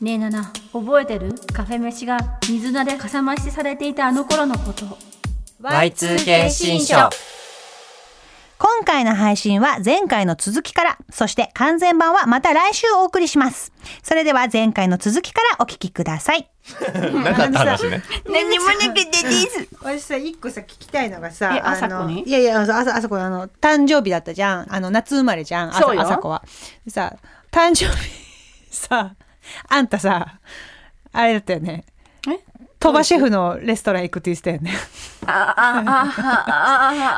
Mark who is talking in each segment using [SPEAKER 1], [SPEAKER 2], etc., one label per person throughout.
[SPEAKER 1] ねえナナ覚えてるカフェ飯が水菜でかさ増しされていたあの頃のこと
[SPEAKER 2] Y2K 新書
[SPEAKER 3] 今回の配信は前回の続きから、そして完全版はまた来週お送りします。それでは前回の続きからお聞きください。
[SPEAKER 4] なかった話ね。
[SPEAKER 5] 何もなくてです。
[SPEAKER 6] 私さ一個さ聞きたいのがさ
[SPEAKER 1] え
[SPEAKER 6] あ
[SPEAKER 1] 朝子
[SPEAKER 6] の
[SPEAKER 1] に
[SPEAKER 6] いやいやあさあさこあの誕生日だったじゃんあの夏生まれじゃんあさ
[SPEAKER 1] そうよ
[SPEAKER 6] あさこはでさ誕生日 さあんたさあれだったよね
[SPEAKER 1] え
[SPEAKER 6] 鳥羽シェフのレストラン行くって言ってたよね
[SPEAKER 5] あ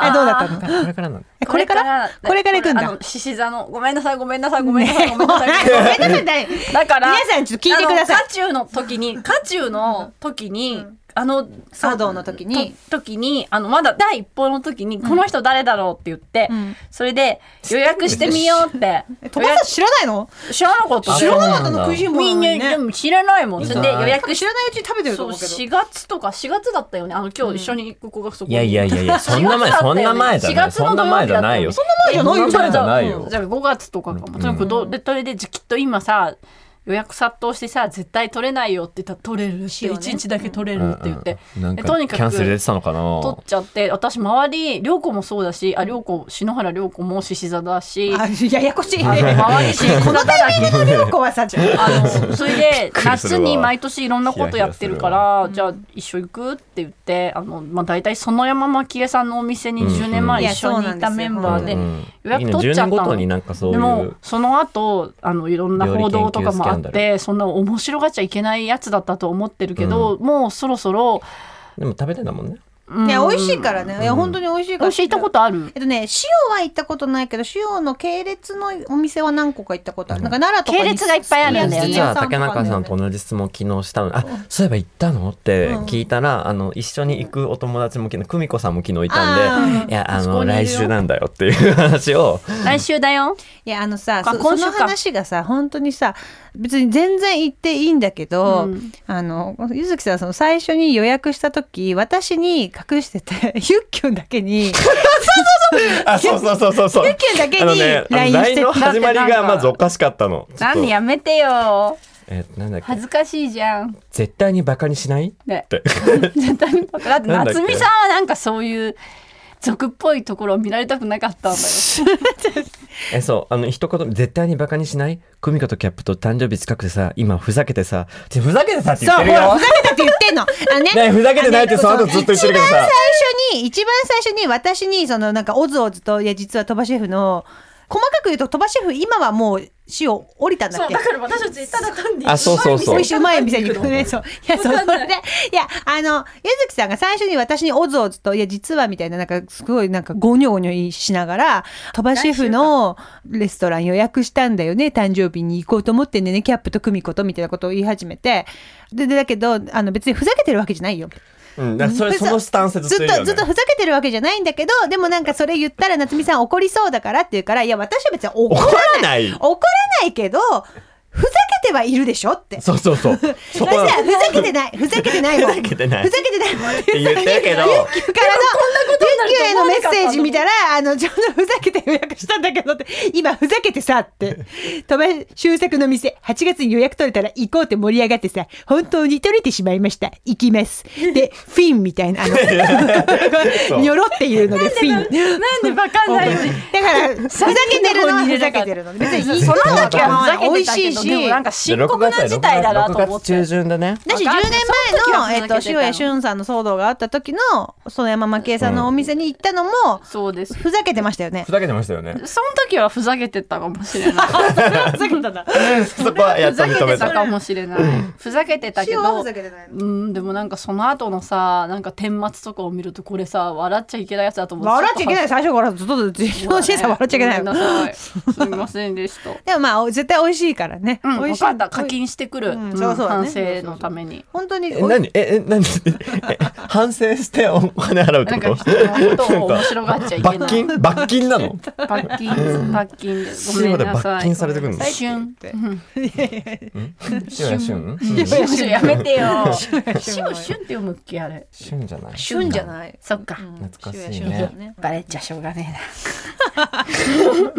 [SPEAKER 6] えどうだったの
[SPEAKER 4] これからなんだ。
[SPEAKER 6] えこれからこれから行くん
[SPEAKER 5] あ
[SPEAKER 6] だ
[SPEAKER 5] の獅子座のごめんなさいごめんなさいごめんなさいごめんなさい
[SPEAKER 6] ね えごめんなさいだい
[SPEAKER 5] だから
[SPEAKER 6] 皆さんちょっと聞いてください
[SPEAKER 5] あの渦中の時に渦中の時にあの
[SPEAKER 6] 騒動の時に
[SPEAKER 5] と時にあのまだ第一報の時にこの人誰だろうって言って
[SPEAKER 6] ん
[SPEAKER 5] それで予約してみようって
[SPEAKER 6] え鳥羽さん知らないの
[SPEAKER 5] 知らなかった
[SPEAKER 4] 知らなかった
[SPEAKER 6] あんたの食いしん坊なん
[SPEAKER 5] み
[SPEAKER 6] の
[SPEAKER 5] な
[SPEAKER 6] に
[SPEAKER 5] で
[SPEAKER 6] ね
[SPEAKER 5] も知らないもんそれで予約し
[SPEAKER 6] 知らないうちに食べてると
[SPEAKER 5] そう
[SPEAKER 6] 思うけど
[SPEAKER 5] 4月とか4月だったよねあの今日一緒に行く子がそこ
[SPEAKER 4] いやいやいやいや、そんな前、そんな前じゃない。そんな前じゃないよ。
[SPEAKER 5] そんな
[SPEAKER 6] 前じゃないよ
[SPEAKER 4] そんな前じゃないよ。
[SPEAKER 5] じゃあ5月とかかも。
[SPEAKER 4] うん
[SPEAKER 5] とにかくどうでそれでじきっと今さ予約殺到してさ絶対取れないよって言ったら取れるって1日だけ取れるって言って、
[SPEAKER 4] うんうんなん
[SPEAKER 5] えとに
[SPEAKER 4] か
[SPEAKER 5] かく
[SPEAKER 4] キャンセル出てたのか
[SPEAKER 5] 取っ
[SPEAKER 4] な
[SPEAKER 5] ちゃって私周り涼子もそうだしあ涼子篠原涼子も獅子座だし
[SPEAKER 6] あややこしい
[SPEAKER 5] 周り獅子座だらけ。
[SPEAKER 6] 涼子はさちょっと
[SPEAKER 5] あのそれで
[SPEAKER 4] くりする
[SPEAKER 5] 夏
[SPEAKER 4] わ
[SPEAKER 5] に毎年いろんなことやってるからじゃあ一緒行くって言ってあの、まあ、大体園山蒔絵さんのお店に
[SPEAKER 4] うん
[SPEAKER 5] 10年前
[SPEAKER 6] うん
[SPEAKER 5] 一緒にいたメンバーで
[SPEAKER 4] う
[SPEAKER 5] 予約
[SPEAKER 4] んいいね
[SPEAKER 5] 取っちゃった
[SPEAKER 4] 10年ごと
[SPEAKER 5] の
[SPEAKER 4] に。なんかそう
[SPEAKER 5] で
[SPEAKER 4] い
[SPEAKER 5] も
[SPEAKER 4] う。
[SPEAKER 5] その後あのいろんな報道とかもあっ
[SPEAKER 4] 料理研究スキャンダ
[SPEAKER 5] てそんな面白がっちゃいけないやつだったと思ってるけど、もうそろそろ、
[SPEAKER 4] でも食べてんだもんね。
[SPEAKER 5] うん
[SPEAKER 6] いや美味しいからねいや本当に美味しいから
[SPEAKER 5] 美味しいとことある
[SPEAKER 6] えっとね、塩は行ったことないけど、塩の系列のお店は何個か行ったことある。なんか奈良とかに
[SPEAKER 5] 系列がいっぱいあるんだよね
[SPEAKER 4] 実は竹中さんと
[SPEAKER 6] ね。
[SPEAKER 4] 同じ質問を昨日したので、あ、そういえば行ったのって聞いたら、あの、一緒に行くお友達も昨日、久美子さんも昨日いたん
[SPEAKER 6] あ
[SPEAKER 4] で、いや、あ
[SPEAKER 5] そこ
[SPEAKER 4] の、
[SPEAKER 5] にいるよ
[SPEAKER 4] 来週なんだよっていう 話を、
[SPEAKER 5] 来週だよ
[SPEAKER 6] いや、あのさ、
[SPEAKER 5] あ
[SPEAKER 6] そそ
[SPEAKER 5] 今週か
[SPEAKER 6] の話がさ、本当にさ、別に全然行っていいんだけど、
[SPEAKER 5] うん
[SPEAKER 6] あの、ゆずきさん、その最初に予約した時、私に隠して て、ゆっきゅんだけに、
[SPEAKER 4] あ、そうそうそうそうそう。
[SPEAKER 6] ゆっきゅんだけ
[SPEAKER 4] あの
[SPEAKER 6] に
[SPEAKER 4] ね、あ
[SPEAKER 6] LINE
[SPEAKER 4] の
[SPEAKER 6] して
[SPEAKER 4] LINE の
[SPEAKER 6] て、
[SPEAKER 4] 始まり
[SPEAKER 5] だってな
[SPEAKER 4] が
[SPEAKER 5] んか
[SPEAKER 4] まずおかしかったの。ちょっと
[SPEAKER 5] 何やめてよ
[SPEAKER 4] えーなんだっけ
[SPEAKER 5] 恥ずかしいじゃん
[SPEAKER 4] 絶対にバカにしない
[SPEAKER 5] ね
[SPEAKER 4] って
[SPEAKER 5] 絶対にバカだって
[SPEAKER 4] なんだっけ
[SPEAKER 5] 夏美さんはなんかそういう俗っぽいところを見られたくなかったんだよ
[SPEAKER 4] えそうあの一言絶対にバカにしない久美子とキャップと誕生日近くてさ今ふざけてさちょふざけてさって言
[SPEAKER 6] そ
[SPEAKER 4] っ
[SPEAKER 6] う、ほ
[SPEAKER 4] てるよ
[SPEAKER 6] ら、ふざけたって言ってんの。あのね
[SPEAKER 4] ねふざけてないってその後ずっと言ってるけど
[SPEAKER 6] 一番
[SPEAKER 4] さ
[SPEAKER 6] 最初に、一番最初に私に、そのなんか、おずおずと、いや、実は鳥羽シェフの、細かく言うと鳥羽シェフ、今はもう、塩降りたんだっけ
[SPEAKER 5] から私たちただ単に
[SPEAKER 4] あそうそうそう
[SPEAKER 6] 美味しいうまい店に行くね。そう。いや、それで、いや、あの、ゆずきさんが最初に私におずおずと、いや、実はみたいな、なんか、すごい、なんか、ごにょごにょ言いしながら、鳥羽シェフのレストラン予約したんだよね、誕生日に行こうと思ってんだよね、キャップと久美子と、みたいなことを言い始めて、で、でだけど、あの、別にふざけてるわけじゃないよ。
[SPEAKER 4] うん、だからそれ
[SPEAKER 6] 別
[SPEAKER 4] そ
[SPEAKER 6] に
[SPEAKER 4] のスタンスず
[SPEAKER 6] ず
[SPEAKER 4] っ
[SPEAKER 6] っ
[SPEAKER 4] といる
[SPEAKER 6] と、
[SPEAKER 4] よ、ね、
[SPEAKER 6] ずっとふざけてるわけじゃないんだけど、でもなんかそれ言ったら、夏美さん怒りそうだからって言うから、いや、私は別に怒ら
[SPEAKER 4] 怒
[SPEAKER 6] ない。
[SPEAKER 4] らない
[SPEAKER 6] 怒らないけど、ふざけてはいるでしょって。
[SPEAKER 4] そうそう そうそ
[SPEAKER 6] そ
[SPEAKER 4] こ
[SPEAKER 6] したら
[SPEAKER 4] は
[SPEAKER 6] ふざけてない、ふざけてないもん。
[SPEAKER 4] ふざけてない
[SPEAKER 6] ふざけてないもん。
[SPEAKER 4] って言ってるけど
[SPEAKER 6] ゆっきゅからの、ゆっきゅへのメッセージ見たら、あの、ちょうどふざけて予約したんだけどって、今ふざけてさって。飛ば終作の店、8月に予約取れたら行こうって盛り上がってさ、本当に取れてしまいました。行きます。で、フィンみたいな、あ
[SPEAKER 4] そ
[SPEAKER 6] の、
[SPEAKER 4] う
[SPEAKER 6] にょろっていうので、フィン。
[SPEAKER 5] なんでバカになるよね
[SPEAKER 6] だから、ふざけてるのはふざけてるの。別に、その時は美味しいし。
[SPEAKER 5] でもなんか深刻な事態だなと
[SPEAKER 4] 6
[SPEAKER 5] 思っ
[SPEAKER 4] 月中
[SPEAKER 5] て
[SPEAKER 4] 旬でね
[SPEAKER 6] だし10
[SPEAKER 5] わか
[SPEAKER 6] 年前の、えっ
[SPEAKER 5] んないその時はふ
[SPEAKER 6] と、
[SPEAKER 5] ざけて
[SPEAKER 6] 塩谷俊
[SPEAKER 5] たの
[SPEAKER 6] さんの騒動があった時の、園山真紀恵さんのお店に行ったのも、
[SPEAKER 5] そうです
[SPEAKER 6] ふざけてましたよね
[SPEAKER 4] ふ。ざけてましたよね
[SPEAKER 5] その時はふざけてたかもしれない
[SPEAKER 6] ふざけ ただ。
[SPEAKER 4] そこ はや
[SPEAKER 5] ふ
[SPEAKER 4] っと
[SPEAKER 5] ざけ
[SPEAKER 4] 認め
[SPEAKER 5] て
[SPEAKER 4] た
[SPEAKER 5] たかもしれないふざけてたけ
[SPEAKER 6] 塩は
[SPEAKER 5] ど
[SPEAKER 6] ふざけてないの。
[SPEAKER 5] うんでもなんかその後のさなんか顛末とかを見るとこれさ笑っちゃいけないやつだと思って
[SPEAKER 6] 笑っちゃいけない。最初からずっとずっと、塩谷さん笑っちゃいけない
[SPEAKER 5] ご
[SPEAKER 6] の。
[SPEAKER 5] めんなさいすみませんでした
[SPEAKER 6] でもまあ、お絶対美味しいからね。
[SPEAKER 5] うん
[SPEAKER 6] 美味
[SPEAKER 5] 分
[SPEAKER 6] しい。
[SPEAKER 5] かった課金してくる
[SPEAKER 6] うん
[SPEAKER 5] うん
[SPEAKER 6] そうそうだね
[SPEAKER 5] 反省のために
[SPEAKER 6] 本当に
[SPEAKER 4] え、何え、え、何 え反省してお金払うって
[SPEAKER 5] なん
[SPEAKER 4] こ
[SPEAKER 5] か
[SPEAKER 4] と
[SPEAKER 5] 人のことを面白がっちゃいけ
[SPEAKER 4] 罰
[SPEAKER 5] ない
[SPEAKER 4] 金罰金なの
[SPEAKER 5] 罰金罰金でごめんなさい
[SPEAKER 4] 罰金されてくるの
[SPEAKER 5] シュン
[SPEAKER 4] シュンシュンうん
[SPEAKER 5] シュンシュンやめてよシ
[SPEAKER 6] シ
[SPEAKER 5] ュンシュンって読むっけあれ
[SPEAKER 4] シュンじゃない
[SPEAKER 6] 旬じゃない。
[SPEAKER 5] そっか
[SPEAKER 4] 懐かしいね
[SPEAKER 6] 塩谷俊ね。
[SPEAKER 5] バレちゃしょうがね えな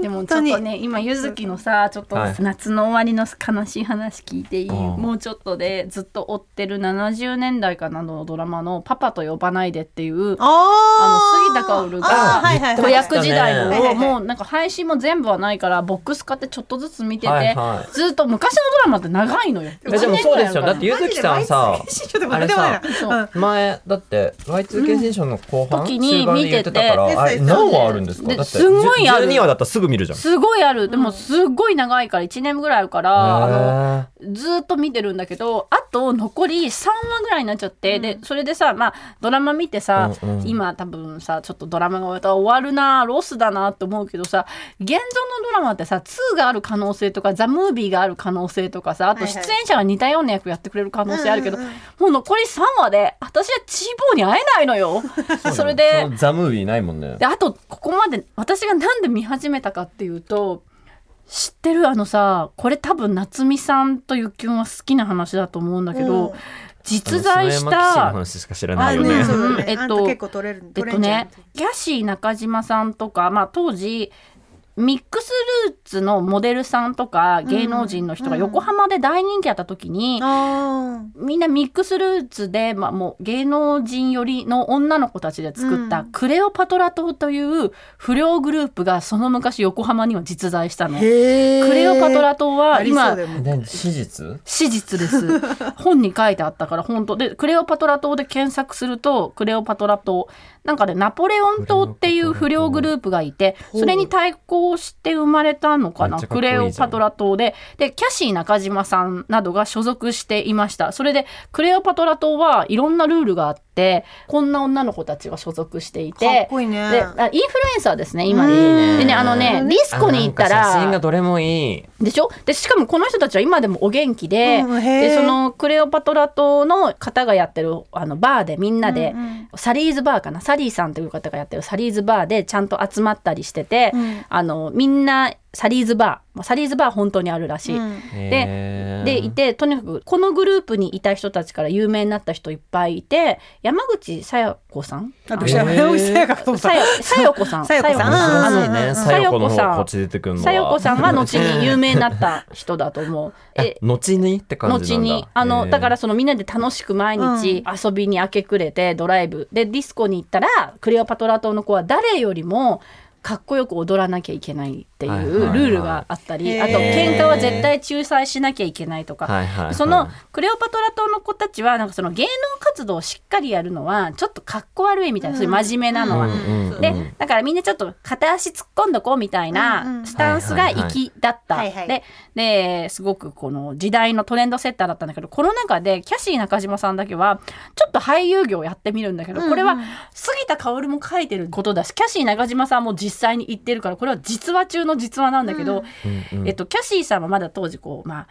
[SPEAKER 5] でもちょっ
[SPEAKER 6] 本
[SPEAKER 5] と
[SPEAKER 6] 当
[SPEAKER 5] ね今ゆずきのさちょっと夏の終わりの悲しい話聞いていい
[SPEAKER 4] うん
[SPEAKER 5] もうちょっとでずっと追ってる70年代かなどのドラマの「パパと呼ばないで」っていう
[SPEAKER 6] あ
[SPEAKER 5] あの杉田かおるが
[SPEAKER 6] あーはいはいはい
[SPEAKER 5] 子役時代
[SPEAKER 6] はいはいは
[SPEAKER 5] の
[SPEAKER 6] い
[SPEAKER 5] もうなんか配信も全部はないからボックス買ってちょっとずつ見て
[SPEAKER 4] はい
[SPEAKER 5] て
[SPEAKER 4] は
[SPEAKER 5] ずっと昔のドラマって長いのよ。
[SPEAKER 4] えでもそうですよだってゆずきさんさ
[SPEAKER 6] マジで毎月ちょっと
[SPEAKER 4] あ
[SPEAKER 6] 待っ
[SPEAKER 4] れ
[SPEAKER 6] て
[SPEAKER 4] さ
[SPEAKER 5] そう
[SPEAKER 6] うん
[SPEAKER 4] 前だって Y2K 新書の後半、
[SPEAKER 5] 時に
[SPEAKER 4] 中盤で言ってたから
[SPEAKER 5] 見てて
[SPEAKER 4] あれ何話あるんですか
[SPEAKER 5] で
[SPEAKER 4] だって
[SPEAKER 5] すんごいある
[SPEAKER 4] 12話だったらすぐ見るじゃん
[SPEAKER 5] すごいあるでもすっごい長いから1年ぐらいあるからあの
[SPEAKER 4] へー
[SPEAKER 5] ずーっと見てるんだけどあと残り3話ぐらいになっちゃって、でそれでさ、まあ、ドラマ見てさ、
[SPEAKER 4] うんうん
[SPEAKER 5] 今多分さちょっとドラマが終わった終わるなロスだなと思うけどさ現存のドラマってさ2がある可能性とかザ・ムービーがある可能性とかさあと
[SPEAKER 6] はい
[SPEAKER 5] 出
[SPEAKER 6] はい
[SPEAKER 5] 演者が似たような役やってくれる可能性あるけど、
[SPEAKER 6] うんうんうん
[SPEAKER 5] もう残り3話で私はチーボーに会えないの よ。それで
[SPEAKER 4] のザ・ムービーないもんね
[SPEAKER 5] であとここまで私がなんで見始めたかっていうと知ってるあのさこれ多分夏美さんとゆっきゅんは好きな話だと思うんだけど、
[SPEAKER 6] うん
[SPEAKER 5] 実在し
[SPEAKER 4] その山岸の
[SPEAKER 5] た
[SPEAKER 4] 話しか知ら
[SPEAKER 6] あ
[SPEAKER 4] ないよ
[SPEAKER 5] あ
[SPEAKER 4] ね
[SPEAKER 5] ね
[SPEAKER 6] そうだね
[SPEAKER 5] うんえっと
[SPEAKER 6] あんた結構取れる
[SPEAKER 5] えっ
[SPEAKER 6] 取れ
[SPEAKER 5] と
[SPEAKER 6] んじゃん
[SPEAKER 5] ねキャシー中島さんとか、まあ、当時ミックスルーツのモデルさんとか芸能人の人が
[SPEAKER 6] うん
[SPEAKER 5] 横浜で大人気やった時に、
[SPEAKER 6] あ
[SPEAKER 5] みんなミックスルーツで、まあ、もう芸能人寄りの女の子たちで作ったクレオパトラ島という不良グループがその昔横浜には実在したの。
[SPEAKER 6] ー
[SPEAKER 5] ク
[SPEAKER 6] へー
[SPEAKER 5] レオパトラ島
[SPEAKER 6] あ
[SPEAKER 5] は
[SPEAKER 6] りそう
[SPEAKER 5] 今
[SPEAKER 6] だよもう
[SPEAKER 4] で史実
[SPEAKER 5] 史実です。 本に書いてあったから本当でクレオパトラ島で検索するとクレオパトラ島なんかねナポレオン島っていう不良グループがいてそれに対抗して生まれたのかな
[SPEAKER 4] めっちゃかっ
[SPEAKER 5] ク
[SPEAKER 4] こいいじ
[SPEAKER 5] レ
[SPEAKER 4] ゃん
[SPEAKER 5] オパトラ島ででキャシー中島さんなどが所属していましたそれでクレオパトラ島はいろんなルールがあってこんな女の子たちが所属していて
[SPEAKER 6] かっこいいね
[SPEAKER 5] であインフルエンサーですね今で言う
[SPEAKER 4] いいね
[SPEAKER 5] でねあのねディスコに行った
[SPEAKER 4] あなんから写真がどれもいい
[SPEAKER 5] でしょでしかもこの人たちは今でもお元気で,、
[SPEAKER 6] うんへー
[SPEAKER 5] でそのクレオパトラ島の方がやってるあのバーでみんなで、サリーズバーかなサリーさんという方がやってるサリーズバーでちゃんと集まったりしてて、
[SPEAKER 6] ん
[SPEAKER 5] あのみんなサリーズバーまあサリーズバー本当にあるらしい。
[SPEAKER 6] うん
[SPEAKER 4] へー
[SPEAKER 5] でいてとにかくこのグループにいた人たちから有名になった人いっぱいいて山口さや子さん
[SPEAKER 6] あ
[SPEAKER 5] あ
[SPEAKER 6] ど
[SPEAKER 5] の
[SPEAKER 6] うした
[SPEAKER 4] えー
[SPEAKER 6] 山口さやかと思った
[SPEAKER 5] さやさや子さ ん
[SPEAKER 6] さや子さん
[SPEAKER 5] あの
[SPEAKER 4] 珍しいね
[SPEAKER 5] さ
[SPEAKER 4] さ
[SPEAKER 5] よ
[SPEAKER 4] よこ
[SPEAKER 5] こ
[SPEAKER 4] の
[SPEAKER 5] さん
[SPEAKER 4] 方こっち出てくるのは
[SPEAKER 5] さよこさんは後に有名になった人だ と思う。え
[SPEAKER 4] 後にって感じ
[SPEAKER 5] 後
[SPEAKER 4] なんだ
[SPEAKER 5] にあの
[SPEAKER 4] へー
[SPEAKER 5] だからそのみんなで楽しく毎日遊びに明け暮れてドライブでディスコに行ったらクレオパトラ島の子は誰よりもかっこよく踊らなきゃいけないってい
[SPEAKER 4] はいはいうはい
[SPEAKER 5] ルールがあったり、
[SPEAKER 6] へー
[SPEAKER 5] あと喧嘩は絶対仲裁しなきゃいけないとか、
[SPEAKER 4] はいはいはい
[SPEAKER 5] そのクレオパトラ島の子たちはなんかその芸能活動をしっかりやるのはちょっとかっこ悪いみたいな、そういう真面目なのは、
[SPEAKER 4] うんうん
[SPEAKER 5] で、
[SPEAKER 4] うん
[SPEAKER 5] だからみんなちょっと片足突っ込んどこうみたい
[SPEAKER 6] うんうん
[SPEAKER 5] なスタンスが粋だった。
[SPEAKER 6] はいはいはい
[SPEAKER 5] でですごくこの時代のトレンドセッターだったんだけどこの中でキャシー中島さんだけはちょっと俳優業をやってみるんだけど、これは杉田薫も書いてることだしキャシー中島さんも実際に言ってるからこれは実話中の実話なんだけど、
[SPEAKER 4] うんうん
[SPEAKER 5] えっと、キャシーさんはまだ当時こう、まあ、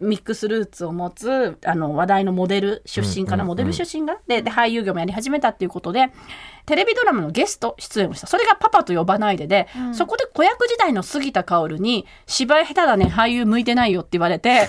[SPEAKER 5] ミックスルーツを持つあの話題のモデル出身かな、
[SPEAKER 4] うんうんうん
[SPEAKER 5] モデル出身がでで俳優業もやり始めたっていうことでテレビドラマのゲスト出演をしたそれが「パパと呼ばないでで」そこで子役時代の杉田薫に芝居下手だね俳優向いてないよって言われて。
[SPEAKER 4] へ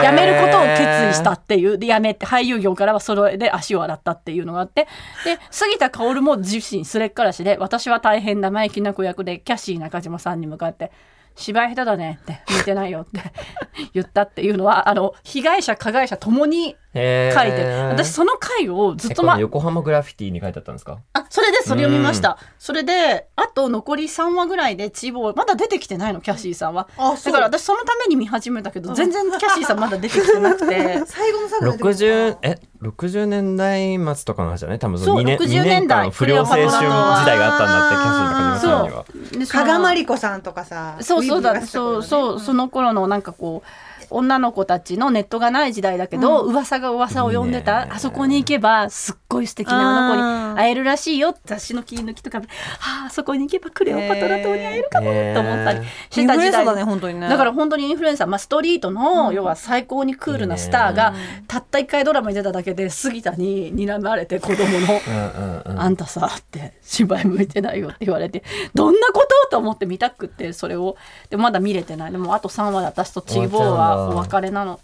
[SPEAKER 4] ー
[SPEAKER 5] 辞めることを決意したっていうで辞めて俳優業からはそれで足を洗ったっていうのがあってで杉田薫も自身すれっからしで私は大変生意気な子役でキャシー中島さんに向かって芝居下手だねって似てないよって 言ったっていうのはあの被害者加害者ともに書
[SPEAKER 4] へ
[SPEAKER 5] い
[SPEAKER 4] ー
[SPEAKER 5] て私その回をずっ
[SPEAKER 4] え
[SPEAKER 5] と
[SPEAKER 4] こ
[SPEAKER 5] ま
[SPEAKER 4] の横浜グラフィティに書いてあったんですか
[SPEAKER 5] あそれでそれを見ましたそれであと残り3話ぐらいでチーボーまだ出てきてないのキャシーさんは
[SPEAKER 6] あ
[SPEAKER 5] だから私そのために見始めたけど全然キャシーさんまだ出てきてなく て。
[SPEAKER 6] 最後の最後まで
[SPEAKER 4] 60え60年代末とかの話じゃない多分その
[SPEAKER 5] そう
[SPEAKER 4] 2年
[SPEAKER 5] 60
[SPEAKER 4] 2年間不良青春時代があったんだってキャッシー中島さんには
[SPEAKER 5] でそ
[SPEAKER 6] 加
[SPEAKER 5] の
[SPEAKER 6] 賀まりこさんとかさ
[SPEAKER 5] そうそう
[SPEAKER 6] ウィーブが
[SPEAKER 5] だ
[SPEAKER 6] した
[SPEAKER 5] そ
[SPEAKER 6] 頃
[SPEAKER 5] う
[SPEAKER 6] ね
[SPEAKER 5] そうその頃のなんかこう女の子たちのネットがない時代だけど、噂が噂を呼んでた
[SPEAKER 4] いいね
[SPEAKER 5] あそこに行けばすっごい素敵な女の子
[SPEAKER 6] あー
[SPEAKER 5] に会えるらしいよ雑誌の切り抜きとかで、はああそこに行けばクレオパトラ島に会えるかも
[SPEAKER 4] へー
[SPEAKER 5] と思ったりして
[SPEAKER 6] イン
[SPEAKER 5] た
[SPEAKER 6] フルエン
[SPEAKER 5] 時
[SPEAKER 6] サー
[SPEAKER 5] 代
[SPEAKER 6] だね本当にね
[SPEAKER 5] だから本当にインフルエンサー、まあ、ストリートの、要は最高にクールなスターが、たった1回ドラマに出ただけで杉田に睨まれて子供 の。
[SPEAKER 4] うんうんうん
[SPEAKER 5] あんたさって芝居向いてないよって言われてどんなことと思って見たくってそれをでまだ見れてないでもあと3話で私とチーボーはお別れなの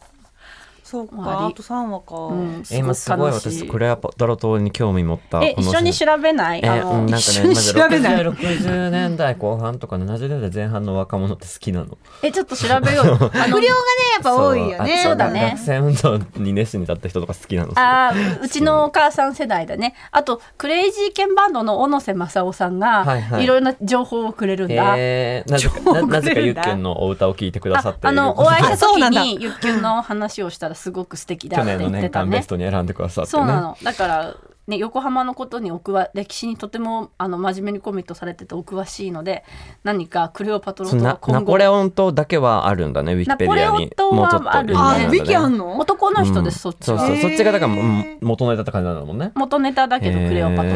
[SPEAKER 6] そう
[SPEAKER 5] 終わ
[SPEAKER 6] か
[SPEAKER 5] り
[SPEAKER 6] あと三話か、
[SPEAKER 5] うん、す
[SPEAKER 4] え今すごい
[SPEAKER 5] 楽し
[SPEAKER 4] 私クレアパドラ島に興味持った
[SPEAKER 5] え
[SPEAKER 4] この
[SPEAKER 5] 一緒に調べない、
[SPEAKER 4] え
[SPEAKER 5] あの
[SPEAKER 4] うん、なん
[SPEAKER 6] 一
[SPEAKER 4] か
[SPEAKER 6] 緒
[SPEAKER 4] ね、
[SPEAKER 6] に
[SPEAKER 4] まず
[SPEAKER 6] 調べない
[SPEAKER 4] 60 60年代後半とか70年代前半の若者って好きなの。
[SPEAKER 5] えちょっと調べ ようよあの
[SPEAKER 6] 不良がねやっぱ多いよね
[SPEAKER 4] あ
[SPEAKER 5] そうだね
[SPEAKER 4] 学生運動に熱心に立った人とか好きなの。
[SPEAKER 5] あーうちのお母さん世代だねあとクレイジーケンバンドの小野瀬正夫さんが、
[SPEAKER 4] はい
[SPEAKER 5] い
[SPEAKER 4] はい
[SPEAKER 5] ろいろな情報をくれるんだ、
[SPEAKER 4] えー、なぜかななぜかゆっけんのお歌を聞いてくださ
[SPEAKER 5] あ
[SPEAKER 4] ってい
[SPEAKER 5] あ
[SPEAKER 4] る
[SPEAKER 5] のお会いした
[SPEAKER 6] そう
[SPEAKER 5] 時
[SPEAKER 6] なんだ
[SPEAKER 5] にゆっきゅんの話をしたらすごく素敵だ
[SPEAKER 4] 去
[SPEAKER 5] って
[SPEAKER 4] 年
[SPEAKER 5] 言
[SPEAKER 4] の
[SPEAKER 5] って
[SPEAKER 4] 年
[SPEAKER 5] た
[SPEAKER 4] 間ベ
[SPEAKER 5] ね
[SPEAKER 4] ス。トに選んでくださって
[SPEAKER 5] そうな
[SPEAKER 4] ね。
[SPEAKER 5] のだから、ね、横浜のことにお詳歴史にとてもあの真面目にコミットされててお詳しいので何かクレオパトラ
[SPEAKER 4] そ
[SPEAKER 5] と
[SPEAKER 4] の
[SPEAKER 5] は
[SPEAKER 4] ナ
[SPEAKER 5] 今
[SPEAKER 4] ナポレ
[SPEAKER 5] 後
[SPEAKER 4] オン島だけはあるんだねウィキペディアに
[SPEAKER 5] ナポレオン島はあるね
[SPEAKER 6] あ
[SPEAKER 5] そうなんだ
[SPEAKER 6] ウィキあん
[SPEAKER 4] の
[SPEAKER 6] の
[SPEAKER 5] 男の人です、そっち
[SPEAKER 4] そう
[SPEAKER 5] は
[SPEAKER 4] そうそっちがだから
[SPEAKER 6] へー
[SPEAKER 4] うん元ネタって感じなんだもんね
[SPEAKER 5] 元ネタだけど
[SPEAKER 4] へー
[SPEAKER 5] クレオパトラで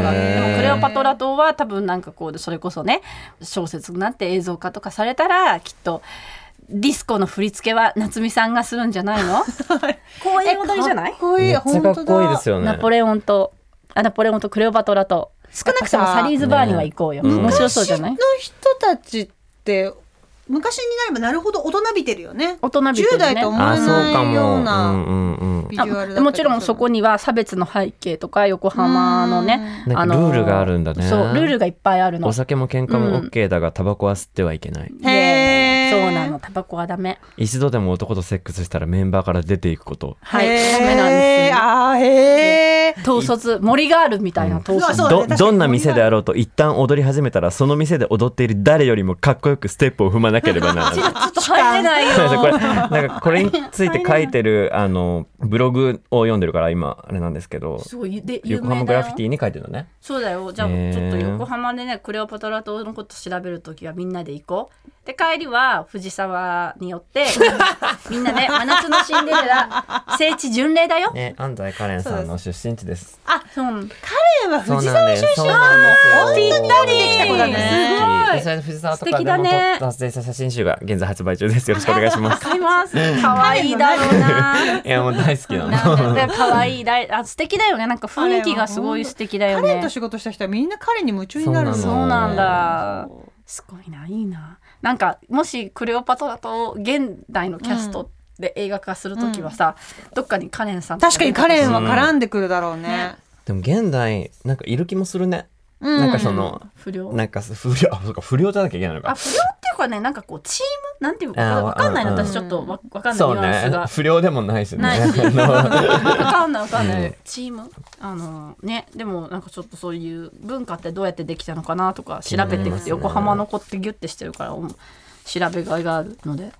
[SPEAKER 5] もクレオパトラ島は多分なんかこうそれこそね小説になって映像化とかされたらきっとディスコの振り付けは夏美さんがするんじゃないのこういう踊りじゃない
[SPEAKER 6] かっこい
[SPEAKER 4] め
[SPEAKER 6] い
[SPEAKER 4] っちゃ
[SPEAKER 6] 本
[SPEAKER 4] か
[SPEAKER 6] 当
[SPEAKER 4] っこいいですよね
[SPEAKER 5] ナポレオンとあナポレオンとクレオパトラと
[SPEAKER 6] 少なくと
[SPEAKER 5] や
[SPEAKER 6] も
[SPEAKER 5] っぱそのサリーズバーには行こうよ、
[SPEAKER 4] ね
[SPEAKER 5] 面白そうじゃない
[SPEAKER 6] 昔の人たちって昔になればなるほど大人びてるよね
[SPEAKER 5] 大人びてるね
[SPEAKER 6] 10代と思
[SPEAKER 4] あ
[SPEAKER 6] え
[SPEAKER 4] そうか
[SPEAKER 6] な
[SPEAKER 4] も
[SPEAKER 6] いような
[SPEAKER 4] うんうんうん
[SPEAKER 6] ビジ
[SPEAKER 5] あ
[SPEAKER 6] ュアルだったりする
[SPEAKER 5] もちろんそこには差別の背景とか横浜のね
[SPEAKER 4] なんか
[SPEAKER 5] あの
[SPEAKER 4] ルールがあるんだね
[SPEAKER 5] そうルールがいっぱいあるの
[SPEAKER 4] お酒も喧嘩も
[SPEAKER 5] うん
[SPEAKER 4] OK だが、タバコは吸ってはいけない
[SPEAKER 5] イエーイ
[SPEAKER 6] へー
[SPEAKER 5] そうなのタバコはダメ
[SPEAKER 4] 一度でも男とセックスしたらメンバーから出ていくこと
[SPEAKER 5] はい
[SPEAKER 6] へー
[SPEAKER 5] ダメなんですよ
[SPEAKER 6] あーへえ
[SPEAKER 5] 統率森があるみたいな統
[SPEAKER 6] うわ
[SPEAKER 5] 率
[SPEAKER 6] そうだね確
[SPEAKER 4] ど
[SPEAKER 6] かに
[SPEAKER 4] どんな店であろうと一旦踊り始めたらその店で踊っている誰よりもかっこよくステップを踏まなければならない
[SPEAKER 5] ちょっと入れないよ
[SPEAKER 4] これなんかこれについて書いてるあのブログを読んでるから今あれなんですけど
[SPEAKER 5] そうゆで有
[SPEAKER 4] 横
[SPEAKER 5] 名
[SPEAKER 4] 浜
[SPEAKER 5] だ
[SPEAKER 4] グ
[SPEAKER 5] よ
[SPEAKER 4] ラフィティに書いてるのね
[SPEAKER 5] そうだよじゃあ
[SPEAKER 4] へー
[SPEAKER 5] ちょっと横浜でねクレオパトラ島のこと調べるときはみんなで行こうで帰りは藤沢によって みんなで「真夏のシンデレラ聖地巡礼だよ」
[SPEAKER 4] ね安西カレンさんの出身地です
[SPEAKER 5] そう
[SPEAKER 6] ーは
[SPEAKER 4] そう
[SPEAKER 6] 藤
[SPEAKER 4] なん
[SPEAKER 6] 沢
[SPEAKER 4] です
[SPEAKER 6] 出身
[SPEAKER 4] そうなんですよ
[SPEAKER 5] ぴったり
[SPEAKER 6] できた子だね
[SPEAKER 5] すごい
[SPEAKER 4] すごい藤沢と
[SPEAKER 5] 素
[SPEAKER 4] か
[SPEAKER 5] 敵
[SPEAKER 4] で
[SPEAKER 5] だ
[SPEAKER 4] も撮
[SPEAKER 5] ね
[SPEAKER 4] った写真集が現在発売中ですよろしくお願い します
[SPEAKER 5] 買います可愛いだろうない
[SPEAKER 4] やもう大好きなの
[SPEAKER 5] なんか可愛いだいあ素敵だよねなんか雰囲気がすごい素敵だよ
[SPEAKER 6] 彼
[SPEAKER 5] ね
[SPEAKER 6] と仕事した人はみんな彼に夢中になるの
[SPEAKER 4] そう
[SPEAKER 5] そうなんだ
[SPEAKER 6] そ
[SPEAKER 5] すごいないいななんかもしクレオパトラと現代のキャストで映画化するときはさ、どっかにカレンさんと
[SPEAKER 6] 確かにカレンは絡んでくるだろうね、
[SPEAKER 4] でも現代なんかいる気もするね
[SPEAKER 6] うん
[SPEAKER 4] なんかその
[SPEAKER 5] 不良
[SPEAKER 4] なんか不良あそうか不良じゃなきゃいけないの
[SPEAKER 5] あ
[SPEAKER 4] か
[SPEAKER 5] 不良っていうかねなんかこうチームなんていう
[SPEAKER 4] あー
[SPEAKER 5] かわかんないの
[SPEAKER 4] うんうん
[SPEAKER 5] 私ちょっとわわかんない
[SPEAKER 4] そ
[SPEAKER 5] ニュ
[SPEAKER 4] う
[SPEAKER 5] アン
[SPEAKER 4] ね
[SPEAKER 5] スが。
[SPEAKER 4] 不良でもないしね
[SPEAKER 5] ないし
[SPEAKER 4] あの
[SPEAKER 5] わかんないわかんな
[SPEAKER 4] う
[SPEAKER 5] いチームあのねでもなんかちょっとそういう文化ってどうやってできたのかなとか調べ
[SPEAKER 4] 気にな
[SPEAKER 5] て
[SPEAKER 4] り
[SPEAKER 5] み
[SPEAKER 4] ます
[SPEAKER 5] て
[SPEAKER 4] ね
[SPEAKER 5] 横浜の子ってギュッてしてるからお調べがいがあるので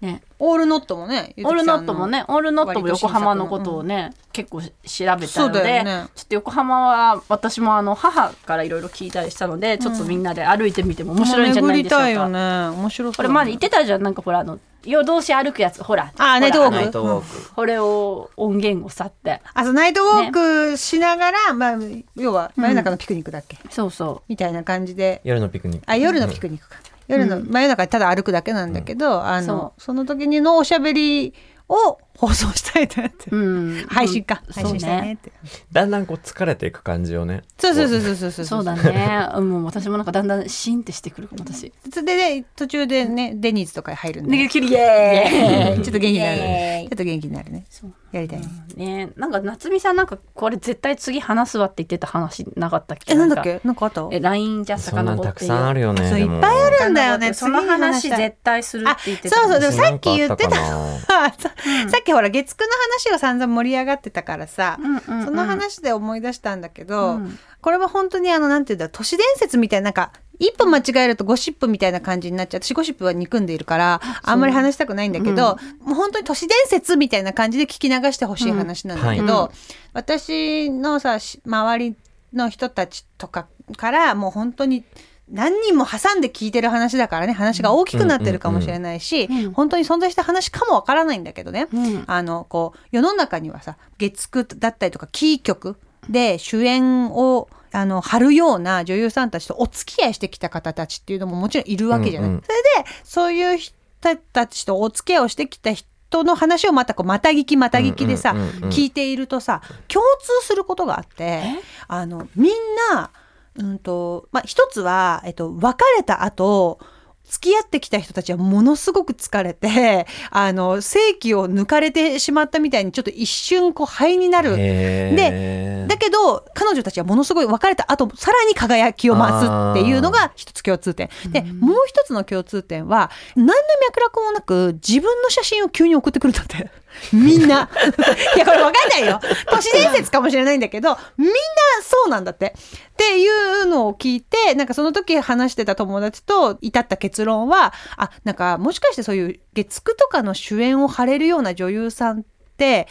[SPEAKER 5] ね
[SPEAKER 6] オールノットもね
[SPEAKER 5] オールノットもねオールノットも
[SPEAKER 6] 割と
[SPEAKER 5] 横
[SPEAKER 6] 新作の
[SPEAKER 5] 浜のことをね、結構調べた
[SPEAKER 6] そう
[SPEAKER 5] ので、
[SPEAKER 6] だよね
[SPEAKER 5] ちょっと横浜は私もあの母からいろいろ聞いたりしたので、ちょっとみんなで歩いてみても面白いんじゃないでしょうか。
[SPEAKER 6] 巡りたいよね面白そう
[SPEAKER 5] こ
[SPEAKER 6] だ
[SPEAKER 5] れ
[SPEAKER 6] ね
[SPEAKER 5] 前言ってたじゃんなんかほらあの夜通し歩くやつほら
[SPEAKER 6] あーね
[SPEAKER 5] ほら
[SPEAKER 6] ナイ
[SPEAKER 4] トウォーク
[SPEAKER 5] これを音源を去って
[SPEAKER 6] あそうナイトウォークしながら、まあ要は真夜中のピクニックだっけ、
[SPEAKER 5] そうそ
[SPEAKER 6] みたいな感じで
[SPEAKER 4] 夜のピクニック
[SPEAKER 6] あ夜のピクニックか、夜の真夜中にただ歩くだけなんだけど、あの
[SPEAKER 5] そ
[SPEAKER 6] その時にのおしゃべりを放送したいとやって、
[SPEAKER 5] ううん
[SPEAKER 6] 配信か、
[SPEAKER 5] うん
[SPEAKER 6] 配信したいねって
[SPEAKER 4] だんだんこう疲れていく感じをね
[SPEAKER 6] そうそうそうそうそうそう
[SPEAKER 5] そう だねうんもう私もなんかだんだんシーンってしてくるかも私
[SPEAKER 6] それでね、途中でねデニーズとか入るんで、
[SPEAKER 5] できるイエ
[SPEAKER 6] ちょっと元気になる
[SPEAKER 5] イエー
[SPEAKER 6] ね
[SPEAKER 5] イ
[SPEAKER 6] ちょっと元気になるね
[SPEAKER 5] そう
[SPEAKER 6] やりたいね、
[SPEAKER 5] ねなんか夏美さんなんかこれ絶対次話すわって言ってた話なかったっけ
[SPEAKER 6] えなんだっけなんかあった
[SPEAKER 5] え LINE じゃ
[SPEAKER 4] そんなん
[SPEAKER 5] 遡
[SPEAKER 4] た
[SPEAKER 5] っ
[SPEAKER 4] く
[SPEAKER 5] て
[SPEAKER 4] さんあるよね
[SPEAKER 6] そう
[SPEAKER 4] でも
[SPEAKER 6] いっぱいあるんだよね
[SPEAKER 5] その話
[SPEAKER 6] 次 にしたい
[SPEAKER 5] 絶対するって言ってた
[SPEAKER 6] あそうそうでも
[SPEAKER 4] なんかあたかな
[SPEAKER 6] さっきあささっきほら月9の話が散々盛り上がってたからさ、
[SPEAKER 5] うんうんうん
[SPEAKER 6] その話で思い出したんだけど、
[SPEAKER 5] うん
[SPEAKER 6] これは本当にあのなんていうんだ都市伝説みたいななんか一歩間違えるとゴシップみたいな感じになっちゃう私ゴシップは憎んでいるからあんまり話したくないんだけど、もう本当に都市伝説みたいな感じで聞き流してほしい話なんだけど、
[SPEAKER 4] うんは
[SPEAKER 6] 私のさし周りの人たちとかからもう本当に何人も挟んで聞いてる話だからね話が大きくなってるかもしれないし、
[SPEAKER 5] うん
[SPEAKER 6] 本当に存在した話かもわからないんだけどね、
[SPEAKER 5] うん
[SPEAKER 6] あのこう世の中にはさ月9だったりとかキー局で主演をあの張るような女優さんたちとお付き合いしてきた方たちっていうのももちろんいるわけじゃない。
[SPEAKER 4] うんうん
[SPEAKER 6] それでそういう人たちとお付き合いをしてきた人の話をまたこうまた聞きまた聞きでさ、
[SPEAKER 4] うんうんうんうん
[SPEAKER 6] 聞いているとさ共通することがあってあのみんな、うんとまあ、一つは、えっと、別れた後付き合ってきた人たちはものすごく疲れてあの正気を抜かれてしまったみたいにちょっと一瞬こう灰になる
[SPEAKER 4] へ
[SPEAKER 6] で
[SPEAKER 4] ー
[SPEAKER 6] だけど彼女たちはものすごい別れた後さらに輝きを増すっていうのが一つ共通点でもう一つの共通点は何の脈絡もなく自分の写真を急に送ってくるんだってみんないやこれ分かんないよ都市伝説かもしれないんだけどみんなそうなんだってっていうのを聞いてなんかその時話してた友達と至った結論はあなんかもしかしてそういう月9とかの主演を張れるような女優さんって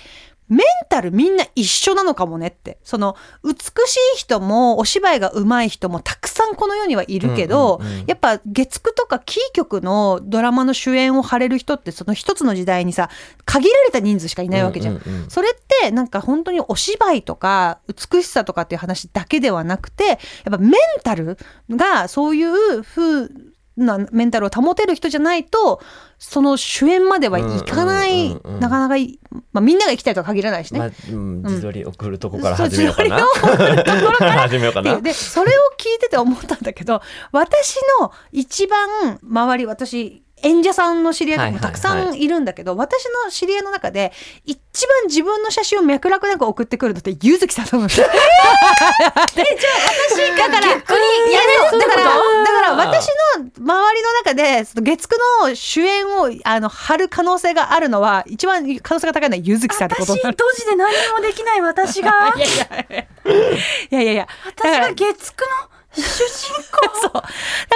[SPEAKER 6] メンタルみんな一緒なのかもねって。その、美しい人もお芝居が上手い人もたくさんこの世にはいるけど、
[SPEAKER 4] うんうんうん
[SPEAKER 6] やっぱ月9とかキー局のドラマの主演を張れる人ってその一つの時代にさ、限られた人数しかいないわけじゃん。
[SPEAKER 4] うんうんうん
[SPEAKER 6] それってなんか本当にお芝居とか美しさとかっていう話だけではなくて、やっぱメンタルがそういう風なメンタルを保てる人じゃないと、その主演まではいかない、
[SPEAKER 4] うんうんうんうん
[SPEAKER 6] なかなかい、まあみんなが行きたいとは限らないしね。
[SPEAKER 4] まあ、うん、自撮り送るとこ
[SPEAKER 6] そ
[SPEAKER 4] から始めようかな。
[SPEAKER 6] 自撮りを送るところから
[SPEAKER 4] 始めようか
[SPEAKER 6] ってい
[SPEAKER 4] な
[SPEAKER 6] う。でそれを聞いてて思ったんだけど私の一番周り私演者さんの知り合いとかもたく
[SPEAKER 4] はい
[SPEAKER 6] さ
[SPEAKER 4] はい
[SPEAKER 6] んいるんだけど、私の知り合いの中で一番自分の写真を脈絡なく送ってくるのって柚月さんだもんだから逆にやだからだから私の周りの中でその月9の主演をあの張る可能性があるのは一番可能性が高いのは柚月さんってこと
[SPEAKER 5] 私
[SPEAKER 6] になる
[SPEAKER 5] ドジで何にもできない私 が
[SPEAKER 6] いやいやいやだ
[SPEAKER 5] 私
[SPEAKER 6] から
[SPEAKER 5] が月9の主人公
[SPEAKER 6] そう。だ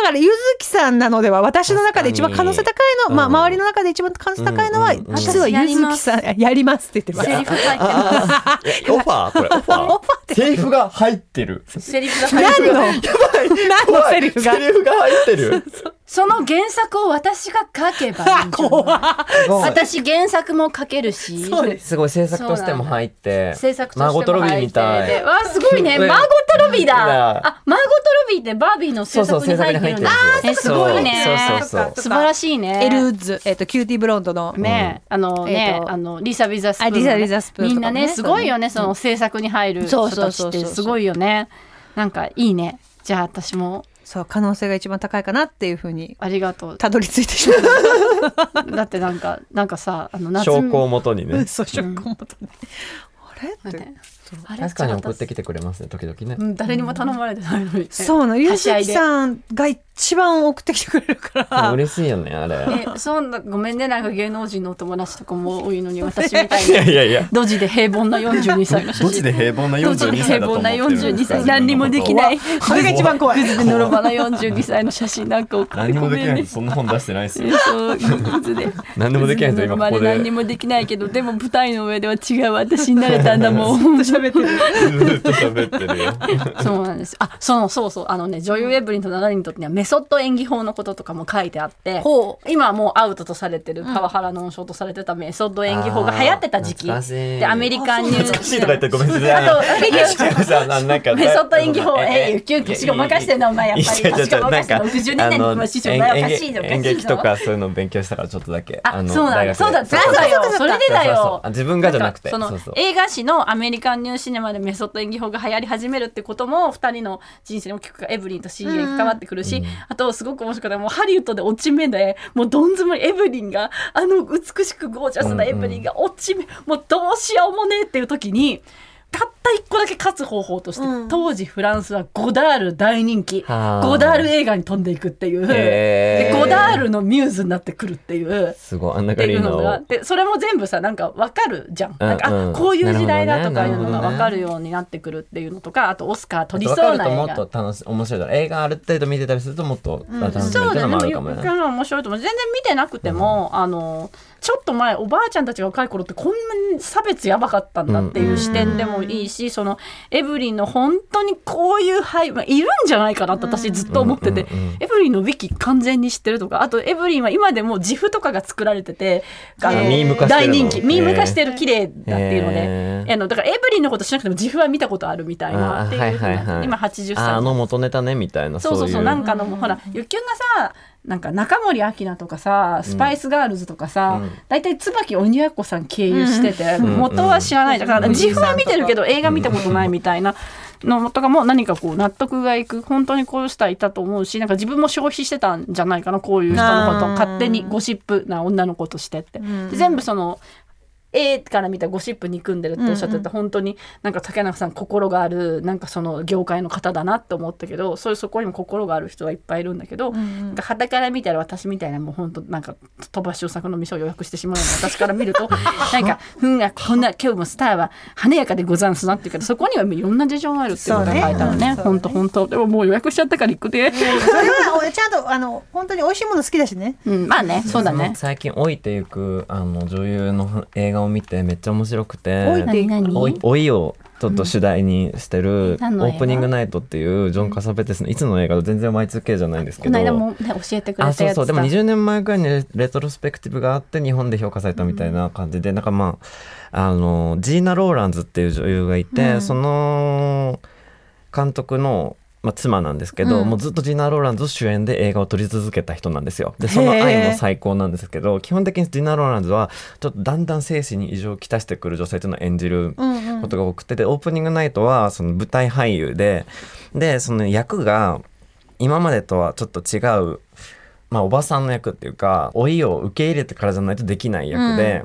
[SPEAKER 6] から、ゆずきさんなのでは、私の中で一番可能性高いの、
[SPEAKER 4] 確
[SPEAKER 6] まあ、
[SPEAKER 4] かに
[SPEAKER 6] 周りの中で一番可能性高いのは、
[SPEAKER 4] うんうんうん
[SPEAKER 6] 実はゆずきさん、やりますって言って ます。
[SPEAKER 5] セリフ入ってま
[SPEAKER 4] ああいやオファーこれ、オフ ァ
[SPEAKER 6] オファ
[SPEAKER 4] ー。セリフが入ってる。
[SPEAKER 5] すセリフが入って
[SPEAKER 6] 何
[SPEAKER 5] る
[SPEAKER 6] の 何のセリフが
[SPEAKER 4] セリフが入って る。
[SPEAKER 5] その原作を私が書けばいいんじゃない
[SPEAKER 4] すごい
[SPEAKER 5] 私原作も書けるし
[SPEAKER 4] すごい制作としても入って。
[SPEAKER 5] 制作としても
[SPEAKER 4] 孫とロビ
[SPEAKER 5] 入
[SPEAKER 4] ー
[SPEAKER 5] っ
[SPEAKER 4] み
[SPEAKER 5] て
[SPEAKER 4] た
[SPEAKER 5] で
[SPEAKER 4] い。
[SPEAKER 5] わあすごいね
[SPEAKER 4] うん
[SPEAKER 5] マーゴットロビーだ
[SPEAKER 4] だ
[SPEAKER 5] あマーゴットロビーってバービーの制作に入ってるんだ
[SPEAKER 4] そうそう制作に入ってるんですよ
[SPEAKER 5] あーすごいね
[SPEAKER 4] そうそうそう
[SPEAKER 5] 素晴らしいね
[SPEAKER 6] エルーズ、えっと、キューティーブロンドの。
[SPEAKER 5] ね、あの
[SPEAKER 6] え
[SPEAKER 5] ね、
[SPEAKER 6] ーと
[SPEAKER 5] あのリサ・ウィザスプーン、
[SPEAKER 6] あリサウィザスプーン
[SPEAKER 5] み
[SPEAKER 6] と
[SPEAKER 5] ん
[SPEAKER 6] か
[SPEAKER 5] な
[SPEAKER 6] もね
[SPEAKER 5] ねすごいよねその制作に入る人
[SPEAKER 6] そうそ
[SPEAKER 5] た
[SPEAKER 6] う
[SPEAKER 5] ち
[SPEAKER 6] そ
[SPEAKER 5] っ
[SPEAKER 6] うそう
[SPEAKER 5] てすごいよねなんかいいねじゃあ私も
[SPEAKER 6] そう、可能性が一番高いかなっていうふうに、
[SPEAKER 5] ありがとう
[SPEAKER 6] たどり着いてしまう。
[SPEAKER 5] だってなんかなんかさあの夏
[SPEAKER 4] 証拠をもとにね。
[SPEAKER 6] そう、ショックを持たないあれって
[SPEAKER 5] あれ
[SPEAKER 4] 確かに送って
[SPEAKER 5] ち
[SPEAKER 4] きてくれますね、時々ね
[SPEAKER 5] ょ。っと私うん誰にも頼まれてないのに
[SPEAKER 6] そうなの、ゆ
[SPEAKER 5] は
[SPEAKER 6] ず
[SPEAKER 5] しゃい
[SPEAKER 6] き
[SPEAKER 5] で
[SPEAKER 6] さんが一番送ってきてくれるから。
[SPEAKER 4] 嬉しいよね、あれ。
[SPEAKER 5] えそんなごめんねなんか芸能人のお友達とかも多いのに私みたい
[SPEAKER 4] いや
[SPEAKER 5] に
[SPEAKER 4] いやいや。
[SPEAKER 5] ドジで平凡な42歳の写真
[SPEAKER 7] どっちで平凡な
[SPEAKER 5] ドジで
[SPEAKER 7] 42歳
[SPEAKER 5] 平
[SPEAKER 7] だと
[SPEAKER 5] 凡
[SPEAKER 7] 思
[SPEAKER 5] な
[SPEAKER 7] ってるんですか
[SPEAKER 5] 42 歳何にもできない
[SPEAKER 6] これが一番怖い。
[SPEAKER 5] グズでのろまな42歳の写真なんか送って
[SPEAKER 7] 何に
[SPEAKER 5] ご
[SPEAKER 7] もでき
[SPEAKER 5] めん
[SPEAKER 7] な
[SPEAKER 5] ね
[SPEAKER 7] いそんな本出してないですよ
[SPEAKER 5] そうグズで
[SPEAKER 4] 何でもできないぞ、
[SPEAKER 5] グズの
[SPEAKER 4] 今こ
[SPEAKER 5] ま
[SPEAKER 4] こ
[SPEAKER 5] で何に
[SPEAKER 4] で。
[SPEAKER 5] もできないけどでも舞台の上では違う私になれたんだもん
[SPEAKER 6] 喋ってる。
[SPEAKER 7] ずっと喋って るよ
[SPEAKER 5] そうなんですあそうそうそうあのね女優エブリンと7人にとってはメソッド演技法のこととかも書いてあって
[SPEAKER 6] ほ
[SPEAKER 5] 今はもうアウトとされてるパワハラの温床とされてたメソッド演技法が流行ってた時期
[SPEAKER 4] あー懐かしい
[SPEAKER 5] でアメリカンニュー
[SPEAKER 4] 難しいとか言ってごめんなさい。
[SPEAKER 5] あと
[SPEAKER 4] いや違うさあなんか
[SPEAKER 5] メソッド演技法ええキュンキュンしかも任せてんなお前やっぱり
[SPEAKER 4] いいい
[SPEAKER 5] しかも任せてんな
[SPEAKER 4] なんか
[SPEAKER 5] 60年代の
[SPEAKER 4] あの
[SPEAKER 5] 師匠お前おかしいぞお
[SPEAKER 4] 演
[SPEAKER 5] かしいぞ
[SPEAKER 4] 演劇とかそういうのを勉強したからちょっとだけ
[SPEAKER 5] あ、そうなんだ。
[SPEAKER 4] の
[SPEAKER 5] そうだ、そう
[SPEAKER 4] 大学
[SPEAKER 5] だ
[SPEAKER 4] で
[SPEAKER 5] よ。それでだ
[SPEAKER 4] そうそうそ
[SPEAKER 5] よ
[SPEAKER 4] う。あ自分がじゃなくて
[SPEAKER 5] んかそ
[SPEAKER 4] そう
[SPEAKER 5] の
[SPEAKER 4] そう
[SPEAKER 5] 映画史のアメリカンニューシネマでメソッド演技法が流行り始めるってことも二人の人生にも結構エブリンと CA に関わってくるし、あとすごく面白かったもうハリウッドで落ち目でもうどん詰まりエブリンがあの美しくゴージャスなエブリンが落ち目、もうどうしようもねえっていう時に。たった一個だけ勝つ方法として、当時フランスはゴダール大人気
[SPEAKER 4] はあ
[SPEAKER 5] ゴダール映画に飛んでいくっていう、
[SPEAKER 4] へ
[SPEAKER 5] で
[SPEAKER 4] え
[SPEAKER 5] ゴダールのミューズになってくるっていう。
[SPEAKER 4] すごいアンナ
[SPEAKER 5] って
[SPEAKER 4] カリ
[SPEAKER 5] い
[SPEAKER 4] ー
[SPEAKER 5] うの
[SPEAKER 4] ナ
[SPEAKER 5] が
[SPEAKER 4] を
[SPEAKER 5] でそれも全部さなんかわかるじゃん,、なんか
[SPEAKER 4] うんう
[SPEAKER 5] あ
[SPEAKER 4] ん
[SPEAKER 5] こういう時代だとか
[SPEAKER 4] な
[SPEAKER 5] いう
[SPEAKER 4] るほどね
[SPEAKER 5] のがわかるようになってくるっていうのとかあとオスカー取り
[SPEAKER 4] わ
[SPEAKER 5] そ
[SPEAKER 4] か
[SPEAKER 5] う
[SPEAKER 4] る
[SPEAKER 5] な
[SPEAKER 4] とも
[SPEAKER 5] 映
[SPEAKER 4] っ
[SPEAKER 5] 画
[SPEAKER 4] と楽し面白いだろ映画ある程度見てたりするともっと楽しめるっ
[SPEAKER 5] そう
[SPEAKER 4] てい
[SPEAKER 5] だ
[SPEAKER 4] うのもあ
[SPEAKER 5] ね
[SPEAKER 4] る
[SPEAKER 5] でも
[SPEAKER 4] かも
[SPEAKER 5] ゆっ
[SPEAKER 4] ね
[SPEAKER 5] くりは面白いと思う全然見てなくても、あのちょっと前おばあちゃんたちが若い頃ってこんなに差別やばかったんだっていう視点でもいいし、そのエブリンの本当にこういう配分いるんじゃないかなって私ずっと思ってて、
[SPEAKER 4] うんうんうん
[SPEAKER 5] エブリンのウィキ完全に知ってるとかあとエブリンは今でも自負とかが作られててあの
[SPEAKER 4] あミーム化してる
[SPEAKER 5] 大
[SPEAKER 4] の
[SPEAKER 5] 人気
[SPEAKER 4] へー
[SPEAKER 5] ミーム化してる綺麗だっていうの
[SPEAKER 4] へ
[SPEAKER 5] で、
[SPEAKER 4] ー
[SPEAKER 5] あのだからエブリンのことしなくても自負は見たことあるみたいな
[SPEAKER 4] あ
[SPEAKER 5] って
[SPEAKER 4] ー
[SPEAKER 5] いう
[SPEAKER 4] はいは
[SPEAKER 5] ふうにな
[SPEAKER 4] い
[SPEAKER 5] って
[SPEAKER 4] はい
[SPEAKER 5] 今80歳
[SPEAKER 4] ああの元ネタねみたいな
[SPEAKER 5] そうそうそう
[SPEAKER 4] い
[SPEAKER 5] なんかのほらゆきゅんがさなんか中森明菜とかさスパイスガールズとかさ
[SPEAKER 4] うん
[SPEAKER 5] 大体、椿鬼奴さん経由してて、
[SPEAKER 4] ん
[SPEAKER 5] 元は知らないじゃんだから自負は見てるけど映画見たことないみたいなのとかも何かこう納得がいく本当にこういう人はいたと思うしなんか自分も消費してたんじゃないかなこういう人のことを
[SPEAKER 6] あー
[SPEAKER 5] 勝手にゴシップな女の子としてって。で全部その A から見たゴシップ憎んでるっておっしゃってて、本当になんか竹中さん心があるなんかその業界の方だなって思ったけどそういうそこにも心がある人がいっぱいいるんだけど、なんか肌から見たら私みたいなもう本当なんか飛ばしを作の店を予約してしまうような私から見ると なんか「うんあこんな今日もスターは華やかでござんすな」って言うけどそこにはいろんな事情があるっていうことが書いたのね本当本当でももう予約しちゃったから行くで、
[SPEAKER 6] それは俺ちゃんとあの本当に美味しいもの好きだしね。
[SPEAKER 5] うん、まあねそうだね。
[SPEAKER 4] 最近老いていくあの女優の映画を見てめっちゃ面白くて
[SPEAKER 6] 老いていく
[SPEAKER 4] 老い老いをちょっと主題にしてる、
[SPEAKER 5] 何の
[SPEAKER 4] オ
[SPEAKER 5] 映画
[SPEAKER 4] ープニングナイトっていうジョン・カサベテスのいつの映画だ全然 Y2K じゃないんですけ
[SPEAKER 5] こ
[SPEAKER 4] ど
[SPEAKER 5] の間も、ね、教えてくれた
[SPEAKER 4] あ
[SPEAKER 5] やつ
[SPEAKER 4] そうそうでも
[SPEAKER 5] だ
[SPEAKER 4] 20年前くらいにレレトロスペクティブがあって日本で評価されたみたいな感じで、なんかまああのジーナ・ローランズっていう女優がいて、その監督の、まあ、妻なんですけど、もうずっとジーナ・ローランズ主演で映画を撮り続けた人なんですよでその愛も最高なんですけど基本的にジーナ・ローランズはちょっとだんだん精神に異常をきたしてくる女性というのを演じることが多くて、でオープニングナイトはその舞台俳優ででその役が今までとはちょっと違うまあ、おばさんの役っていうか老いを受け入れてからじゃないとできない役で,、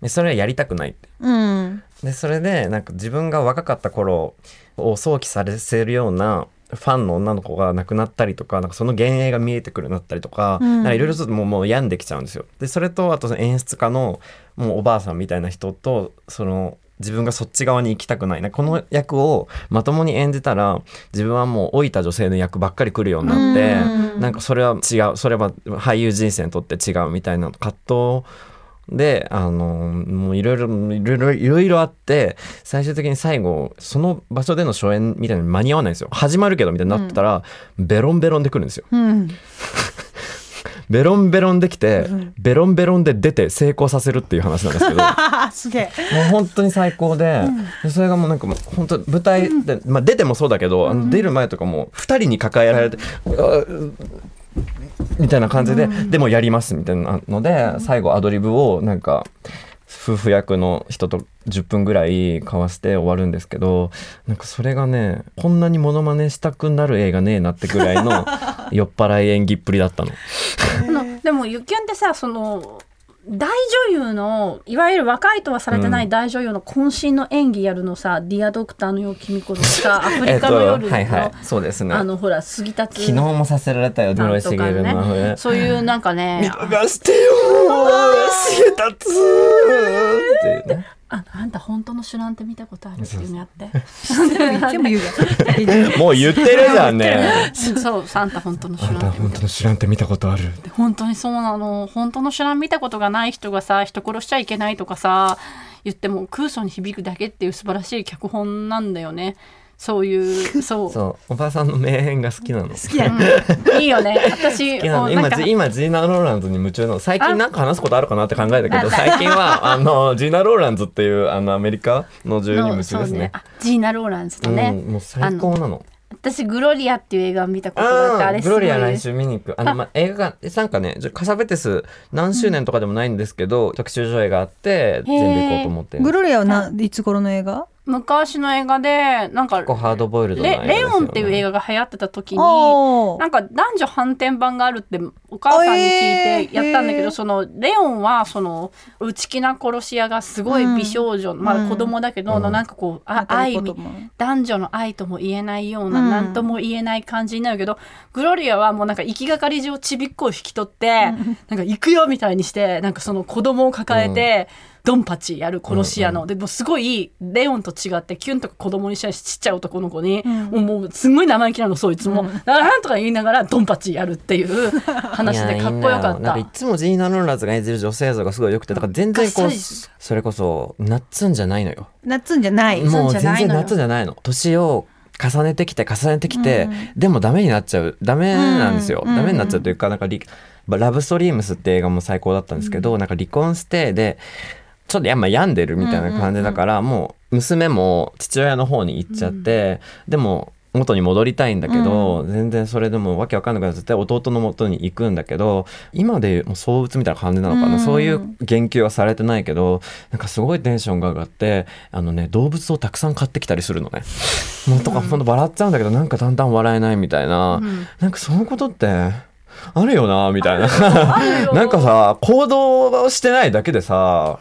[SPEAKER 4] でそれはやりたくないって
[SPEAKER 6] うん。
[SPEAKER 4] でそれでなんか自分が若かった頃を想起させるようなファンの女の子が亡くなったりとかなんかその幻影が見えてくるようになったりとかなんかいろいろちょっともうもう病んできちゃうんですよ。でそれとあとその演出家のもうおばあさんみたいな人とその自分がそっち側に行きたくないなこの役をまともに演じたら自分はもう老いた女性の役ばっかり来るようになってなんかそれは違うそれは俳優人生にとって違うみたいな葛藤であのもういろいろいろいろいろいろあって最終的に最後その場所での初演みたいなのに間に合わないんですよ始まるけどみたいになってたら、ベロンベロンで来るんですよ。 ベロンベロンできて、ベロンベロンで出て成功させるっていう話なんですけど。
[SPEAKER 6] あ、すげえ。
[SPEAKER 4] もう本当に最高で、でそれがもうなんかもう本当舞台で、まあ、出てもそうだけど、あの出る前とかも2人に抱えられて、うわうみたいな感じで、でもやりますみたいなので最後アドリブをなんか夫婦役の人と10分ぐらい交わして終わるんですけどなんかそれがねこんなにモノマネしたくなる映画ねえなってぐらい の酔っ払い演技っぷりだったの。
[SPEAKER 5] あのでもゆきゅんってさその大女優のいわゆる若いとはされてない大女優の渾身の演技やるのさ「ディアドクターのよう君子」とか さ「アフリカの夜の」
[SPEAKER 4] はいはいそうですね
[SPEAKER 5] あのほら杉立
[SPEAKER 4] 昨日もさせられたよ室井
[SPEAKER 5] と
[SPEAKER 4] 茂
[SPEAKER 5] か
[SPEAKER 4] の、
[SPEAKER 5] ねそういうなんかね
[SPEAKER 4] がしてよーたつーっていうね
[SPEAKER 5] ああんた本当の手腕って見たことあるっていうのやって
[SPEAKER 6] 全部言うや
[SPEAKER 4] もう言ってるじゃんね
[SPEAKER 5] そうあんた本当の手
[SPEAKER 4] あ
[SPEAKER 5] 腕っ
[SPEAKER 4] ん
[SPEAKER 5] たて見
[SPEAKER 4] 本
[SPEAKER 5] た
[SPEAKER 4] 当の知らんって見たことある
[SPEAKER 5] 本当にそうなの本当の知らん見たことがない人がさ人殺しちゃいけないとかさ言っても空想に響くだけっていう素晴らしい脚本なんだよねそう いうそう
[SPEAKER 4] そうおばさんの名演が好きなの好き
[SPEAKER 5] うんいいよ ね私
[SPEAKER 4] な
[SPEAKER 5] も
[SPEAKER 4] の
[SPEAKER 5] うなん
[SPEAKER 4] 今
[SPEAKER 5] か
[SPEAKER 4] ジ今ジーナ・ローランズに夢中なの最近なんか話すことあるかなって考えたけど最 近はあのジーナ・ローランズっていうあのアメリカの女優に夢中
[SPEAKER 5] そう
[SPEAKER 4] ですね
[SPEAKER 5] あジーナ・ローランズとね、
[SPEAKER 4] うん、もう最高なの
[SPEAKER 5] 私グロリアっていう映画を見たことがあってあ
[SPEAKER 4] あ
[SPEAKER 5] れ
[SPEAKER 4] あ
[SPEAKER 5] す
[SPEAKER 4] グ
[SPEAKER 5] ごい
[SPEAKER 4] ロリア来週見に行くあの、まあ、映画館なんかねじゃカサベテス何周年とかでもないんですけど、特集上映があって全部行こうと思ってる
[SPEAKER 6] ん。グロリアはないつ頃の映画？
[SPEAKER 5] 昔の映画でなんか
[SPEAKER 4] 結構ハードボイルドな映画
[SPEAKER 5] レ
[SPEAKER 4] ですよね
[SPEAKER 5] レオンっていう映画が流行ってた時に
[SPEAKER 6] おー
[SPEAKER 5] なんか男女反転版があるってお母さんに聞いてやったんだけ
[SPEAKER 6] えーへ
[SPEAKER 5] ど
[SPEAKER 6] ー
[SPEAKER 5] そのレオンはその内気な殺し屋がすごい美少女、まあ子供だけど、なんかこうあ
[SPEAKER 6] 当たる
[SPEAKER 5] 愛
[SPEAKER 6] こと
[SPEAKER 5] み
[SPEAKER 6] も
[SPEAKER 5] 男女の愛とも言えないような何、なん、とも言えない感じになるけどグロリアはもうなんか行きがかり上ちびっこを引き取って、なんか行くよみたいにしてなんかその子供を抱えて、ドンパチやる殺し屋の、でもうすごいレオンと違ってキュンとか子供にしたりしちっちゃい男の子に、もうすんごい生意気なのそいつも、なんとか言いながらドンパチやるっていう話でかっこよかっ
[SPEAKER 4] いやいいんだなん
[SPEAKER 5] た
[SPEAKER 4] かいつもジーナ・ローランズが演じる女性像がすごい良くてだから全然こ
[SPEAKER 5] が
[SPEAKER 4] う
[SPEAKER 5] っさ
[SPEAKER 4] それこそなっつんじゃないのよ
[SPEAKER 6] 夏んじゃない。
[SPEAKER 4] もう
[SPEAKER 5] じゃ
[SPEAKER 4] 全
[SPEAKER 5] ない
[SPEAKER 4] 然
[SPEAKER 5] のよ
[SPEAKER 4] なっつんじゃないの年を重ねてきて重ねてきて、でもダメになっちゃうダメなんですよ、ダメになっちゃうというかなんかリラブストリームスって映画も最高だったんですけど、なんか離婚してでちょっとやまあ病んでるみたいな感じだから、もう娘も父親の方に行っちゃって、でもう元に戻りたいんだけど、全然それでもわけわかんないから絶対弟の元に行くんだけど今でもう相打つみたいな感じなのかな、
[SPEAKER 3] うん
[SPEAKER 4] そういう言及はされてないけどなんかすごいテンションが上がってあのね動物をたくさん買ってきたりするのね。もうとかほんと笑っちゃうんだけどなんかだんだん笑えないみたいな、なんかそのことってあるよなみたいな。 なんかさ行動してないだけでさ、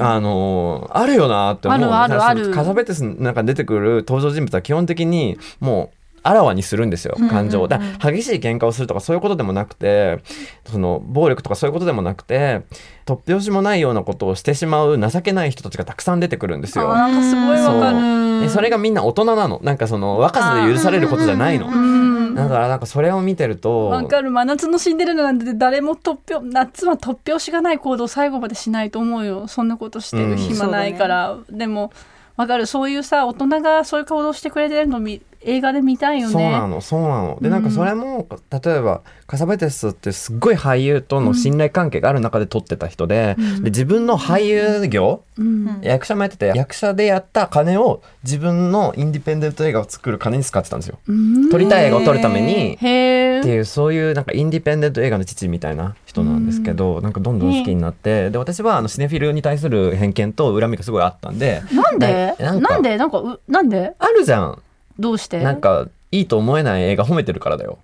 [SPEAKER 4] あのあるよなって思う
[SPEAKER 5] あるあるある
[SPEAKER 4] なんかそのカサベテスなんか出てくる登場人物は基本的にもうあらわにするんですよ感情をだから激しい喧嘩をするとかそういうことでもなくてその暴力とかそういうことでもなくて突拍子もないようなことをしてしまう情けない人たちがたくさん出てくるんですよ。
[SPEAKER 5] なんかすごいわか
[SPEAKER 4] そう
[SPEAKER 5] る
[SPEAKER 4] でそれがみんな大人なのなんかその若さで許されることじゃないの
[SPEAKER 5] うん
[SPEAKER 4] だからなんかそれを見てると
[SPEAKER 5] わかる真夏のシンデレラなんて誰も突拍夏は突拍子がない行動を最後までしないと思うよそんなことして
[SPEAKER 4] う
[SPEAKER 5] る
[SPEAKER 4] ん
[SPEAKER 5] 暇ないから、でもわかるそういうさ大人がそういう行動してくれてるのみ映画で見たいよね
[SPEAKER 4] そうなのそうなのでなんかそれも、例えばカサベテスってすっごい俳優との信頼関係がある中で撮ってた人で,、で自分の俳優業、役者もやってて役者でやった金を自分のインディペンデント映画を作る金に使ってたんですよ
[SPEAKER 5] うん
[SPEAKER 4] 撮りたい映画を撮るために
[SPEAKER 5] へえ
[SPEAKER 4] っていうそういうなんかインディペンデント映画の父みたいな人なんですけど、なんかどんどん好きになって、で私はあのシネフィルに対する偏見と恨みがすごいあったんで
[SPEAKER 5] なんでな
[SPEAKER 4] な
[SPEAKER 5] んん
[SPEAKER 4] か
[SPEAKER 5] でなんかうなんで
[SPEAKER 4] あるじゃん
[SPEAKER 5] どうして
[SPEAKER 4] なんかいいと思えない映画褒めてるからだよ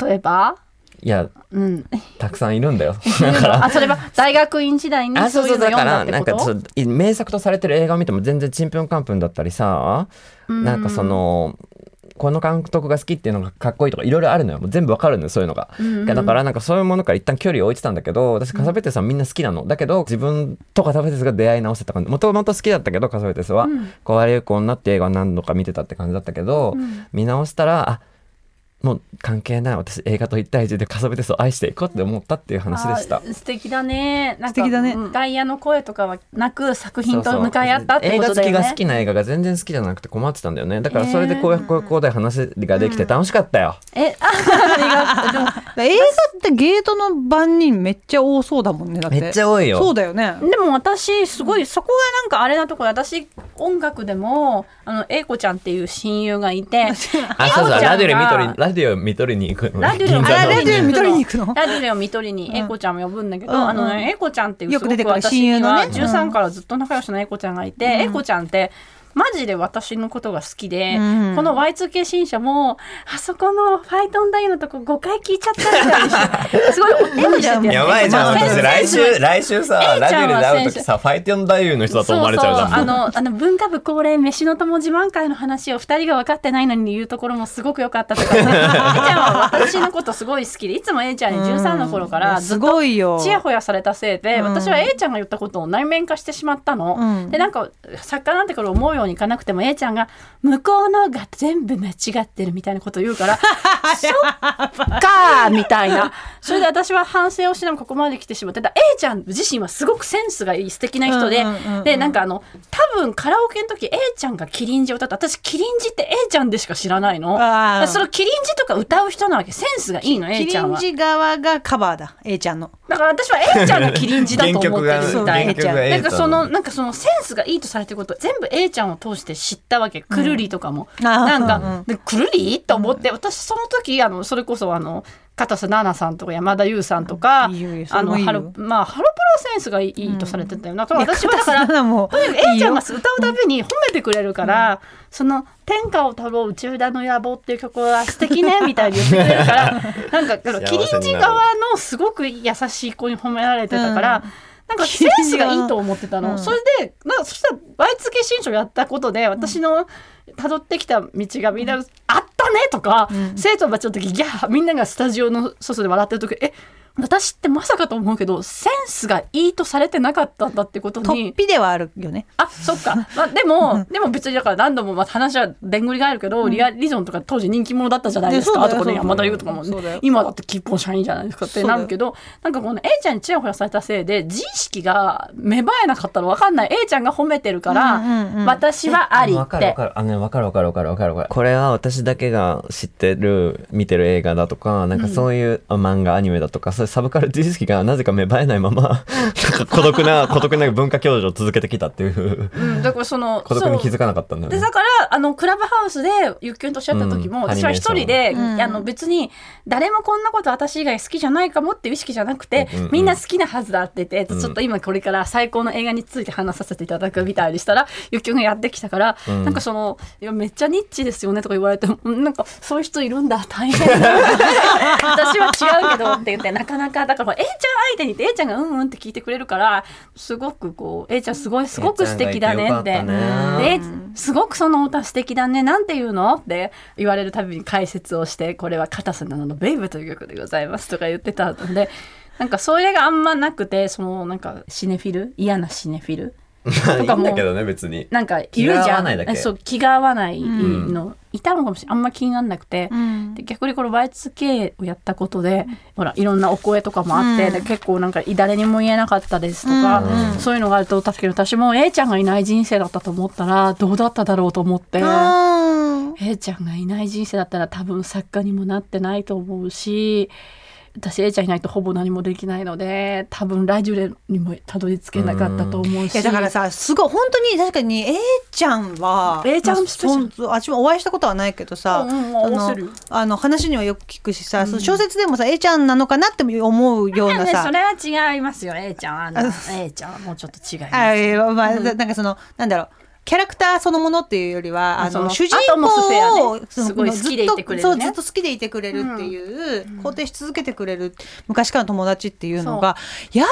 [SPEAKER 5] 例えば
[SPEAKER 4] いや
[SPEAKER 5] うん
[SPEAKER 4] たくさんいる んだよ
[SPEAKER 5] あそれは大学院時代に
[SPEAKER 4] あ
[SPEAKER 5] そう
[SPEAKER 4] そう
[SPEAKER 5] い
[SPEAKER 4] そうう
[SPEAKER 5] の
[SPEAKER 4] だ
[SPEAKER 5] 読ん
[SPEAKER 4] か
[SPEAKER 5] だっ
[SPEAKER 4] らな
[SPEAKER 5] て
[SPEAKER 4] ん
[SPEAKER 5] こ
[SPEAKER 4] かち
[SPEAKER 5] と
[SPEAKER 4] ょっとい名作とされてる映画を見ても全然ちんぷんかんぷんだったりさなんかそのこの監督が好きっていうのがかっこいいとかいろいろあるのよもう全部わかるのよそういうのが、だからなんかそういうものから一旦距離を置いてたんだけど私カサベテスはみんな好きなのだけど自分とカサベテスが出会い直せた感じもともと好きだったけどカサベテスは「壊れゆく女」って映画を何度か見てたって感じだったけど、見直したらあもう関係ない私映画と一対一でカサベテスを愛していこうって思ったっていう話でした
[SPEAKER 5] あ。ー素敵だね。なんか
[SPEAKER 6] 素敵だね
[SPEAKER 5] うん外野の声とかはなく作品と
[SPEAKER 4] そうそう
[SPEAKER 5] 向かい合ったってことだ
[SPEAKER 4] 映
[SPEAKER 5] よ
[SPEAKER 4] 画好きが
[SPEAKER 5] ね
[SPEAKER 4] 好。きな映画が全然好きじゃなくて困ってたんだよねだからそれでこうやこうやこうで話ができて楽しかったよ、
[SPEAKER 5] え、あ、
[SPEAKER 6] 映画ってゲートの番人めっちゃ多そうだもんねだって
[SPEAKER 4] めっちゃ多いよ
[SPEAKER 6] そうだよね
[SPEAKER 5] でも私すごいそこがなんかあれなところ私音楽でもあの英子ちゃんっていう親友がいて
[SPEAKER 4] あそうそう
[SPEAKER 5] ちゃんが
[SPEAKER 4] ラディオで見とりラディオ見とりに行くの
[SPEAKER 5] ラデュレを
[SPEAKER 4] 銀座
[SPEAKER 6] ラ
[SPEAKER 4] の
[SPEAKER 6] デュレ見取りに行くの
[SPEAKER 5] ラデュレを見取りに英子ちゃんも呼ぶんだけど、
[SPEAKER 6] うんうん
[SPEAKER 5] あのね英子ちゃんっていう
[SPEAKER 6] よ
[SPEAKER 5] す
[SPEAKER 6] く
[SPEAKER 5] ご
[SPEAKER 6] 出て
[SPEAKER 5] く
[SPEAKER 6] くる
[SPEAKER 5] 私には
[SPEAKER 6] 親友の
[SPEAKER 5] 13からずっと仲良しの英子ちゃんがいて、英子ちゃんってマジで私のことが好きで、この Y2K 新社もあそこのファイトンダイのとこ5回聞いちゃったみたいなすごい英子ちゃんって
[SPEAKER 4] やばいじゃん
[SPEAKER 5] まあ
[SPEAKER 4] 私来
[SPEAKER 5] 先
[SPEAKER 4] 週
[SPEAKER 5] 生
[SPEAKER 4] 来週さ
[SPEAKER 5] A
[SPEAKER 4] ラ
[SPEAKER 5] ち
[SPEAKER 4] デ
[SPEAKER 5] ゃ
[SPEAKER 4] ィ
[SPEAKER 5] ん
[SPEAKER 4] オ
[SPEAKER 5] は
[SPEAKER 4] で会う時さファイティオン太夫の人だと思われちゃうじゃん
[SPEAKER 5] そうそうあ のあの文化部恒例飯の友自慢会の話を2人が分かってないのに言うところもすごく良かったと かね A ちゃんは私のことすごい好きでいつも A ちゃんに13の頃からず
[SPEAKER 6] す
[SPEAKER 5] っ
[SPEAKER 6] ご
[SPEAKER 5] と
[SPEAKER 6] いよ
[SPEAKER 5] ちやほやされたせいで、私は A ちゃんが言ったことを内面化してしまったの、
[SPEAKER 6] うん
[SPEAKER 5] でなんか作家なんてこれ思うようにいかなくても A ちゃんが「向こうのが全部間違ってる」みたいなことを言 うから「そっか」みたいなそれで私は反省をしながらここまで来てしまってだから A ちゃん自身はすごくセンスがいい素敵な人で、
[SPEAKER 6] うんうんうんうん
[SPEAKER 5] でなんかあの多分カラオケの時 A ちゃんがキリンジを歌った私キリンジって A ちゃんでしか知らないの。
[SPEAKER 6] あー
[SPEAKER 5] そのキリンジとか歌う人なわけセンスがいいの A
[SPEAKER 6] キ
[SPEAKER 5] ち
[SPEAKER 6] リ
[SPEAKER 5] ゃん
[SPEAKER 6] ン
[SPEAKER 5] は
[SPEAKER 6] ジ側がカバーだ A ちゃんの
[SPEAKER 5] だから私は A ちゃんがキリンジだと思ってるみた
[SPEAKER 6] 原
[SPEAKER 5] い
[SPEAKER 6] 曲がそう A
[SPEAKER 5] なんかそのなんかそのセンスがいいとされてること全部 A ちゃんを通して知ったわけくるりとかも、
[SPEAKER 6] あー
[SPEAKER 5] なんか、
[SPEAKER 6] うん
[SPEAKER 5] でくるりと思って、私その時あのそれこそあの片瀬奈々さんとか山田優さんとか、
[SPEAKER 6] いいよいいよそれ
[SPEAKER 5] あ
[SPEAKER 6] も
[SPEAKER 5] の
[SPEAKER 6] いいよ
[SPEAKER 5] ハロまあハロプロはセンスがいい,、とされてたよなだから私はだか
[SPEAKER 6] 片瀬
[SPEAKER 5] ら
[SPEAKER 6] 奈々も
[SPEAKER 5] とにかく A ちゃんが歌うたびに褒めてくれるから、その「天下を取ろう内浦の野望」っていう曲は素敵ねみたいに言ってくれるから なんか
[SPEAKER 7] 幸せになる
[SPEAKER 5] キリンジ側のすごく優しい子に褒められてたから。なんかセンスがいいと思ってたの、
[SPEAKER 6] うん
[SPEAKER 5] それでなんかそしたら Y2K 新書やったことで私の辿ってきた道がみんな「あったね」とか、生徒たちの時ギャーみんながスタジオの外で笑ってる時「え私ってまさかと思うけどセンスがいいとされてなかったんだ」ってことに
[SPEAKER 6] 突飛ではあるよね
[SPEAKER 5] あそっか、まあ、でもでも別にだから何度もまあ話はでんぐり返るけど、リアリゾンとか当時人気者だったじゃないです
[SPEAKER 6] い
[SPEAKER 5] か
[SPEAKER 6] や
[SPEAKER 5] あ
[SPEAKER 6] そうだ
[SPEAKER 5] と
[SPEAKER 6] よそうだよ
[SPEAKER 5] こで山田優とかも
[SPEAKER 6] そうだよ
[SPEAKER 5] 今だって結婚社員じゃないですかってなるけどなんかこの A ちゃんにちやほやされたせいで自意識が芽生えなかったら分かんない A ちゃんが褒めてるから、私はあり
[SPEAKER 4] わ
[SPEAKER 5] っ
[SPEAKER 4] かるわ
[SPEAKER 5] て。
[SPEAKER 4] かるあのねわかるわかるわかるわかるわかるこれは私だけが知ってる見てる映画だとかなんかそういう、あ漫画アニメだとかそうそういうサブカル知識が なぜか芽生えないままなんか孤独な孤独な文化教授を続けてきたっていう
[SPEAKER 5] うん、だからその
[SPEAKER 4] 孤独に気
[SPEAKER 5] そう
[SPEAKER 4] づかなかったんだよ
[SPEAKER 5] で
[SPEAKER 4] ね
[SPEAKER 5] だからあのクラブハウスでゆっきゅんとしゃった時も、
[SPEAKER 4] うん
[SPEAKER 5] 私は一人で、
[SPEAKER 3] ん
[SPEAKER 5] あの別に誰もこんなこと私以外好きじゃないかもっていう意識じゃなくて、
[SPEAKER 4] うんうんうん
[SPEAKER 5] みんな好きなはずだって言って、
[SPEAKER 4] うん
[SPEAKER 5] ちょっと今これから最高の映画について話させていただくみたいにしたらゆっきゅんがやってきたから、
[SPEAKER 4] ん
[SPEAKER 5] なんかその「いやめっちゃニッチですよね」とか言われてもうんなんかそういう人いるんだ大変だ私は違うけどって言ってなかなかだから A ちゃん相手にって A ちゃんがうんうんって聞いてくれるからすごくこう A ちゃんすごいすごく素敵だねって。
[SPEAKER 4] えーちゃんがいてよかったね
[SPEAKER 5] で、すごくその歌素敵だね。なんて言うのって言われるたびに解説をして、これはカタスナのベイブという曲でございますとか言ってたので、なんかそれがあんまなくて、そのなんかシネフィル嫌なシネフィル
[SPEAKER 4] まあいい
[SPEAKER 5] とか
[SPEAKER 4] ん
[SPEAKER 5] も
[SPEAKER 4] だけどね別に
[SPEAKER 5] なんかいる
[SPEAKER 4] 気
[SPEAKER 5] じゃん。
[SPEAKER 4] が合わないだけ
[SPEAKER 5] そう、気が合わないの。いたのかもしれない。あんま気にならなくて。で逆にこれ Y2K をやったことで、ほら、いろんなお声とかもあって、で結構なんか誰にも言えなかったですとか、そういうのがあると、確かに私も A ちゃんがいない人生だったと思ったら、どうだっただろうと思って。A ちゃんがいない人生だったら多分作家にもなってないと思うし私 A ちゃんいないとほぼ何もできないので多分ラジオにもたどり着けなかったと思うし
[SPEAKER 6] いやだからさすごい本当に確かに A ちゃんは
[SPEAKER 5] A ちゃん
[SPEAKER 6] まあ
[SPEAKER 5] スペシャル
[SPEAKER 6] そうあっちもお会いしたことはないけどさ、
[SPEAKER 5] うんうん
[SPEAKER 6] あ
[SPEAKER 5] 合わせ
[SPEAKER 6] の
[SPEAKER 5] る
[SPEAKER 6] あの話にはよく聞くしさ、その小説でもさ A ちゃんなのかなって思うような
[SPEAKER 5] ね
[SPEAKER 6] さ
[SPEAKER 5] そ。れは違いますよ A ちゃんあの A ちゃんはもうちょっと違います
[SPEAKER 6] あいやまあ、なんかそのなんだろうキャラクターそのものっていうよりはあ
[SPEAKER 5] そ
[SPEAKER 6] の
[SPEAKER 5] の
[SPEAKER 6] 主人
[SPEAKER 5] アトモスフェ
[SPEAKER 6] 公
[SPEAKER 5] ア
[SPEAKER 6] を
[SPEAKER 5] ね
[SPEAKER 6] その
[SPEAKER 5] すごい
[SPEAKER 6] ずっと
[SPEAKER 5] 好きでいてくれるね
[SPEAKER 6] そうずっと好きでいてくれるっていう、肯定し続けてくれる昔からの友達っていうのがやっ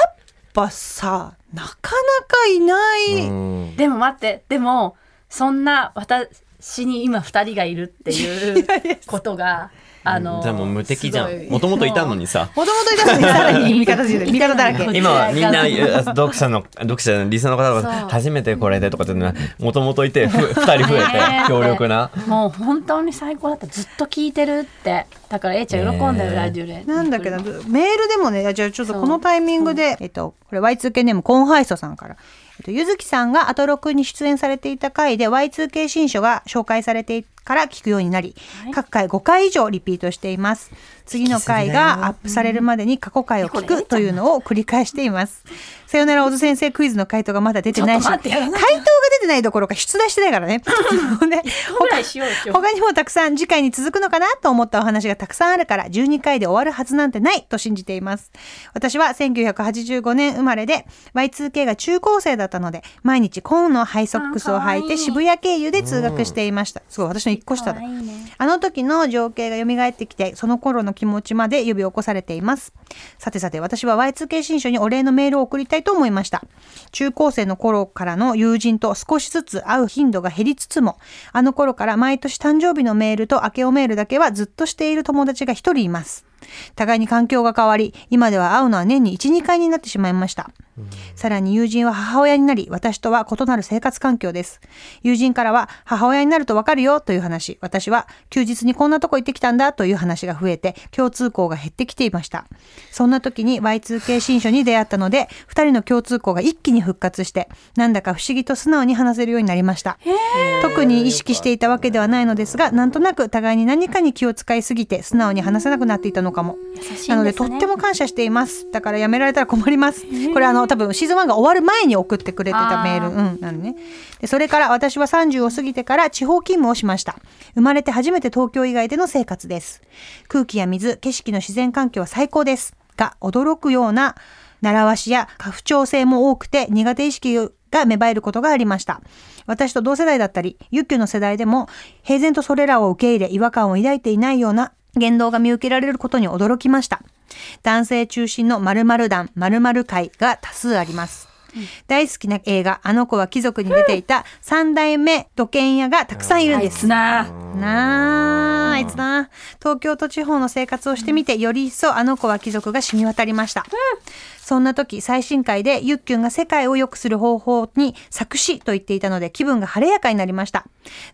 [SPEAKER 6] ぱさなかなかいない、
[SPEAKER 4] うん
[SPEAKER 5] でも待ってでもそんな私に今2人がいるって いうことがあの
[SPEAKER 4] じゃあもう無敵じゃ
[SPEAKER 5] すご
[SPEAKER 4] ん
[SPEAKER 5] い
[SPEAKER 4] もともといたの にさ
[SPEAKER 6] もともといたのにさらに味方で味方だらけ。
[SPEAKER 4] 今はみんな
[SPEAKER 5] こちら
[SPEAKER 4] え読者の読者のリスナーの方
[SPEAKER 5] そ
[SPEAKER 4] が
[SPEAKER 5] う
[SPEAKER 4] 初めてこれでとかってもともといてふ二人増えて
[SPEAKER 5] ねえ
[SPEAKER 4] 強力な
[SPEAKER 5] もう本当に最高だったずっと聞いてるってだから A ちゃん喜んだよ、
[SPEAKER 4] ねえ
[SPEAKER 5] ラジオで
[SPEAKER 6] なんだけど、メールでもね、じゃあちょっと
[SPEAKER 5] そう
[SPEAKER 6] このタイミングで、えっと、これ Y2K ネームコーンハイソさんから。えっと、ゆずきさんがアトロクに出演されていた回で Y2K 新書が紹介されてから聞くようになり、各回5回以上リピートしています。次の回がアップされるまでに過去回を聞くというのを繰り返しています。さよなら小津先生クイズの回答がまだ出てないし、
[SPEAKER 5] ちょっ
[SPEAKER 6] 回
[SPEAKER 5] と
[SPEAKER 6] 答
[SPEAKER 5] 待って
[SPEAKER 6] が出てないどころか出題してないから ね。もうね
[SPEAKER 5] ぐらいしようよ今日
[SPEAKER 6] 他にもたくさん次回に続くのかなと思ったお話がたくさんあるから12回で終わるはずなんてないと信じています私は1985年生まれで Y2K が中高生だったので毎日紺のハイソックスを履いて渋谷経由で通学していましたすごい私の一個下だあの時の情景が蘇ってきてその頃の気持ちまで呼び起こされていますさてさて私は Y2K 新書にお礼のメールを送りたいと思いました中高生の頃からの友人と少しずつ会う頻度が減りつつもあの頃から毎年誕生日のメールと明けおメールだけはずっとしている友達が一人います互いに環境が変わり今では会うのは年に12回になってしまいました、さらに友人は母親になり私とは異なる生活環境です友人からは母親になるとわかるよという話私は休日にこんなとこ行ってきたんだという話が増えて共通項が減ってきていましたそんな時に Y2K 新書に出会ったので2人の共通項が一気に復活してなんだか不思議と素直に話せるようになりました特に意識していたわけではないのですがなんとなく互いに何かに気を使いすぎて素直に話せなくなっていたのかもなのでとっても感謝していますだからやめられたら困りますこれあの多分シーズン1が終わる前に送ってくれてたメールうんなのねでそれから私は30を過ぎてから地方勤務をしました生まれて初めて東京以外での生活です空気や水景色の自然環境は最高ですが驚くような習わしや過不調性も多くて苦手意識が芽生えることがありました。私と同世代だったり、ユッキュの世代でも、平然とそれらを受け入れ違和感を抱いていないような言動が見受けられることに驚きました。男性中心の〇〇団、〇〇会が多数あります。大好きな映画、あの子は貴族に出ていた三代目土建屋がたくさんいるんです。
[SPEAKER 5] な
[SPEAKER 6] なあ、あいつな。東京と地方の生活をしてみて、より一層あの子は貴族が染み渡りました。そんな時、最新回でユッキュンが世界を良くする方法に作詞と言っていたので、気分が晴れやかになりました。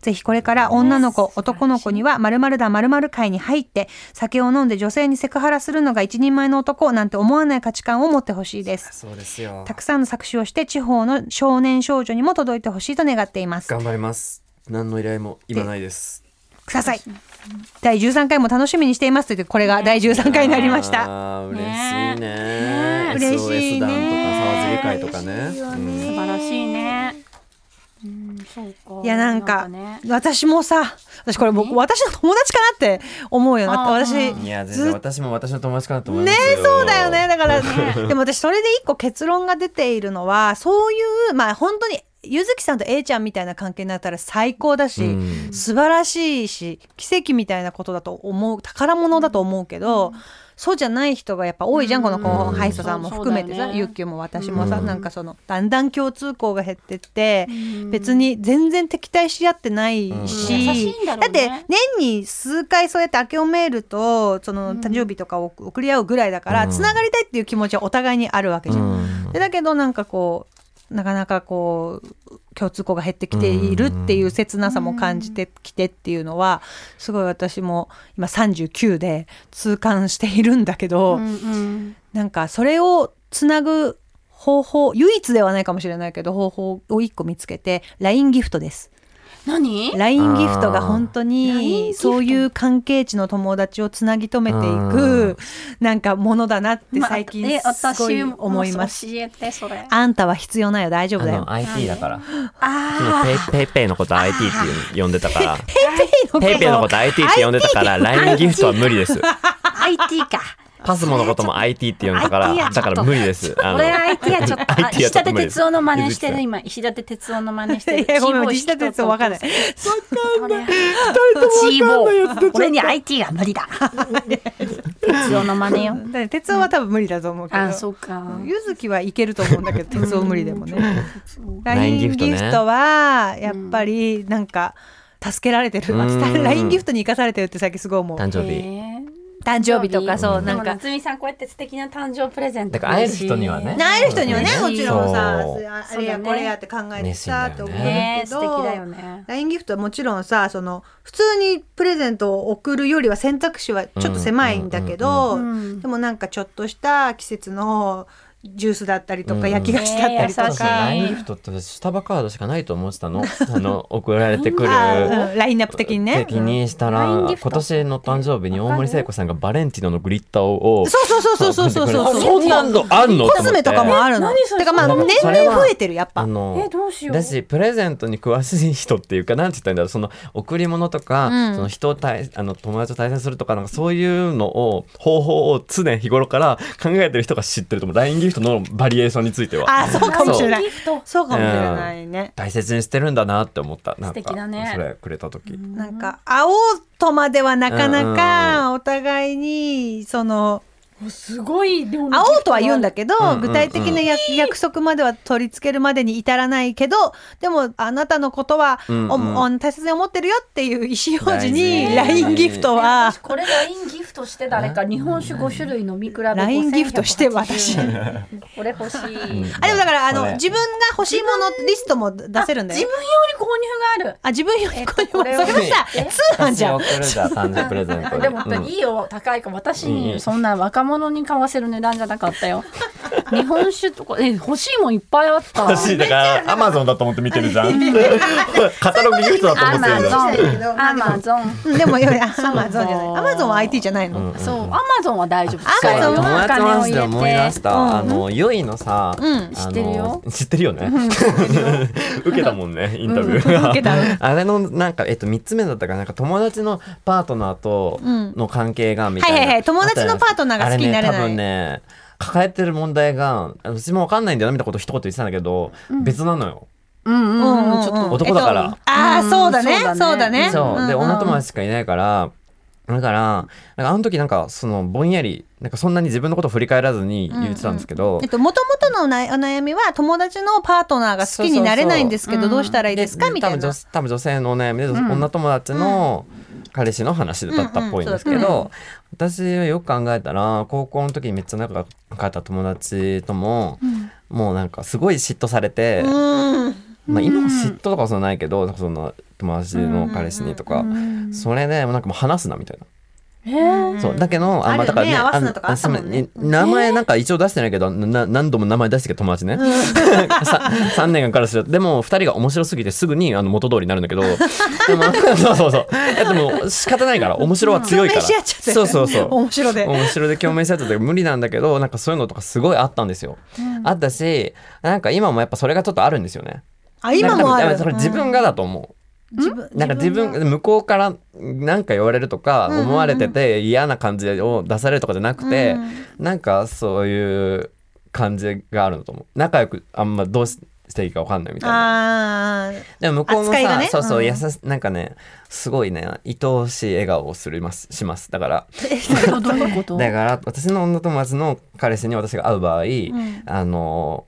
[SPEAKER 6] ぜひこれから女の子、男の子には〇〇だ〇〇会に入って、酒を飲んで女性にセクハラするのが一人前の男なんて思わない価値観を持ってほしいです。
[SPEAKER 4] そうですよ
[SPEAKER 6] たくさんの作詞をして、地方の少年少女にも届いてほしいと願っています。
[SPEAKER 4] 頑張ります何の依頼も今ないです
[SPEAKER 6] ください。第13回も楽しみにしていますと言ってこれが第13回になりました。
[SPEAKER 7] あー嬉しい
[SPEAKER 5] ね
[SPEAKER 7] ね。
[SPEAKER 6] ね嬉しい
[SPEAKER 7] SOS
[SPEAKER 6] ね
[SPEAKER 7] 団とか沢尻会とかね。うん
[SPEAKER 5] 素晴らしいね。うん、そうか。
[SPEAKER 6] いやなんか
[SPEAKER 5] ね、
[SPEAKER 6] 私もさ私これ僕私の友達かなって思うよな
[SPEAKER 5] あー
[SPEAKER 6] 私
[SPEAKER 7] いや全
[SPEAKER 6] ず
[SPEAKER 7] 然
[SPEAKER 6] っ
[SPEAKER 7] 私も私の友達かなと思いま
[SPEAKER 6] ね
[SPEAKER 7] すよ。
[SPEAKER 6] そうだよねだからね でも私それで一個結論が出ているのはそういうまあ本当にゆずきさんと A ちゃんみたいな関係になったら最高だし、
[SPEAKER 4] うん
[SPEAKER 6] 素晴らしいし奇跡みたいなことだと思う宝物だと思うけど、そうじゃない人がやっぱ多いじゃん、この後輩祖さんも含めて
[SPEAKER 5] そうそうだ
[SPEAKER 6] さ
[SPEAKER 5] よね
[SPEAKER 6] ゆっきゅうも私もさ、
[SPEAKER 4] うん
[SPEAKER 6] なんかそのだんだん共通項が減ってって、
[SPEAKER 5] うん
[SPEAKER 6] 別に全然敵対し合ってないし、
[SPEAKER 5] うん優しいんだろうね
[SPEAKER 6] って年に数回そうやって明けおめールとその誕生日とかを送り合うぐらいだから、
[SPEAKER 4] うん
[SPEAKER 6] つながりたいっていう気持ちはお互いにあるわけじゃん。
[SPEAKER 4] うん
[SPEAKER 6] でだけどなんかこうなかなかこう共通項が減ってきているっていう切なさも感じてきてっていうのはすごい私も今39で痛感しているんだけど、
[SPEAKER 5] うんうん
[SPEAKER 6] なんかそれをつなぐ方法唯一ではないかもしれないけど方法を一個見つけて LINE ギフトです。
[SPEAKER 5] 何？
[SPEAKER 6] LINE ギフトが本当
[SPEAKER 5] あー LINE ギ
[SPEAKER 6] に
[SPEAKER 5] フト
[SPEAKER 6] そういう関係値の友達をつなぎ止めていくなんかものだなって最近
[SPEAKER 5] まあえ
[SPEAKER 6] すごい思います。
[SPEAKER 5] 私も教えてそれ。
[SPEAKER 6] あんたは必要ないよ大丈夫
[SPEAKER 4] あ
[SPEAKER 6] だよ
[SPEAKER 4] の IT だから。ああ。ペイペイのこと IT って呼んでた から。ペイペイのこと IT って呼んでたから、LINE ギフトは無理 です。
[SPEAKER 2] IT か。
[SPEAKER 4] パスモのことも IT って呼んでたか
[SPEAKER 2] IT や
[SPEAKER 4] ら、
[SPEAKER 2] ちょ
[SPEAKER 4] だ
[SPEAKER 2] っと
[SPEAKER 4] から無理です。あの
[SPEAKER 5] 俺は IT はちょっとあ
[SPEAKER 4] IT は
[SPEAKER 5] 石
[SPEAKER 4] ちょっと
[SPEAKER 5] 立
[SPEAKER 4] 無理
[SPEAKER 5] 哲夫の真似して
[SPEAKER 4] ゆずきさ
[SPEAKER 5] る
[SPEAKER 4] ん
[SPEAKER 5] 今石立哲夫の真似してる
[SPEAKER 6] いやごめん
[SPEAKER 5] チーボー
[SPEAKER 6] 石立哲夫わかんない
[SPEAKER 5] 一つ落とす俺はチーボー俺に IT は無理だ哲夫の真似よ
[SPEAKER 6] だから哲夫は多分無理だと思うけど、
[SPEAKER 5] あそうか
[SPEAKER 6] ゆずきはいけると思うんだけど哲夫無理でもね
[SPEAKER 4] ライ
[SPEAKER 6] LINE
[SPEAKER 4] ン
[SPEAKER 6] ギ
[SPEAKER 4] ギ
[SPEAKER 6] フ
[SPEAKER 4] フトね
[SPEAKER 6] トはやっぱりなんか助けられてる、
[SPEAKER 4] うん
[SPEAKER 6] LINE ギフトに生かされてるって最近すごい思う
[SPEAKER 4] 誕生日。
[SPEAKER 5] えー
[SPEAKER 6] 誕生日とかそう
[SPEAKER 5] で
[SPEAKER 6] なん
[SPEAKER 5] も
[SPEAKER 6] か
[SPEAKER 5] 夏美さんこうやって素敵な誕生日プレゼント
[SPEAKER 4] だから会える人にはね。
[SPEAKER 6] 会える人にはね
[SPEAKER 5] うん
[SPEAKER 6] もちろんさ
[SPEAKER 4] そう
[SPEAKER 6] ああ
[SPEAKER 5] そう
[SPEAKER 6] れ
[SPEAKER 5] だ
[SPEAKER 6] や
[SPEAKER 5] ね
[SPEAKER 6] これやって考えてさって思うけど、
[SPEAKER 5] ね素敵だよね
[SPEAKER 6] LINE ギフトはもちろんさその普通にプレゼントを送るよりは選択肢はちょっと狭いんだけど、
[SPEAKER 5] うんうんうんうん
[SPEAKER 6] でもなんかちょっとした季節のジュースだったりとか、
[SPEAKER 4] うん
[SPEAKER 6] 焼き菓子だったりと
[SPEAKER 5] ね優しい
[SPEAKER 6] か、
[SPEAKER 4] LINE ギフトってスタバカードしかないと思ってたの。あの、送られてくる。
[SPEAKER 6] あうんラインナップ的にね。
[SPEAKER 4] 的にしたら、
[SPEAKER 5] うん
[SPEAKER 4] 今年の誕生日に大森聖子さんがバレンティノのグリッターを
[SPEAKER 6] そうそうそうそうそうそう
[SPEAKER 4] あ
[SPEAKER 6] そう。
[SPEAKER 4] そんなんのあんの
[SPEAKER 6] コスメとかもあるの。
[SPEAKER 5] 何それ
[SPEAKER 6] だからまあ
[SPEAKER 4] なん
[SPEAKER 6] 年
[SPEAKER 4] かそれは
[SPEAKER 6] 齢増えてるやっ
[SPEAKER 4] あ
[SPEAKER 6] ぱ。
[SPEAKER 4] の
[SPEAKER 5] えどうしよう
[SPEAKER 4] だしプレゼントに詳しい人っていうかなんて言ったらいいんだろうその贈り物とか、その人を対あの友達を対戦するとかなんかそういうのを方法を常日頃から考えてる人が知ってると思う LINE ギフトのバリエーションについては
[SPEAKER 6] あそうかもしれない
[SPEAKER 5] ギ。フト
[SPEAKER 6] そうかもしれないね。
[SPEAKER 4] 大切にしてるんだなって思ったなんか
[SPEAKER 5] 素敵だね
[SPEAKER 4] それくれた時、
[SPEAKER 6] なんか会おうとまではなかなかお互いにその
[SPEAKER 5] すごい量の
[SPEAKER 6] 会おうとは言うんだけど、
[SPEAKER 4] うんうんうん
[SPEAKER 6] 具体的な約約束までは取り付けるまでに至らないけどでもあなたのことは、
[SPEAKER 4] うんうん
[SPEAKER 6] おお大切に思ってるよっていう意思表示
[SPEAKER 4] 大
[SPEAKER 6] に
[SPEAKER 4] 事
[SPEAKER 6] LINE ギフトは
[SPEAKER 5] 私これ LINE ギフトして誰か日本酒5種類飲み比べ
[SPEAKER 6] LINE ギフトして私
[SPEAKER 5] 5180これ欲しい
[SPEAKER 6] あでもだからあ
[SPEAKER 4] こ
[SPEAKER 6] の
[SPEAKER 4] れ
[SPEAKER 6] 自分が欲しいものリストも出せるんだ
[SPEAKER 5] 自
[SPEAKER 6] よ
[SPEAKER 5] 分用に購入がある
[SPEAKER 6] あ自分よりこういうも
[SPEAKER 5] えっ
[SPEAKER 6] の
[SPEAKER 5] と
[SPEAKER 6] それはさ通販じゃん
[SPEAKER 4] 私送るじゃん誕生日プレ ゼントに
[SPEAKER 5] でも本当にいいよ、高いか私
[SPEAKER 4] う
[SPEAKER 5] に
[SPEAKER 4] ん
[SPEAKER 5] そんな若者に買わせる値段じゃなかったよ日本酒とかえ欲しいもんいっぱいあった
[SPEAKER 4] 欲しいだからアマゾンだと思って見てるじゃん カタログギフトだと思
[SPEAKER 5] ア
[SPEAKER 4] ってる
[SPEAKER 5] マ
[SPEAKER 4] じ
[SPEAKER 5] ゾ
[SPEAKER 4] ゃん
[SPEAKER 5] ンアマゾン
[SPEAKER 6] うんでもいやい やアマゾンじゃないアマゾンは IT じゃないの、
[SPEAKER 5] そうアマゾンは大丈夫使える
[SPEAKER 4] 友
[SPEAKER 5] よお
[SPEAKER 4] 達の話で思い出した、
[SPEAKER 6] うん
[SPEAKER 4] あのユイのさ、
[SPEAKER 6] ん
[SPEAKER 4] あの
[SPEAKER 5] 知ってるよ
[SPEAKER 4] 知ってるよね 受けたもんねインタビューが、
[SPEAKER 6] けた
[SPEAKER 4] あれのなんかえっと三つ目だったかななんか友達のパートナーとの関係がみたいな、
[SPEAKER 6] はいはいはい友達のパートナーが好きになれない
[SPEAKER 4] あれね多分ね抱えてる問題があのうちもわかんないんだよなみたいなこと一言言ってたんだけど、別なのよ
[SPEAKER 5] うんうんうん、ちょっと
[SPEAKER 4] 男だから
[SPEAKER 6] ああそうだね
[SPEAKER 5] うん
[SPEAKER 6] そうだね
[SPEAKER 4] そう、で
[SPEAKER 6] んん
[SPEAKER 4] 女友達しかいないからだからなんかあの時なんかそのぼんやりなんかそんなに自分のこと振り返らずに言ってたんですけど、
[SPEAKER 6] えっと、もともとのお悩お悩みは友達のパートナーが好きになれないんですけどどうしたらいいですかみたい
[SPEAKER 4] 多分
[SPEAKER 6] な
[SPEAKER 4] 女。多分女性のお悩みで、女友達の彼氏の話だったっぽいんですけど、私はよく考えたら高校の時にめっちゃ仲が良かった友達とも、もうなんかすごい嫉妬されて、まあ、今は嫉妬とかはそんなないけど、なんかその友達の彼氏にとか、それでもうなんかもう話すなみたいな。
[SPEAKER 5] えー
[SPEAKER 4] そうだけど
[SPEAKER 6] あるよね
[SPEAKER 4] だから
[SPEAKER 6] 合わすのとかあったもんね
[SPEAKER 4] あの名前なんか一応出してないけどな何度も名前出してきた友達ね さ3年間からするとでも2人が面白すぎてすぐにあの元通りになるんだけどでも そうそうそうえでも仕方ないから面白は強いから
[SPEAKER 6] 共鳴し合っちゃって
[SPEAKER 4] そうそうそう
[SPEAKER 6] 面白で
[SPEAKER 4] 面白で共鳴し合っちゃって無理なんだけどなんかそういうのとかすごいあったんですよ、あったしなんか今もやっぱそれがちょっとあるんですよね
[SPEAKER 6] あ今もあ
[SPEAKER 4] なんか
[SPEAKER 6] る
[SPEAKER 4] 多分多分それ自分がだと思うなんか自分向こうから何か言われるとか思われてて嫌な感じを出されるとかじゃなくて、なんかそういう感じがあるのと思う仲良くあんまどうしていいか分かんないみたいな
[SPEAKER 6] あー
[SPEAKER 4] でも向こうも
[SPEAKER 6] 扱い
[SPEAKER 4] さ、
[SPEAKER 6] がね
[SPEAKER 4] そうそう、
[SPEAKER 6] うん
[SPEAKER 4] 優しなんかねすごいね愛おしい笑顔をするますしますだから
[SPEAKER 5] どどういうこと
[SPEAKER 4] だから私の女友達の彼氏に私が会う場合、あの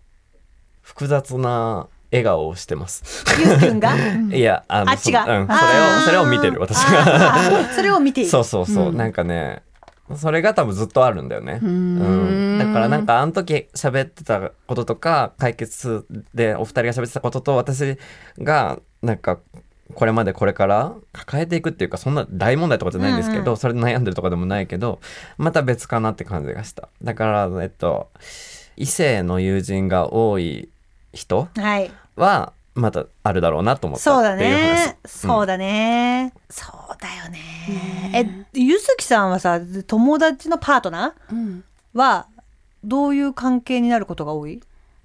[SPEAKER 4] 複雑な笑顔をしてます。
[SPEAKER 6] ゆうくん が
[SPEAKER 4] いやあの
[SPEAKER 6] あっちが
[SPEAKER 4] そうんそれ
[SPEAKER 6] あー
[SPEAKER 4] をそれを見てる私が。
[SPEAKER 6] あ ーそれを見ている
[SPEAKER 4] そうそうそう、なんかねそれが多分ずっとあるんだよね、うん、だからなんかあの時喋ってたこととか解決でお二人が喋ってたことと私がなんかこれまでこれから抱えていくっていうかそんな大問題とかじゃないんですけど、それで悩んでるとかでもないけどまた別かなって感じがしただからえっと異性の友人が多い人
[SPEAKER 6] はい
[SPEAKER 4] はまたあるだろうなと思った
[SPEAKER 6] そうだ
[SPEAKER 4] っていう話
[SPEAKER 6] ねそうだね、そうだよねえゆずきさんはさ友達のパートナ
[SPEAKER 5] うん
[SPEAKER 6] ーはどういう関係になることが多い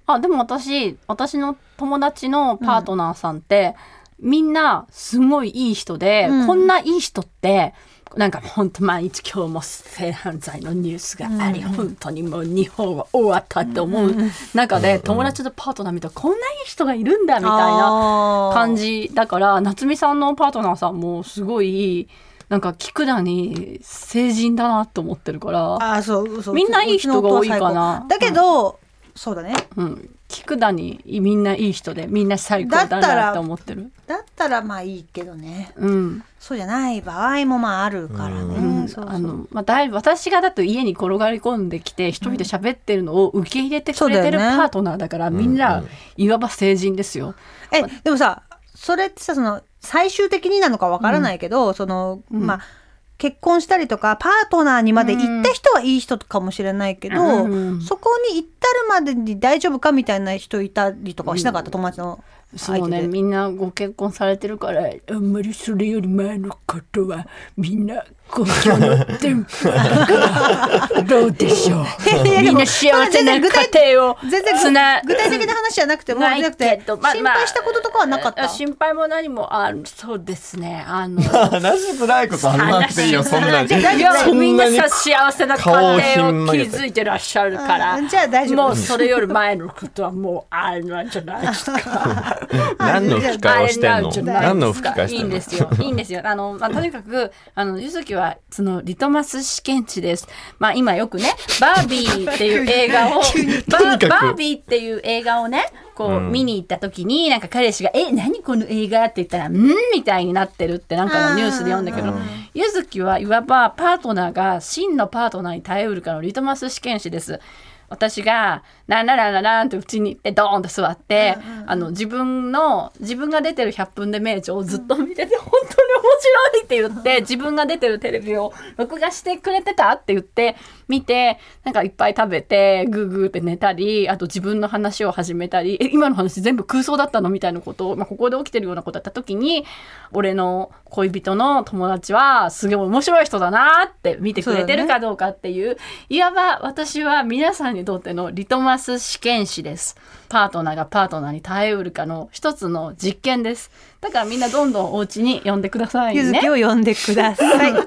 [SPEAKER 5] あでも私私の友達のパートナーさんって、みんなすごいいい人で、
[SPEAKER 6] うん
[SPEAKER 5] こんないい人ってなんか本当毎日今日も性犯罪のニュースがあり、本当にもう日本は終わったって思う中で、友達とパートナー見たらこんないい人がいるんだみたいな
[SPEAKER 6] な
[SPEAKER 5] 感じだから夏美さんのパートナーさんもすごいなんか菊田に成人だなと思ってるから、
[SPEAKER 6] あーそうそう
[SPEAKER 5] みんないい人が多いかな
[SPEAKER 6] うちの夫は最高だけど、そうだね
[SPEAKER 5] うん、菊田にみんないい人でみんな最高だ
[SPEAKER 6] だったら
[SPEAKER 5] なと思ってる。
[SPEAKER 6] だったらまあいいけどね
[SPEAKER 5] うん、
[SPEAKER 6] そうじゃない場合もまああるからね、
[SPEAKER 5] うん
[SPEAKER 6] そうそう
[SPEAKER 5] あのまあだいぶ私がだと家に転がり込んできて一人で喋ってるのを受け入れてくれ
[SPEAKER 6] そうだ
[SPEAKER 5] てる
[SPEAKER 6] よ
[SPEAKER 5] パ
[SPEAKER 6] ね
[SPEAKER 5] ートナーだから、みんな、いわば成人ですよ。
[SPEAKER 6] えでもさそれってさその最終的になのかわからないけど、その
[SPEAKER 5] うん
[SPEAKER 6] まあ結婚したりとかパートナーにまで行った人はいい人かもしれないけど、
[SPEAKER 5] うん
[SPEAKER 6] そこに行ったるまでに大丈夫かみたいな人いたりとかはしなかった、友達の相
[SPEAKER 5] そう
[SPEAKER 6] 手
[SPEAKER 5] ね
[SPEAKER 6] で。
[SPEAKER 5] みんなご結婚されてるからあんまりそれより前のことはみんな公共の 店舗だからどうでしょうみんな幸せな家庭を
[SPEAKER 6] 全然
[SPEAKER 5] つな
[SPEAKER 6] 具体的な話じゃなくてもう
[SPEAKER 5] ない
[SPEAKER 6] じゃなくて
[SPEAKER 5] けどまあ
[SPEAKER 6] 心
[SPEAKER 5] まあ
[SPEAKER 6] 配したこととかはなかった、
[SPEAKER 5] あ心配も何もあそうですね あの
[SPEAKER 7] 話しづらいこと話さなくていいよ、そんなに。
[SPEAKER 5] いや
[SPEAKER 7] そ
[SPEAKER 5] み
[SPEAKER 7] ん
[SPEAKER 5] ん
[SPEAKER 7] な
[SPEAKER 5] な
[SPEAKER 7] に
[SPEAKER 5] さ幸せな家
[SPEAKER 4] 顔をひ
[SPEAKER 5] 庭
[SPEAKER 4] ん
[SPEAKER 5] を
[SPEAKER 4] 曲げて
[SPEAKER 5] 築いてらっしゃるから
[SPEAKER 6] あじゃあ大丈夫
[SPEAKER 5] もうそれより前のことはもうあれなんじゃないですか
[SPEAKER 4] 何の吹き替えをしてんの
[SPEAKER 5] あれ
[SPEAKER 4] 何
[SPEAKER 5] な
[SPEAKER 4] の
[SPEAKER 5] んじ
[SPEAKER 4] 吹
[SPEAKER 5] ゃ
[SPEAKER 4] き
[SPEAKER 5] な
[SPEAKER 4] 替
[SPEAKER 5] い
[SPEAKER 4] え
[SPEAKER 5] ですか
[SPEAKER 4] し
[SPEAKER 5] い
[SPEAKER 4] て
[SPEAKER 5] いんですよ
[SPEAKER 4] んの
[SPEAKER 5] いいんですよあの、まあ、とにかくあのゆずきはそのリトマス試験地ですまあ今よくねバービーっていう映 画をバ
[SPEAKER 4] にかく
[SPEAKER 5] バービーっていう映画をねこう、見に行った時になんか彼氏が「え何この映画?」って言ったら「うん?」みたいになってるってなんかのニュースで読んだけどゆずきはいわばパートナーが真のパートナーに耐えうるかのリトマス試験紙です。私が「ランララララン」ってうちに行ってドーンと座って、あの自分の自分が出てる「100分で名著」をずっと見てて、本当に面白いって言って自分が出てるテレビを録画してくれてたって言って見てなんかいっぱい食べてグーグーって寝たりあと自分の話を始めたり「え今の話全部空想だったの?」みたいなことを、まあ、ここで起きてるようなことだった時に俺の恋人の友達はすげえ面白い人だなって見てくれてるかどうかっていういわば私は皆さんにとってのリトマス試験紙です。パートナーがパートナーに耐えうるかの一つの実験です。だからみんなどんどんお家に呼んでくださいね。
[SPEAKER 6] ゆずきを呼んでください こういう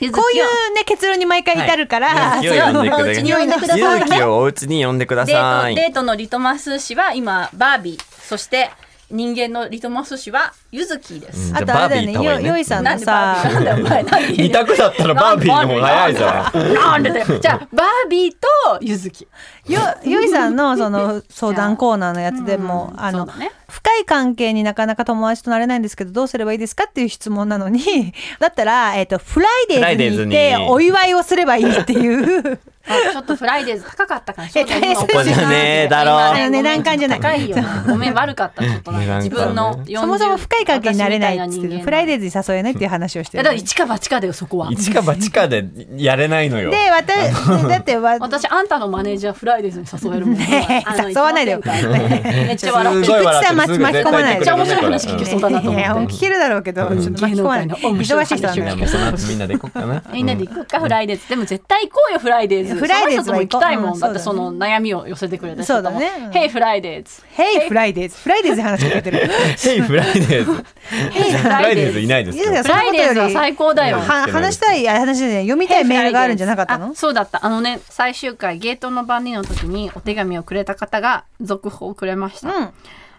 [SPEAKER 5] ゆずきを
[SPEAKER 6] ね結論に毎回至るから、
[SPEAKER 4] 勇気を呼んでくだ
[SPEAKER 6] それはもううちに呼んでくだ
[SPEAKER 4] さ
[SPEAKER 6] さい
[SPEAKER 4] い。勇気をお家に呼んでくだ
[SPEAKER 5] デー
[SPEAKER 4] さ
[SPEAKER 5] ト
[SPEAKER 4] い。
[SPEAKER 5] デートのリトマス紙は今バービーそして人間のリトマス紙はユズキーです、
[SPEAKER 6] あとあれだよね
[SPEAKER 4] じゃあバービー行った方がいい
[SPEAKER 6] よ
[SPEAKER 4] ね
[SPEAKER 6] よいさんのさ
[SPEAKER 5] なんでバービーなんだよお前何
[SPEAKER 4] 二択だったらバービーの方が早いじゃん。
[SPEAKER 5] んなんでだよじゃあバービーとユズキ
[SPEAKER 6] よよいさんのその相談コーナーのやつでもあ
[SPEAKER 5] そ
[SPEAKER 6] の
[SPEAKER 5] うだね
[SPEAKER 6] 深い関係になかなか友達となれないんですけどどうすればいいですかっていう質問なの にだったら、えっとフライデーズに行っ
[SPEAKER 4] フライデー
[SPEAKER 6] て
[SPEAKER 4] ズ に
[SPEAKER 6] お祝いをすればいいっていう
[SPEAKER 5] あちょっとフライデーズ高かったからちょっと今
[SPEAKER 6] え大
[SPEAKER 5] お金が
[SPEAKER 7] ねえだろ
[SPEAKER 5] 今
[SPEAKER 6] あの値段感じゃない
[SPEAKER 5] 高いよねごめん悪かったちょっとなんか自分の40
[SPEAKER 6] そもそも深い関係になれないっつって
[SPEAKER 5] 私みたい人間
[SPEAKER 6] フライデーズに誘えないっていう話をして
[SPEAKER 5] いや
[SPEAKER 6] る
[SPEAKER 5] だから一か八かだよそこは
[SPEAKER 4] 一か八かでやれないのよ。
[SPEAKER 6] で私だってわ
[SPEAKER 5] 私あんたのマネージャーフライデーズに誘えるもん
[SPEAKER 6] ねえ
[SPEAKER 5] あの
[SPEAKER 6] 誘わないでよ
[SPEAKER 5] 一番前回めっちゃ笑っ
[SPEAKER 4] す
[SPEAKER 5] て
[SPEAKER 4] ご
[SPEAKER 5] る
[SPEAKER 4] い
[SPEAKER 6] 菊
[SPEAKER 4] 笑ってる
[SPEAKER 6] 池さん巻き込まない
[SPEAKER 5] めっちゃ面白い話聞けそうだなと思
[SPEAKER 6] いや
[SPEAKER 5] って
[SPEAKER 6] 聞けるだろうけどちょっと巻き込まない
[SPEAKER 5] 芸能界の面白
[SPEAKER 6] 忙
[SPEAKER 5] い
[SPEAKER 6] しい人なん
[SPEAKER 5] 話
[SPEAKER 6] だから
[SPEAKER 5] を
[SPEAKER 4] もうその後みんなで行こうかな。
[SPEAKER 5] みんなで行こうか、フライデーズ。でも絶対行こうよ、フライデーズ。
[SPEAKER 6] フライデーズ
[SPEAKER 5] その
[SPEAKER 6] は行こ
[SPEAKER 5] 人と
[SPEAKER 6] う
[SPEAKER 5] も行きたいもん。
[SPEAKER 6] うん
[SPEAKER 5] だって
[SPEAKER 6] そ
[SPEAKER 5] そう
[SPEAKER 6] だね
[SPEAKER 5] の悩みを寄せてくれた人
[SPEAKER 6] そう
[SPEAKER 5] と
[SPEAKER 6] だ
[SPEAKER 5] も。
[SPEAKER 6] ねうん
[SPEAKER 5] Hey, フライデーズ。
[SPEAKER 6] ヘイフライデーズフライデーズの話聞いてる
[SPEAKER 4] ヘイフライデー ズ。フライデーズいないです
[SPEAKER 6] いい
[SPEAKER 4] け
[SPEAKER 6] で
[SPEAKER 4] ど
[SPEAKER 6] すか。
[SPEAKER 5] フライデーズは最高だよ。
[SPEAKER 6] は話したいあ話じゃない読みたいメールがあるんじゃなかったの
[SPEAKER 5] あそうだったあのね最終回ゲートの番人の時にお手紙をくれた方が続報をくれました、
[SPEAKER 6] うん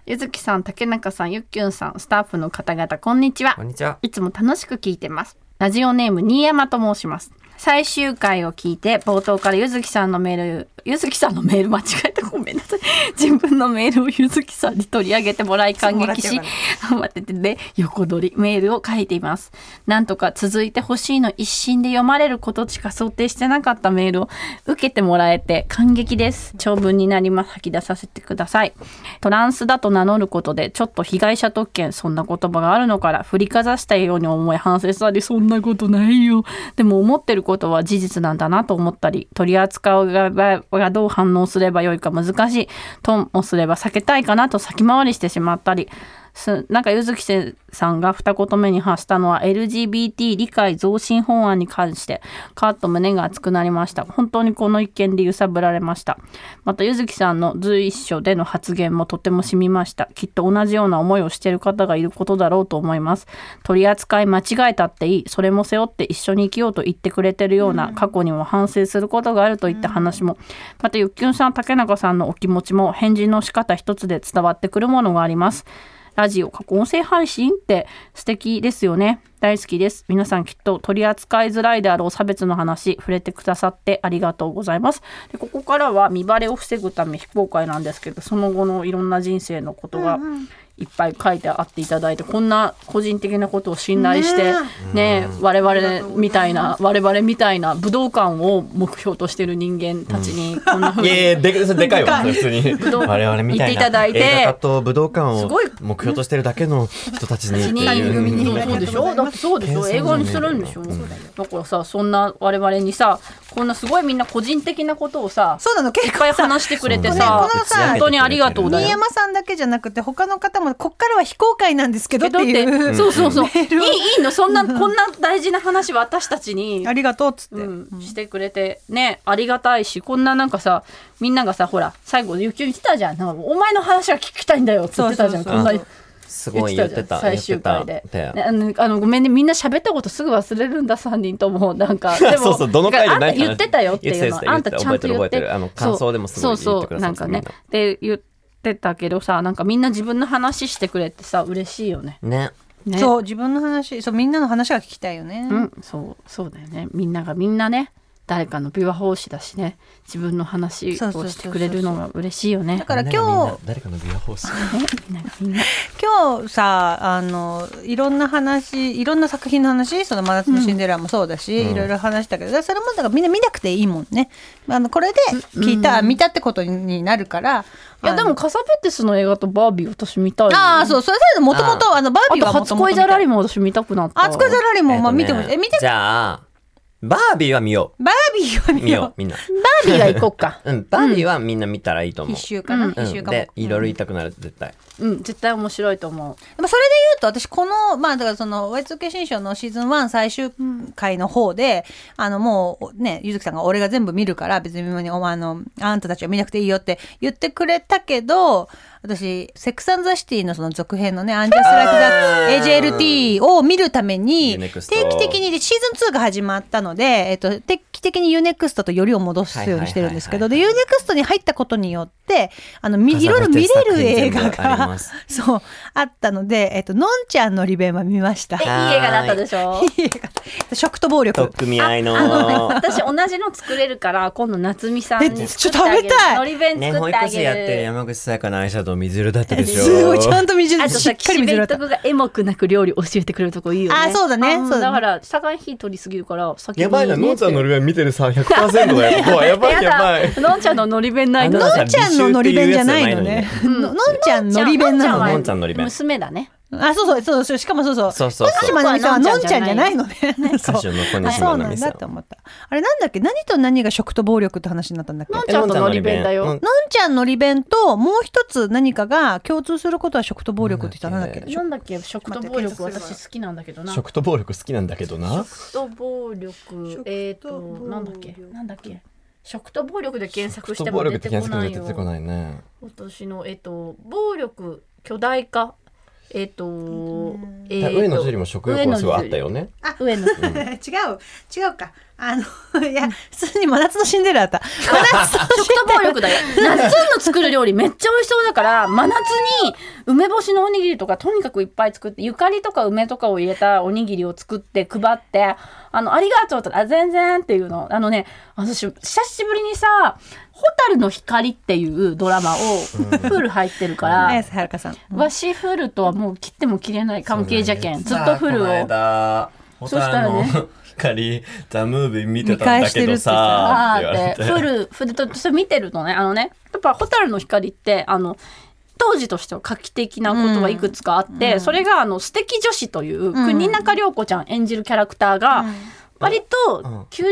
[SPEAKER 5] ゆずきさん竹中さんゆっきゅんさんスタッフの方々こんにちは
[SPEAKER 7] こんにちは。
[SPEAKER 5] いつも楽しく聞いてます。ラジオネーム新山と申します。最終回を聞いて冒頭からゆずきさんのメールゆずきさんのメール間違えたごめんなさい自分のメールをゆずきさんに取り上げてもらい感激し 頑張っててで横取りメールを書いていますなんとか続いてほしいの一心で読まれることしか想定してなかったメールを受けてもらえて感激です長文になります吐き出させてくださいトランスだと名乗ることでちょっと被害者特権そんな言葉があるのから振りかざしたように思い反省したりそんなことないよでも思ってることは事実なんだなと思ったり取り扱う側がどう反応すればよいか難しいともすれば避けたいかなと先回りしてしまったりすなんか柚木さんが二言目に発したのは LGBT 理解増進法案に関してカーッと胸が熱くなりました本当にこの一件で揺さぶられましたまた柚木さんの随所での発言もとてもしみましたきっと同じような思いをしている方がいることだろうと思います取り扱い間違えたっていいそれも背負って一緒に生きようと言ってくれてるような過去にも反省することがあるといった話もまたゆっきゅんさん竹中さんのお気持ちも返事の仕方一つで伝わってくるものがありますラジオ過去音声配信って素敵ですよね大好きです皆さんきっと取り扱いづらいであろう差別の話触れてくださってありがとうございますでここからは見バレを防ぐため非公開なんですけどその後のいろんな人生のことがいっぱい書いてあっていただいてこんな個人的なことを信頼してね我々みたいな我々みたいな武道館を目標としてる人間たちにこんな風
[SPEAKER 4] い
[SPEAKER 5] に
[SPEAKER 4] やいやでそれでかいわ普通に
[SPEAKER 5] 道
[SPEAKER 4] 我々みた
[SPEAKER 5] 行っ
[SPEAKER 4] い
[SPEAKER 5] ていただ
[SPEAKER 4] ない
[SPEAKER 5] て
[SPEAKER 4] 映画化と武道館
[SPEAKER 5] す
[SPEAKER 4] を
[SPEAKER 5] ごい
[SPEAKER 4] 目標としてるだけの人たちにっていう
[SPEAKER 5] そうでしょだってそうでしょ映画にするんでしょだからさそんな我々にさこんなすごいみんな個人的なことをさ
[SPEAKER 6] そうなの
[SPEAKER 5] い
[SPEAKER 6] 結
[SPEAKER 5] っ
[SPEAKER 6] 構
[SPEAKER 5] ぱい話してくれて
[SPEAKER 6] そうね
[SPEAKER 5] さ
[SPEAKER 6] このさ
[SPEAKER 5] 本当にありがとうだ
[SPEAKER 6] 新
[SPEAKER 5] よ
[SPEAKER 6] 山さんだけじゃなくて他の方もこっからは非公開なんですけど
[SPEAKER 5] け
[SPEAKER 6] っ
[SPEAKER 5] ど
[SPEAKER 6] て
[SPEAKER 5] って
[SPEAKER 6] いう
[SPEAKER 5] そうそうそうい
[SPEAKER 6] メールを
[SPEAKER 5] いいいのそんなこんな大事な話は私たちに
[SPEAKER 6] ありがとうっつって、
[SPEAKER 5] うん、してくれてねありがたいしこんななんかさみんながさほら最後ゆきゅん来たじゃんなんかお前の話が聞きたいんだよって言ってたじゃん
[SPEAKER 6] そうそう
[SPEAKER 5] こん
[SPEAKER 6] そう
[SPEAKER 5] な
[SPEAKER 7] す
[SPEAKER 5] 言
[SPEAKER 7] ご
[SPEAKER 5] っ
[SPEAKER 7] い
[SPEAKER 5] て
[SPEAKER 7] 言った
[SPEAKER 5] じ
[SPEAKER 7] て
[SPEAKER 5] ゃん
[SPEAKER 7] た。
[SPEAKER 5] 最終回
[SPEAKER 4] 言
[SPEAKER 5] で
[SPEAKER 4] ってた
[SPEAKER 5] ねあのあのごめんねみんな喋ったことすぐ忘れるんだ3人ともな んかでも
[SPEAKER 4] そうそうどの回で
[SPEAKER 5] あんた
[SPEAKER 4] 何話
[SPEAKER 5] 言ってたよっていう
[SPEAKER 7] 言ってた
[SPEAKER 5] のあんたちゃんと言
[SPEAKER 7] 覚
[SPEAKER 5] っ
[SPEAKER 7] えて
[SPEAKER 5] て
[SPEAKER 7] る覚えてるあの感想でもすごい
[SPEAKER 5] そう
[SPEAKER 7] 言ってく
[SPEAKER 5] そう
[SPEAKER 7] だ
[SPEAKER 5] そ
[SPEAKER 7] さ
[SPEAKER 5] う
[SPEAKER 7] っ
[SPEAKER 5] なん
[SPEAKER 7] てた
[SPEAKER 5] か
[SPEAKER 7] みんな
[SPEAKER 5] ねで言ってたけどさなんかみんな自分の話してくれてさ嬉しいよね
[SPEAKER 7] ね。
[SPEAKER 5] ね
[SPEAKER 6] そう自分の話そうみんなの話が聞きたいよね、
[SPEAKER 5] うん、そうそうだよねみんながみんなね誰かの琵琶法師だしね自分の話
[SPEAKER 6] そうそう
[SPEAKER 5] を
[SPEAKER 6] そう
[SPEAKER 5] し
[SPEAKER 6] そ
[SPEAKER 5] て
[SPEAKER 6] う
[SPEAKER 5] くれるのが嬉しいよ
[SPEAKER 6] だ
[SPEAKER 5] ね。
[SPEAKER 6] から今
[SPEAKER 7] みんながみ
[SPEAKER 6] 日
[SPEAKER 7] んな誰かのビアホース。
[SPEAKER 6] 今日さあのいろんな話いろんな作品の話その「真夏のシンデレラ」もそうだし、いろいろ話したけどだからそれもだからみんな見なくていいもんねあのこれで聞いた、見たってことになるから
[SPEAKER 5] いや
[SPEAKER 6] あ
[SPEAKER 5] で
[SPEAKER 6] の
[SPEAKER 5] もカサベテスの映画とバービー私見たいよ
[SPEAKER 6] ああそうそれでもともとあのバー
[SPEAKER 5] あ
[SPEAKER 6] ビー
[SPEAKER 5] と
[SPEAKER 6] はも
[SPEAKER 5] 初
[SPEAKER 6] ともと
[SPEAKER 5] 恋じゃらりも私見たくなった。
[SPEAKER 6] 初恋じゃらりも、まあ、見てほしい、え見て
[SPEAKER 7] じゃあ、バービーは見よ
[SPEAKER 6] バービーは
[SPEAKER 7] う。
[SPEAKER 6] 見
[SPEAKER 7] 見よ
[SPEAKER 6] よ
[SPEAKER 7] う、みんな。
[SPEAKER 5] バービーが行こっか。
[SPEAKER 7] うん、バービーはみんな見たらいいと
[SPEAKER 6] う
[SPEAKER 7] 思う
[SPEAKER 6] 一。週かな、
[SPEAKER 5] うん
[SPEAKER 6] 一週
[SPEAKER 7] うん、
[SPEAKER 6] 間も
[SPEAKER 7] で、いろいろ言いたくなる、絶対。
[SPEAKER 5] うん絶対面白いと思う。
[SPEAKER 6] まあそれで言うと私このまあだからその Y2K 新書のシーズン1最終回の方で、あのもうねゆずきさんが俺が全部見るから別にもうねお前あのあんたたちは見なくていいよって言ってくれたけど私セックスザシティのその続編のねアンジャスライクザ AJLT を見るために
[SPEAKER 7] UNEXT
[SPEAKER 6] 定期的にでシーズン2が始まったので、えっと、定期的に UNEXT とよりを戻すようにしてるんですけど
[SPEAKER 7] はいは
[SPEAKER 6] で UNEXT に入ったことによってあのみいろいろ見れる映画が。 そう、あったので、えっと、のんちゃんのリベンは見ました。
[SPEAKER 5] えいい映画だったでし ょ。
[SPEAKER 6] 食と暴力
[SPEAKER 7] 特。組合の。
[SPEAKER 5] 私同じの作れるから今度夏美さん
[SPEAKER 6] え
[SPEAKER 5] に
[SPEAKER 6] ちょ
[SPEAKER 5] 作
[SPEAKER 6] っと
[SPEAKER 5] っ
[SPEAKER 6] 食べ
[SPEAKER 5] てあげる。
[SPEAKER 6] たい
[SPEAKER 5] のり弁
[SPEAKER 7] ね、
[SPEAKER 5] 作
[SPEAKER 7] 保
[SPEAKER 5] ってあ
[SPEAKER 7] 育士やっ
[SPEAKER 5] げ
[SPEAKER 7] てる
[SPEAKER 5] る。
[SPEAKER 7] 山口さやかのアイシャドウ水色だったでしょ。
[SPEAKER 6] すごい、ちゃんと水
[SPEAKER 5] あと
[SPEAKER 6] 色、し
[SPEAKER 5] さ
[SPEAKER 6] っかり
[SPEAKER 5] 岸
[SPEAKER 6] 水色
[SPEAKER 5] 辺
[SPEAKER 6] だっ
[SPEAKER 5] と
[SPEAKER 6] た。
[SPEAKER 5] かエモくなく料理教えてくれるとこいいよね。
[SPEAKER 6] あそうだね
[SPEAKER 5] ん
[SPEAKER 6] そうだね
[SPEAKER 5] から社会費取りすぎるから先時に
[SPEAKER 4] やばいな、のんちゃんの
[SPEAKER 5] り
[SPEAKER 4] ルール見てるさ、100%だよ。怖いやばいやばい。
[SPEAKER 5] のんちゃんののり弁ないと
[SPEAKER 7] あ
[SPEAKER 5] の
[SPEAKER 7] の
[SPEAKER 6] のんちゃんののり弁じゃないのね。
[SPEAKER 5] ん
[SPEAKER 6] ののんちゃんのり弁なの
[SPEAKER 7] の
[SPEAKER 6] ね
[SPEAKER 7] ん。ちゃんのり弁
[SPEAKER 5] 娘だね
[SPEAKER 6] あ、そうそうそうそう。しかもそうそう。
[SPEAKER 7] そうそうそう
[SPEAKER 6] 小西まなみさんはのんちゃんじゃないのね。
[SPEAKER 7] 歌手の小
[SPEAKER 6] あ
[SPEAKER 7] 西
[SPEAKER 6] そ
[SPEAKER 7] ま
[SPEAKER 6] う
[SPEAKER 7] な
[SPEAKER 6] なん
[SPEAKER 7] みさ
[SPEAKER 6] だ
[SPEAKER 7] ん
[SPEAKER 6] と思った。あれなんだっけ何と何が食と暴力って話になったんだっけ
[SPEAKER 5] のん
[SPEAKER 7] え
[SPEAKER 5] ちゃんとのり弁だ
[SPEAKER 7] の
[SPEAKER 5] よ
[SPEAKER 7] ん
[SPEAKER 6] のんちゃんの利弁ともう一つ何かが共通することは食と暴力って言ったらなんだっけ
[SPEAKER 5] なんだっけ食と暴力私好きなんだけどな
[SPEAKER 4] 食と暴力好きなんだけどな。
[SPEAKER 5] 食と暴力えっとなんだっけなんだっけ食と暴力で検索しても出てこないよ
[SPEAKER 4] 出てこないね。
[SPEAKER 5] 今年のえっと暴力巨大化えっとえ
[SPEAKER 4] 上野樹里も食欲はすごいあったよね。
[SPEAKER 5] 上
[SPEAKER 6] 違
[SPEAKER 5] 野
[SPEAKER 6] う違うかあ のいや普通に真夏のシンデレラだった真夏のシ
[SPEAKER 5] 食と暴力だよ夏の作る料理めっちゃ美味しそうだから真夏に梅干しのおにぎりとかとにかくいっぱい作ってゆかりとか梅とかを入れたおにぎりを作って配って「あのありがとう」とあ全然」っていうのあのね私久しぶりにさ「蛍の光」っていうドラマをプール入ってるから。
[SPEAKER 6] 綾瀬はるかさん
[SPEAKER 5] わしフルとはもう切っても切れない関係じゃけんずっとフル
[SPEAKER 7] この
[SPEAKER 5] を
[SPEAKER 7] 間
[SPEAKER 5] そしたらね
[SPEAKER 7] 蛍の光ザムービー見てたんだけどさ
[SPEAKER 5] あ
[SPEAKER 7] って
[SPEAKER 5] ーって
[SPEAKER 7] 言わ
[SPEAKER 5] フ
[SPEAKER 7] れて
[SPEAKER 5] ルフルとそれ見てるのねあのねやっぱ「蛍の光」ってあの当時としては画期的なことがいくつかあって、それがあの「素敵女子」という国中涼子ちゃん演じるキャラクターが、割と90年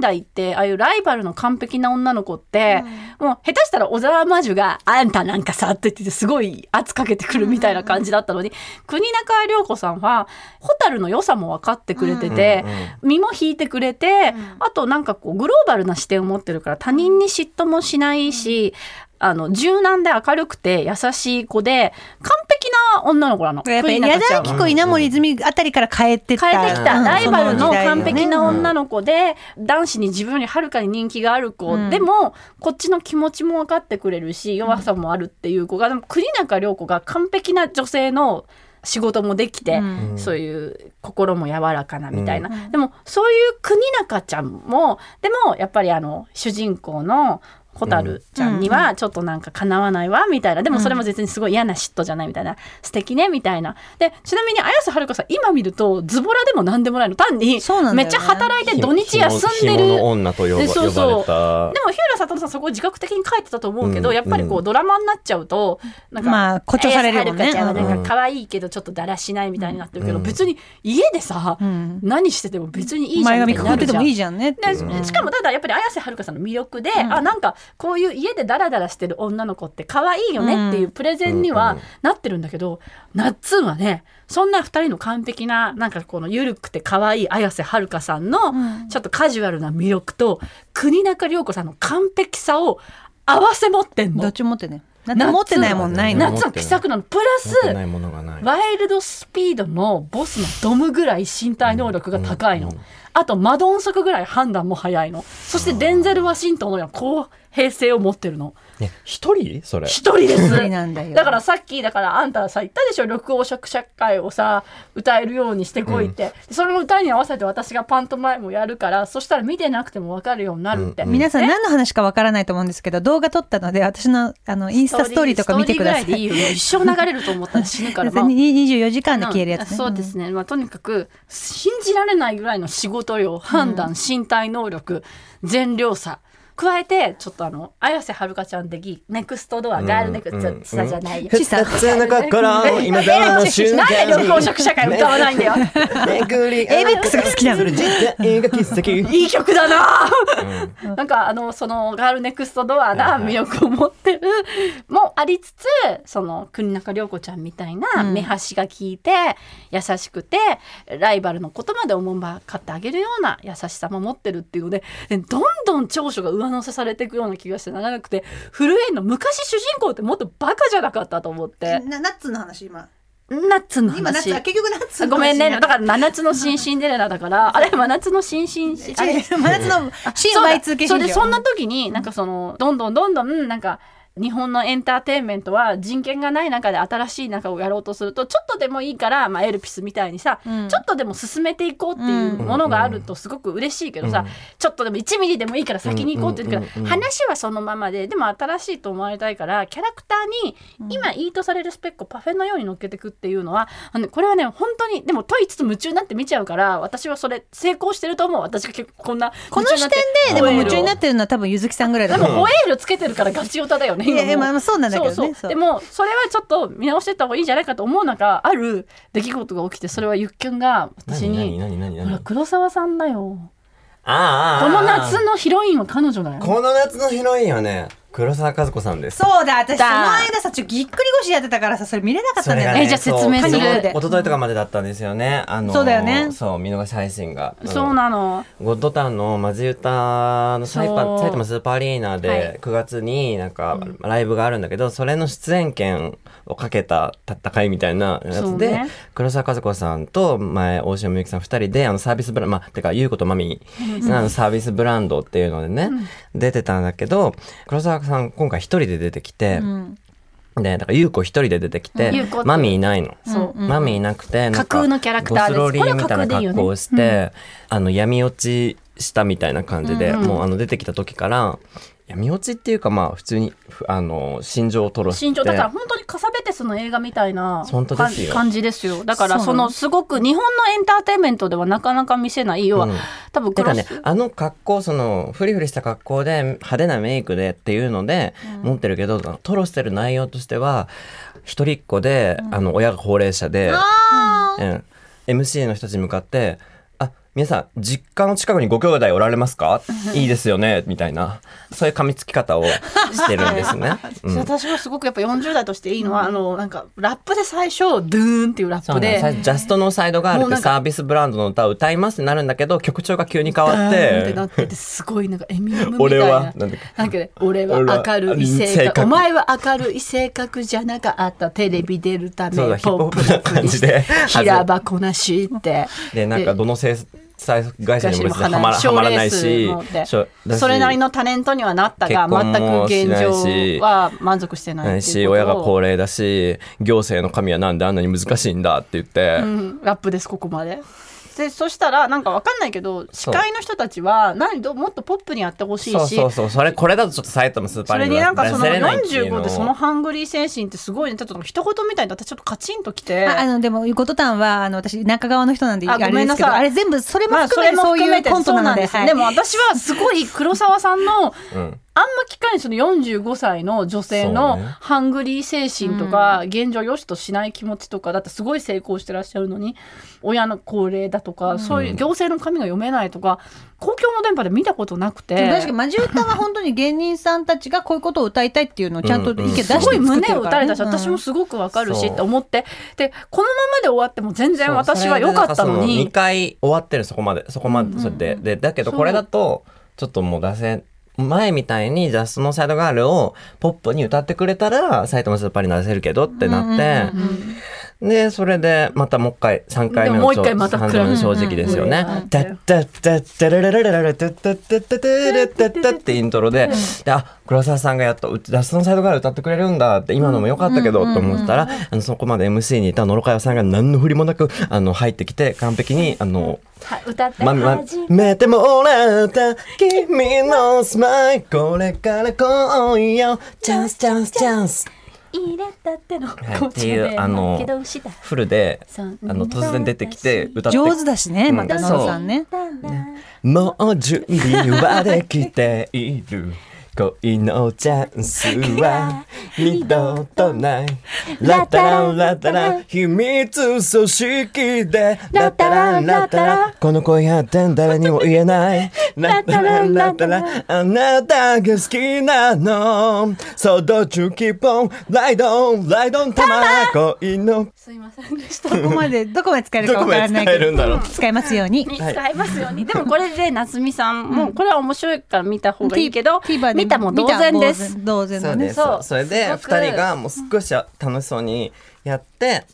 [SPEAKER 5] 代ってああいうライバルの完璧な女の子って、もう下手したら小沢魔女が「あんたなんかさ」って言ってすごい圧かけてくるみたいな感じだったのに、国中涼子さんは蛍の良さも分かってくれてて、身も引いてくれて、あとなんかこうグローバルな視点を持ってるから他人に嫉妬もしないし、あの柔軟で明るくて優しい子で完璧な女の子なの。
[SPEAKER 6] やっぱり
[SPEAKER 5] クイーン
[SPEAKER 6] 矢
[SPEAKER 5] 中ちゃん
[SPEAKER 6] 田
[SPEAKER 5] は
[SPEAKER 6] 明子稲森泉あたりから変えてった
[SPEAKER 5] 変えてきた
[SPEAKER 6] うん
[SPEAKER 5] ライバルの完璧な
[SPEAKER 6] その時代をね
[SPEAKER 5] 女の子で男子に自分よりはるかに人気がある子でもこっちの気持ちも分かってくれるし弱さもあるっていう子がでも栗中涼子が完璧な女性の仕事もできてそういう心も柔らかなみたいなでもそういう国中ちゃんもでもやっぱりあの主人公の蛍ちゃんにはちょっとなんかかなわないわみたいなでもそれも別にすごい嫌な嫉妬じゃないみたいな素敵ねみたいなでちなみに綾瀬はるかさん今見るとズボラでも何でもないの単に
[SPEAKER 6] そうなんだよね
[SPEAKER 5] めっちゃ働いて土日休んで
[SPEAKER 7] ひもの
[SPEAKER 5] る。
[SPEAKER 7] 女と呼ば
[SPEAKER 5] でそうそ
[SPEAKER 7] 呼
[SPEAKER 5] う
[SPEAKER 7] ばれ
[SPEAKER 5] でも日浦聡さんそこ自覚的に書いてたと思うけど、
[SPEAKER 7] うん
[SPEAKER 5] やっぱりこうドラマになっちゃうとなんか、
[SPEAKER 6] まあ誇張されるよね
[SPEAKER 5] 綾瀬はるかちゃんはなんか可愛いけどちょっとだらしないみたいになってるけど、別に家でさ、
[SPEAKER 6] ん
[SPEAKER 5] 何してても別にいいじゃん
[SPEAKER 6] 前髪
[SPEAKER 5] みたいに
[SPEAKER 6] かか
[SPEAKER 5] な
[SPEAKER 6] ってて
[SPEAKER 5] るじゃ
[SPEAKER 6] も
[SPEAKER 5] ん
[SPEAKER 6] いいじゃんねって
[SPEAKER 5] で
[SPEAKER 6] いう
[SPEAKER 5] しかもただやっぱり綾瀬はるかさんの魅力で、あなんかこういう家でダラダラしてる女の子って可愛いよねっていうプレゼンにはなってるんだけど、ナッツンはねそんな二人の完璧ななんかこの緩くて可愛い綾瀬はるかさんのちょっとカジュアルな魅力と、国中涼子さんの完璧さを合わせ持ってん
[SPEAKER 6] どっ
[SPEAKER 5] の。
[SPEAKER 6] ちも持ってねなんか持ってないもんないの
[SPEAKER 5] ナッツンは気さくなのプラ
[SPEAKER 7] た
[SPEAKER 5] ス
[SPEAKER 7] ないものがない
[SPEAKER 5] ワイルドスピードのボスのドムぐらい身体能力が高いの。あと、マドンソクぐらい判断も早いの。そして、デンゼル・ワシントンのような公平性を持ってるの。
[SPEAKER 7] ね一人それ
[SPEAKER 5] 一人です。
[SPEAKER 6] 一人なんだよ
[SPEAKER 5] からさっき、だからあんたさ、言ったでしょ、緑黄色社会をさ、歌えるようにしてこいって。その歌に合わせて私がパントマイムをやるから、そしたら見てなくてもわかるようになるって。
[SPEAKER 6] 皆さん何の話かわからないと思うんですけど動画撮ったので私のあのインスタストーリーとか見てくださ
[SPEAKER 5] ストーリーぐらいでいいよ。一生流れると思ったら死ぬ から。まあ
[SPEAKER 6] い24時間で消えるやつ
[SPEAKER 5] う
[SPEAKER 6] ね
[SPEAKER 5] んそうですね、まあ、とにかく信じられないぐらいの仕事量判断身体能力善良さ加えてちょっとあの綾瀬はるかちゃん的ネクストドアガールネクストちさじゃ ないよ。
[SPEAKER 7] 二つの心を今どの瞬
[SPEAKER 5] なんで
[SPEAKER 7] 間
[SPEAKER 5] 緑黄色社会歌わないんだよ。
[SPEAKER 7] 巡り
[SPEAKER 6] ABEX が好きなの
[SPEAKER 7] それ実体が奇跡
[SPEAKER 5] いい曲だな、なんかあのそのガールネクストドアな魅力を持ってるもありつつその国中涼子ちゃんみたいな目端が効いて、優しくてライバルのことまでおもんばかってあげるような優しさも持ってるっていうのででどんどん長所が上乗せされていくような気がしてならなくて震えんの昔主人公ってもっとバカじゃなかったと思って
[SPEAKER 6] なナッツの話今
[SPEAKER 5] ナッツの話
[SPEAKER 6] 今ナッツ結局ナッツの話
[SPEAKER 5] ごめんね
[SPEAKER 6] にな
[SPEAKER 5] だ
[SPEAKER 6] っ
[SPEAKER 5] から真夏の新シンデレラだからあれ真夏の新新シンあれ
[SPEAKER 6] 真夏の新
[SPEAKER 5] そうだ
[SPEAKER 6] Y2K
[SPEAKER 5] それでそんな時になんかそのどんどんどんどんなんか日本のエンターテインメントは人権がない中で新しい中をやろうとするとちょっとでもいいから、まあ、エルピスみたいにさ、ちょっとでも進めていこうっていうものがあるとすごく嬉しいけどさ、ちょっとでも1ミリでもいいから先に行こうって言うけど、
[SPEAKER 4] うんうんうんうん
[SPEAKER 5] 話はそのままででも新しいと思われたいからキャラクターに今いいとされるスペックをパフェのように乗っけていくっていうのはあのねこれはね本当にでも問いつつ夢中になって見ちゃうから私はそれ成功してると思う私が結構こんな
[SPEAKER 6] この視点ででも夢中になってるのは多分ゆずきさんぐらい
[SPEAKER 5] で
[SPEAKER 6] だ
[SPEAKER 5] も
[SPEAKER 6] と思う
[SPEAKER 5] ホエールつけてるからガチオタだよね
[SPEAKER 6] い
[SPEAKER 5] 今
[SPEAKER 6] やいやまあまあそうなんだけどね
[SPEAKER 5] そう
[SPEAKER 6] そ
[SPEAKER 5] そううでもそれはちょっと見直してった方がいいんじゃないかと思う中ある出来事が起きてそれはゆっきゅんが私
[SPEAKER 4] 何
[SPEAKER 5] に
[SPEAKER 4] 何
[SPEAKER 5] 「
[SPEAKER 4] 何何
[SPEAKER 5] ほら
[SPEAKER 4] 何
[SPEAKER 5] 黒沢さんだよ
[SPEAKER 4] あ
[SPEAKER 5] こ
[SPEAKER 4] ーあー
[SPEAKER 5] の
[SPEAKER 4] あー
[SPEAKER 5] 夏のヒロインは彼女だよ」
[SPEAKER 4] この夏のヒロインはね黒沢和子さんです
[SPEAKER 6] そうだ私その間さちょっとぎっくり腰やってたからさそれ見れなかったんだよね
[SPEAKER 5] えじゃあ説明する
[SPEAKER 4] そう一昨日とかまでだったんですよねあの
[SPEAKER 6] そうだよね
[SPEAKER 4] そう見逃し配信が
[SPEAKER 5] そうなの
[SPEAKER 4] ゴッドタンのマジ歌のサイパ
[SPEAKER 5] そう
[SPEAKER 4] 埼玉スーパーアリーナで9月になんかライブがあるんだけど、それの出演権をかけた戦いみたいなや
[SPEAKER 5] そう
[SPEAKER 4] つで、
[SPEAKER 5] ね
[SPEAKER 4] 黒沢和子さんと前大島みゆきさん2人であのサービスブランド、まあ、てか優子とまみあのサービスブランドっていうのでね、出てたんだけど黒沢さん今回1人で出てきて、でだから優子1人で出てきて、
[SPEAKER 5] 優子って
[SPEAKER 4] マミいないの。
[SPEAKER 5] そう
[SPEAKER 4] マミーいなくてなんか
[SPEAKER 5] 架空のキャラクターです
[SPEAKER 4] ゴスロリーみたいな
[SPEAKER 5] これは架空でいいよ
[SPEAKER 4] 格
[SPEAKER 5] ね
[SPEAKER 4] 好をして、あの闇落ちしたみたいな感じで、もうあの出てきた時から闇落ちっていうかまあ普通にふあの心情を吐露して
[SPEAKER 5] 身長だから本当にカサベテスの映画みたいな
[SPEAKER 4] 本当ですよ
[SPEAKER 5] かん感じですよだから
[SPEAKER 6] そう
[SPEAKER 5] そのすごく日本のエンターテインメントではなかなか見せない要は、
[SPEAKER 4] うん
[SPEAKER 5] 多分
[SPEAKER 4] て
[SPEAKER 5] 黒
[SPEAKER 4] か
[SPEAKER 5] 沢
[SPEAKER 4] ねあの格好そのフリフリした格好で派手なメイクでっていうので持ってるけど、吐露してる内容としては一人っ子で、あの親が高齢者で、うん、MC の人たちに向かって「あ皆さん実家の近くにご兄弟おられます かいいですよね」みたいなそういう噛みつき方をしてるんで すね。うん
[SPEAKER 5] 私はすごくやっぱ40代としていいのは、あのなんかラップで最初ドゥーンっていうラッ
[SPEAKER 4] そう
[SPEAKER 5] プ
[SPEAKER 4] ね、
[SPEAKER 5] で
[SPEAKER 4] 最初ジャストのサイドガール
[SPEAKER 5] も
[SPEAKER 4] っ
[SPEAKER 5] うな
[SPEAKER 4] て
[SPEAKER 5] んか
[SPEAKER 4] サービスブランドの歌を歌いますってなるんだけど曲調が急に変わっ
[SPEAKER 5] ダーンって
[SPEAKER 4] て
[SPEAKER 5] なっててすごいなんかエミネムみたいな
[SPEAKER 4] 俺はなんだっけ
[SPEAKER 5] なんかね俺は明るい性格
[SPEAKER 4] 俺は明るい性格
[SPEAKER 5] お前は明るい性格じゃなかったテレビ出るため
[SPEAKER 4] そうだヒップホップな感じで
[SPEAKER 5] 平場こなしって
[SPEAKER 4] でなんかどの制裁会社にも別にはまら
[SPEAKER 5] 賞
[SPEAKER 4] はまら
[SPEAKER 5] レ
[SPEAKER 4] な
[SPEAKER 5] ー
[SPEAKER 4] い
[SPEAKER 5] ス
[SPEAKER 4] し
[SPEAKER 5] もで
[SPEAKER 4] しょだし
[SPEAKER 5] それなりのタレントにはなったが
[SPEAKER 4] 結婚
[SPEAKER 5] 全く
[SPEAKER 4] もし
[SPEAKER 5] 現
[SPEAKER 4] ないし
[SPEAKER 5] 状は満足してない
[SPEAKER 4] な
[SPEAKER 5] っていう
[SPEAKER 4] いし
[SPEAKER 5] ことを
[SPEAKER 4] 親が高齢だし行政の神はなんであんなに難しいんだって言って、
[SPEAKER 5] うん、ラップですここまで。でそしたらなんかわかんないけど司会の人たちは何どもっとポップにやってほしいし
[SPEAKER 4] そうそうそうそれこれだとちょっと埼玉スー
[SPEAKER 5] そ
[SPEAKER 4] パー
[SPEAKER 5] れ
[SPEAKER 4] アリ
[SPEAKER 5] に
[SPEAKER 4] ー
[SPEAKER 5] な
[SPEAKER 4] ナ
[SPEAKER 5] んか
[SPEAKER 4] 出
[SPEAKER 5] その
[SPEAKER 4] せれないってい
[SPEAKER 5] 45
[SPEAKER 4] うの
[SPEAKER 5] でそのハングリー精神ってすごいねちょっと一言みたいに私ちょっとカチンときて
[SPEAKER 6] ああのでもゴトタンはあの私中川の人なんで
[SPEAKER 5] あ
[SPEAKER 6] あれ
[SPEAKER 5] ごめ
[SPEAKER 6] で
[SPEAKER 5] ん
[SPEAKER 6] す
[SPEAKER 5] な
[SPEAKER 6] け
[SPEAKER 5] さい
[SPEAKER 6] どあれ全部それも
[SPEAKER 5] まあそ
[SPEAKER 6] 含めて
[SPEAKER 5] れも
[SPEAKER 6] そう
[SPEAKER 5] 含
[SPEAKER 6] い
[SPEAKER 5] め
[SPEAKER 6] う
[SPEAKER 5] て
[SPEAKER 6] コント
[SPEAKER 5] そう
[SPEAKER 6] な
[SPEAKER 5] な
[SPEAKER 6] の
[SPEAKER 5] ん
[SPEAKER 6] で
[SPEAKER 5] です、
[SPEAKER 6] はい
[SPEAKER 5] でも私はすごい黒沢さんの
[SPEAKER 4] うん
[SPEAKER 5] あんま機会にその45歳の女性の
[SPEAKER 4] そうね
[SPEAKER 5] ハングリー精神とか、現状良しとしない気持ちとかだってすごい成功してらっしゃるのに親の高齢だとか、そういう行政の紙が読めないとか公共の電波で見たことなくて。
[SPEAKER 6] でも確かにマジ歌は本当に芸人さんたちがこういうことを歌いたいっていうのをちゃんと意見出して
[SPEAKER 5] すご
[SPEAKER 6] 作っ
[SPEAKER 5] い
[SPEAKER 6] て
[SPEAKER 5] 胸を
[SPEAKER 6] る
[SPEAKER 5] 打
[SPEAKER 6] か
[SPEAKER 5] た
[SPEAKER 6] ら
[SPEAKER 5] れ
[SPEAKER 6] ね
[SPEAKER 5] たし、私もすごくわかるし
[SPEAKER 4] そう
[SPEAKER 5] って思ってでこのままで終わっても全然私は良かったの
[SPEAKER 4] 2
[SPEAKER 5] に
[SPEAKER 4] 回終わってるそこまでそこまでそれででだけど
[SPEAKER 5] そう
[SPEAKER 4] これだとちょっともう出せ前みたいにジャストのサイドガールをポップに歌ってくれたら埼玉スーパーアリーナ出せるけどってなって、でそれでまたもう一回3
[SPEAKER 5] で
[SPEAKER 4] 回目
[SPEAKER 5] も
[SPEAKER 4] の
[SPEAKER 5] もう一回また
[SPEAKER 4] 3回目の正直ですよね。タッタッタッタララララララタッタッタッタタタタってイントロでであ黒沢さんがやっとラストのサイドから歌ってくれるんだって今のも良かったけどと思ってたらあのそこまで MC にいた野呂佳代さんが何の振りもなくあの入ってきて完璧にあの
[SPEAKER 1] 歌って
[SPEAKER 4] ま、ま、めてもらった君のスマイルこれから来いよチャンスチャンスチャンス
[SPEAKER 1] 入れたっての
[SPEAKER 4] いっていうあの
[SPEAKER 1] けどした
[SPEAKER 4] フルであ
[SPEAKER 1] そう
[SPEAKER 4] の突然出てきて歌って
[SPEAKER 6] 上手だしねまた
[SPEAKER 4] うん
[SPEAKER 6] 野呂さんね
[SPEAKER 4] もう準備はできてい る恋のチャンスは二度とないラタランラタラン秘密組織でラタランラタランこの恋発展誰にも言えないラタランラタランあなたが好きなのそうどちゅきぽんライドンライドンたま恋の
[SPEAKER 5] すいませんでした
[SPEAKER 6] どこまで どこまで使える
[SPEAKER 4] ど
[SPEAKER 6] か
[SPEAKER 4] こ
[SPEAKER 6] わか
[SPEAKER 4] ま
[SPEAKER 6] ら
[SPEAKER 4] で
[SPEAKER 6] ない
[SPEAKER 4] 使え
[SPEAKER 6] け
[SPEAKER 4] る
[SPEAKER 6] ど
[SPEAKER 4] んだろう
[SPEAKER 6] 使えますように
[SPEAKER 5] に使えますように、でもこれで夏美さんもこれは面白いから見た方がいいけど
[SPEAKER 6] TVer で
[SPEAKER 5] 見たも同然です
[SPEAKER 6] 見た同然同然
[SPEAKER 4] そ
[SPEAKER 6] だ
[SPEAKER 4] う
[SPEAKER 6] ね
[SPEAKER 4] です
[SPEAKER 5] そ
[SPEAKER 4] そうれで
[SPEAKER 5] ごく
[SPEAKER 4] 2人がもう少し楽しそうにやって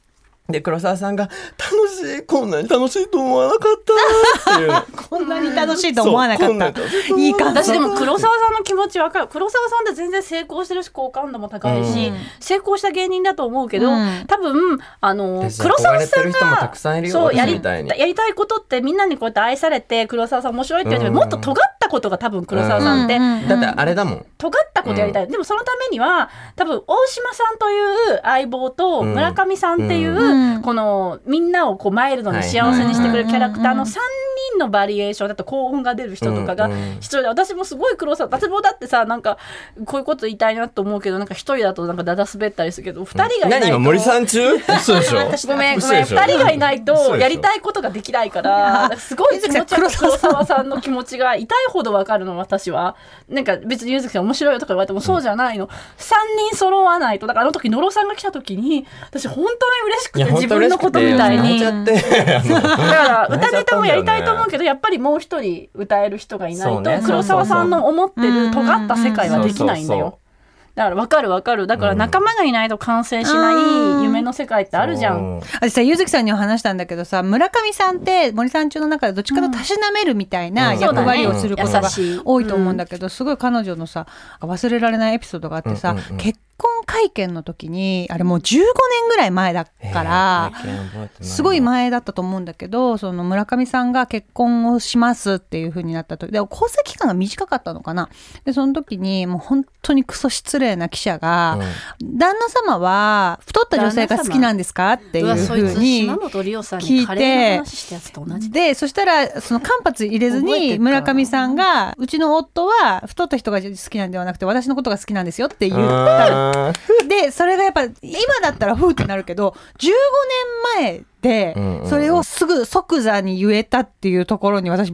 [SPEAKER 8] で黒沢さんが「楽しいこんなに楽しいと思わなかった」っていう
[SPEAKER 6] こんなに楽しいと思わなか
[SPEAKER 8] そうこん
[SPEAKER 6] っ
[SPEAKER 8] な
[SPEAKER 6] た
[SPEAKER 8] に楽しいと思
[SPEAKER 6] いい感
[SPEAKER 5] 私
[SPEAKER 6] じ
[SPEAKER 5] でも黒沢さんの気持ちわかる黒沢さんって全然成功してるし好感度も高いし、
[SPEAKER 7] うん
[SPEAKER 5] 成功した芸人だと思うけど、
[SPEAKER 6] うん
[SPEAKER 5] 多分あの
[SPEAKER 7] ですね
[SPEAKER 5] 黒沢さ
[SPEAKER 7] 憧れて
[SPEAKER 5] ん
[SPEAKER 7] る人もた
[SPEAKER 5] が
[SPEAKER 7] くさんいるよ
[SPEAKER 5] そうや
[SPEAKER 7] 私
[SPEAKER 5] り
[SPEAKER 7] みたいに
[SPEAKER 5] やりたいことってみんなにこうやって愛されて黒沢さん面白いって言われて、
[SPEAKER 7] うん
[SPEAKER 5] もっと尖ったことが多分黒沢さんって、
[SPEAKER 7] だってあれだもん
[SPEAKER 5] 尖ったことやりたい、でもそのためには多分大島さんという相棒と
[SPEAKER 7] うん
[SPEAKER 5] 村上さんっていう、
[SPEAKER 6] うん
[SPEAKER 5] このみんなをこうマイルドに幸せにしてくれるキャラクターの3人のバリエーションだと高音が出る人とかが
[SPEAKER 7] うんうん
[SPEAKER 5] 必要で私もすごい苦労さ脱帽だってさなんかこういうこと言いたいなと思うけどなんか一人だとなんかだだ滑ったりするけど2人がいないと、
[SPEAKER 7] 何今森さん中嘘でしょ
[SPEAKER 5] ごめんご
[SPEAKER 7] 嘘
[SPEAKER 5] めん
[SPEAKER 7] でしょ
[SPEAKER 5] 2人がいない
[SPEAKER 7] 嘘
[SPEAKER 5] と
[SPEAKER 7] でしょ
[SPEAKER 5] やりたいことができないからなんかすごい気持ち
[SPEAKER 6] 黒
[SPEAKER 5] 黒
[SPEAKER 6] 沢さん
[SPEAKER 5] 沢さんの気持ちが痛いほどわかるの私はなんか別に柚月さん面白いよとか言われてもそうじゃないの、三3人揃わないとだからあの時野呂さんが来た時に私本当に嬉し
[SPEAKER 7] い
[SPEAKER 5] くて
[SPEAKER 7] や本
[SPEAKER 5] 自
[SPEAKER 7] 当
[SPEAKER 5] 分
[SPEAKER 7] 嬉
[SPEAKER 5] の
[SPEAKER 7] し
[SPEAKER 5] こ
[SPEAKER 7] く
[SPEAKER 5] と
[SPEAKER 7] て
[SPEAKER 5] みたい
[SPEAKER 7] 泣い
[SPEAKER 5] に
[SPEAKER 7] ち
[SPEAKER 5] だ
[SPEAKER 7] ゃってあの
[SPEAKER 5] から歌ネタもやりたい
[SPEAKER 7] 泣いち
[SPEAKER 5] と思う
[SPEAKER 7] ゃったんだよね
[SPEAKER 5] けどやっぱりもう一人歌える人がいない
[SPEAKER 7] そう
[SPEAKER 5] と
[SPEAKER 7] ね
[SPEAKER 5] 黒沢さんの思ってる尖った世界はできないん
[SPEAKER 7] そ
[SPEAKER 5] だ
[SPEAKER 7] うそう
[SPEAKER 5] よ
[SPEAKER 7] そ。
[SPEAKER 5] だから分かる分かるだから仲間がいないと完成しない夢の世界ってあるじゃん。
[SPEAKER 6] 私さゆずきさんには話したんだけどさ村上さんって森さん中の中でどっちかとたしなめるみたいな
[SPEAKER 7] うん
[SPEAKER 6] 役割をすること
[SPEAKER 5] 優
[SPEAKER 6] が
[SPEAKER 5] しい
[SPEAKER 6] 多いと思うんだけどすごい彼女のさ忘れられないエピソードがあって
[SPEAKER 7] う
[SPEAKER 6] さ
[SPEAKER 7] んうんうん
[SPEAKER 6] 結婚会見の時にあれもう15年ぐらい前だから。すごい前だったと思うんだけどその村上さんが結婚をしますっていう風になった時で交際期間が短かったのかなでその時にもう本当にクソ失礼な記者が「旦那様は太った女性が好きなんですか?」っていうう
[SPEAKER 5] わそいつ
[SPEAKER 6] 風に
[SPEAKER 5] 島本理央さん
[SPEAKER 6] 聞い
[SPEAKER 5] に
[SPEAKER 6] て
[SPEAKER 5] カレーの話したやつと同じ
[SPEAKER 6] でそしたらその間髪入れず
[SPEAKER 5] 覚えて
[SPEAKER 6] に
[SPEAKER 5] るか
[SPEAKER 6] 村上さんが「うちの夫は太った人が好きなんではなくて私のことが好きなんですよ」って言った
[SPEAKER 7] あ
[SPEAKER 6] でそれがやっぱ今だったらふうってなるけど15年前
[SPEAKER 7] うんう
[SPEAKER 6] で
[SPEAKER 7] ん
[SPEAKER 6] それをすぐ即座に言えたっていうところに私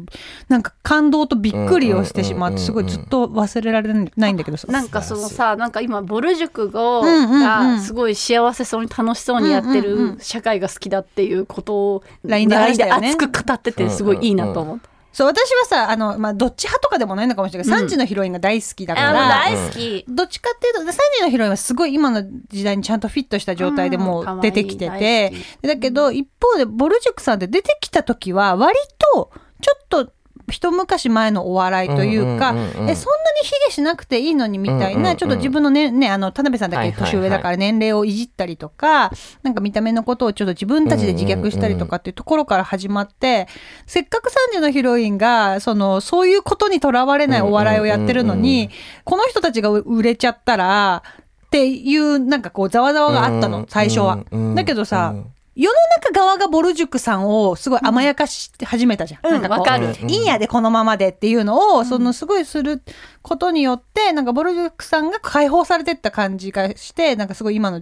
[SPEAKER 6] なんか感動とびっくりをしてしまっ
[SPEAKER 7] うん
[SPEAKER 6] て
[SPEAKER 7] うん
[SPEAKER 6] すごいずっと忘れられないんだけどさ
[SPEAKER 5] なんかそのさなんか今ぼる塾が
[SPEAKER 6] うんうんうん
[SPEAKER 5] がすごい幸せそうに楽しそうにやって
[SPEAKER 6] うんうんう
[SPEAKER 5] る社会が好きだっていうことを
[SPEAKER 6] LINE で話したよね
[SPEAKER 5] LINE で熱く語っててすごいいいなと思った。
[SPEAKER 6] そう私はさあの、まあ、どっち派とかでもないのかもしれないけど、3時のヒロインが大好きだから。
[SPEAKER 7] 好
[SPEAKER 5] き。
[SPEAKER 6] どっちかっていうと3時のヒロインはすごい今の時代にちゃんとフィットした状態でも
[SPEAKER 5] うん
[SPEAKER 6] う出てきて
[SPEAKER 5] 可愛
[SPEAKER 6] て
[SPEAKER 5] い大好、
[SPEAKER 6] だけど一方でボルジュクさんって出てきた時は割とちょっと一昔前のお笑いというか、
[SPEAKER 7] うんうんうんうん
[SPEAKER 6] えそんなに卑下しなくていいのにみたいな、
[SPEAKER 7] うんうんうん
[SPEAKER 6] ちょっと自分のねねあの田辺さんだけ年上だから年齢をいじったりとか、なんか見た目のことをちょっと自分たちで自虐したりとかっていうところから始まって、せっかく3時のヒロインがそのそういうことにとらわれないお笑いをやってるのに、
[SPEAKER 7] うんうんうんうん
[SPEAKER 6] この人たちが売れちゃったらっていうなんかこうざわざわがあったの、最初は、だけどさ、世の中側がボル塾さんをすごい甘やかし始めたじゃん。なんこう
[SPEAKER 5] わかる
[SPEAKER 6] いいんやでこのままでっていうのを、そのすごいすることによって、なんかボル塾さんが解放されてった感じがして、なんかすごい今のあ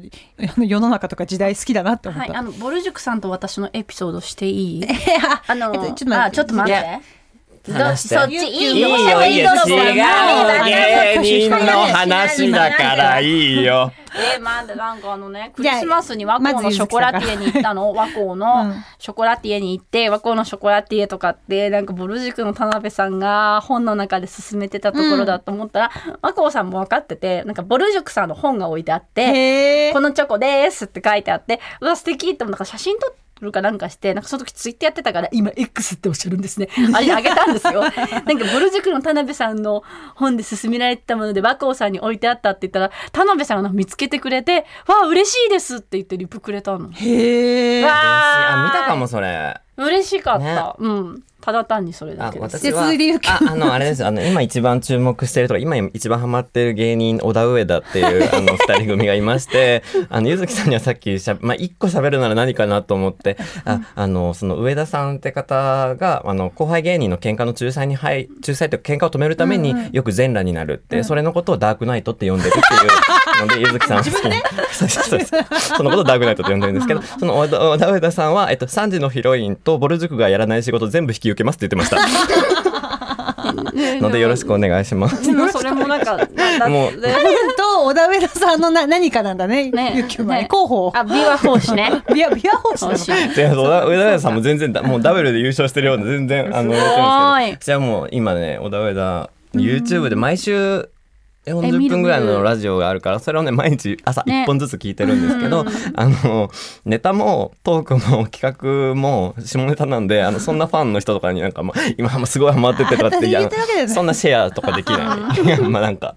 [SPEAKER 6] の世の中とか時代好きだなって思っ
[SPEAKER 5] はい、
[SPEAKER 6] た。
[SPEAKER 5] あのぼる塾さんと私のエピソードしていい？
[SPEAKER 6] いや
[SPEAKER 5] あの、
[SPEAKER 6] えっとちょっと待って
[SPEAKER 5] あちょっと待って。
[SPEAKER 7] 話して
[SPEAKER 9] そっちいいよ。
[SPEAKER 7] いいよいいよ違う芸人の話だからいいよ
[SPEAKER 5] えー、なんでなんかあのねク
[SPEAKER 6] じゃ
[SPEAKER 5] リ
[SPEAKER 6] あ
[SPEAKER 5] スマスに和光のショコラティエに行ったの和光
[SPEAKER 6] う
[SPEAKER 5] の
[SPEAKER 6] ん
[SPEAKER 5] ショコラティエに行って和光のショコラティエとかってなんかボル塾の田辺さんが本の中で勧めてたところだと思ったら、和光さんも分かっててなんかボル塾さんの本が置いてあって「
[SPEAKER 6] へ
[SPEAKER 5] このチョコです」って書いてあってうわ素敵って思うなんか写真撮るかなんかしてなんかその時ツイッターやってたから今 X っておっしゃるんです ねあれあげたんですよなんかボル塾の田辺さんの本で勧められてたもので和光さんに置いてあったって言ったら田辺さんが見つけてくれて「わあ嬉しいです」って言ってリプくれたの
[SPEAKER 6] へー。
[SPEAKER 7] あ見たかもそれ
[SPEAKER 5] 嬉しかった、
[SPEAKER 7] ね
[SPEAKER 5] うんただ単にそれだ
[SPEAKER 7] あ
[SPEAKER 5] けです
[SPEAKER 7] 私は
[SPEAKER 6] で続いてゆうき
[SPEAKER 7] ああのあれですあの今一番注目してるとか今一番ハマってる芸人小田上田って いうあの二人組がいましてあの柚月さんにはさっきしゃ、まあ、一個喋るなら何かなと思ってああのその上田さんって方があの後輩芸人の喧嘩の仲裁に入仲裁というか喧嘩を止めるためによく全裸になるって、それのことをダークナイトって呼んでる っていうので柚月さんは好きに そうそうそうそのことをダークナイトって呼んでるん ですけどその小田小田上田さんは、えっと、3時のヒロインとボル塾がやらない仕事全部引き受けますって言ってました。のでよろしくお願いし ます。
[SPEAKER 5] でもそれもなんかなな
[SPEAKER 7] もう
[SPEAKER 5] ね
[SPEAKER 6] 彼と小田上田さんのな何かなんだね。
[SPEAKER 5] ね
[SPEAKER 6] ゆきゅま
[SPEAKER 5] ね
[SPEAKER 6] 候補。
[SPEAKER 5] あ美和奉仕ね
[SPEAKER 6] ビア、ビアホースなのか
[SPEAKER 7] いや そうだ上田さんも全然だもうダブルで優勝してるような全然あの言ってるんですけど私はもう今ね小田上田 YouTube で毎週40分ぐらいのラジオがあるからそれをね毎日朝
[SPEAKER 10] ね
[SPEAKER 7] 1本ずつ聞いてるんですけど、あのネタもトークも企画も下ネタなんであのそんなファンの人とかになんか、まあ、今はすごいハマっててとかってい やそんなシェアとかできない いやまあなんか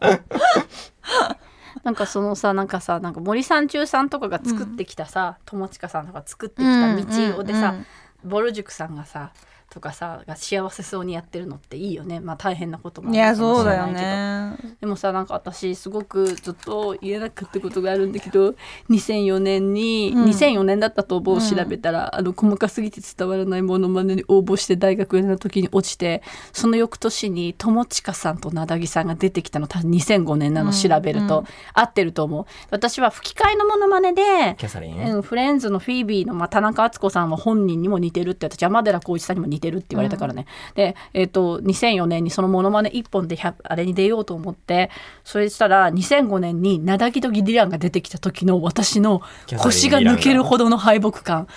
[SPEAKER 5] なんかそのさなんかさなんか森三中さんとかが作ってきたさ、友近さんとか作ってきた道をでさ、ボル塾さんがさとかさが幸せそうにやってるのっていいよねまあ大変なこともあ
[SPEAKER 6] い
[SPEAKER 5] る
[SPEAKER 6] や
[SPEAKER 5] かも
[SPEAKER 6] そう
[SPEAKER 5] しれ
[SPEAKER 6] だ
[SPEAKER 5] な
[SPEAKER 6] よ
[SPEAKER 5] いけど
[SPEAKER 6] ね
[SPEAKER 5] でもさなんか私すごくずっと言えなかったことがあるんだけど2004年に、2004年だったと思う調べたら、あの細かすぎて伝わらないものまねに応募して大学の時に落ちてその翌年に友近さんとなだぎさんが出てきたの多分2005年なの調べると、合ってると思う私は吹き替えのものまねで
[SPEAKER 7] キャサリン、
[SPEAKER 5] うん、フレンズのフィービーの、まあ、田中敦子さんは本人にも似てるって私山寺宏一さんにも似てるって言われたからね、で、えっと2004年にそのモノマネ1本で100あれに出ようと思ってそれしたら2005年にナダギとギディランが出てきた時の私の腰が抜けるほどの敗北感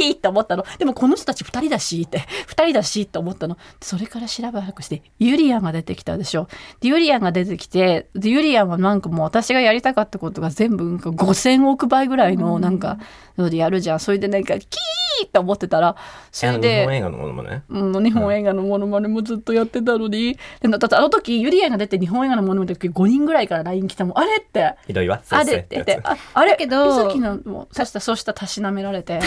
[SPEAKER 5] ひーって思ったのでもこの人たち2人だしって2人だしって思ったのそれから調べ早くしてユリアンが出てきたでしょでユリアンが出てきてでユリアンはなんかもう私がやりたかったことが全部なんか5,000億倍ぐらいのなんかのでやるじゃんそれでなんかキーって思ってたらそ
[SPEAKER 7] あ
[SPEAKER 5] れ
[SPEAKER 7] の日
[SPEAKER 5] で
[SPEAKER 7] 本映画のものもね
[SPEAKER 5] うん、日本映画のモノマネもずっとやってたのに、でだってあの時ユリアンが出て日本映画のモノマネの時5人ぐらいから LINE 来たもんあれって
[SPEAKER 7] ひどいわ
[SPEAKER 5] あれっ
[SPEAKER 7] って
[SPEAKER 5] て
[SPEAKER 7] やつ
[SPEAKER 5] てああれ
[SPEAKER 6] だけど
[SPEAKER 5] さっきのもそしたらそうしたらたしなめられ て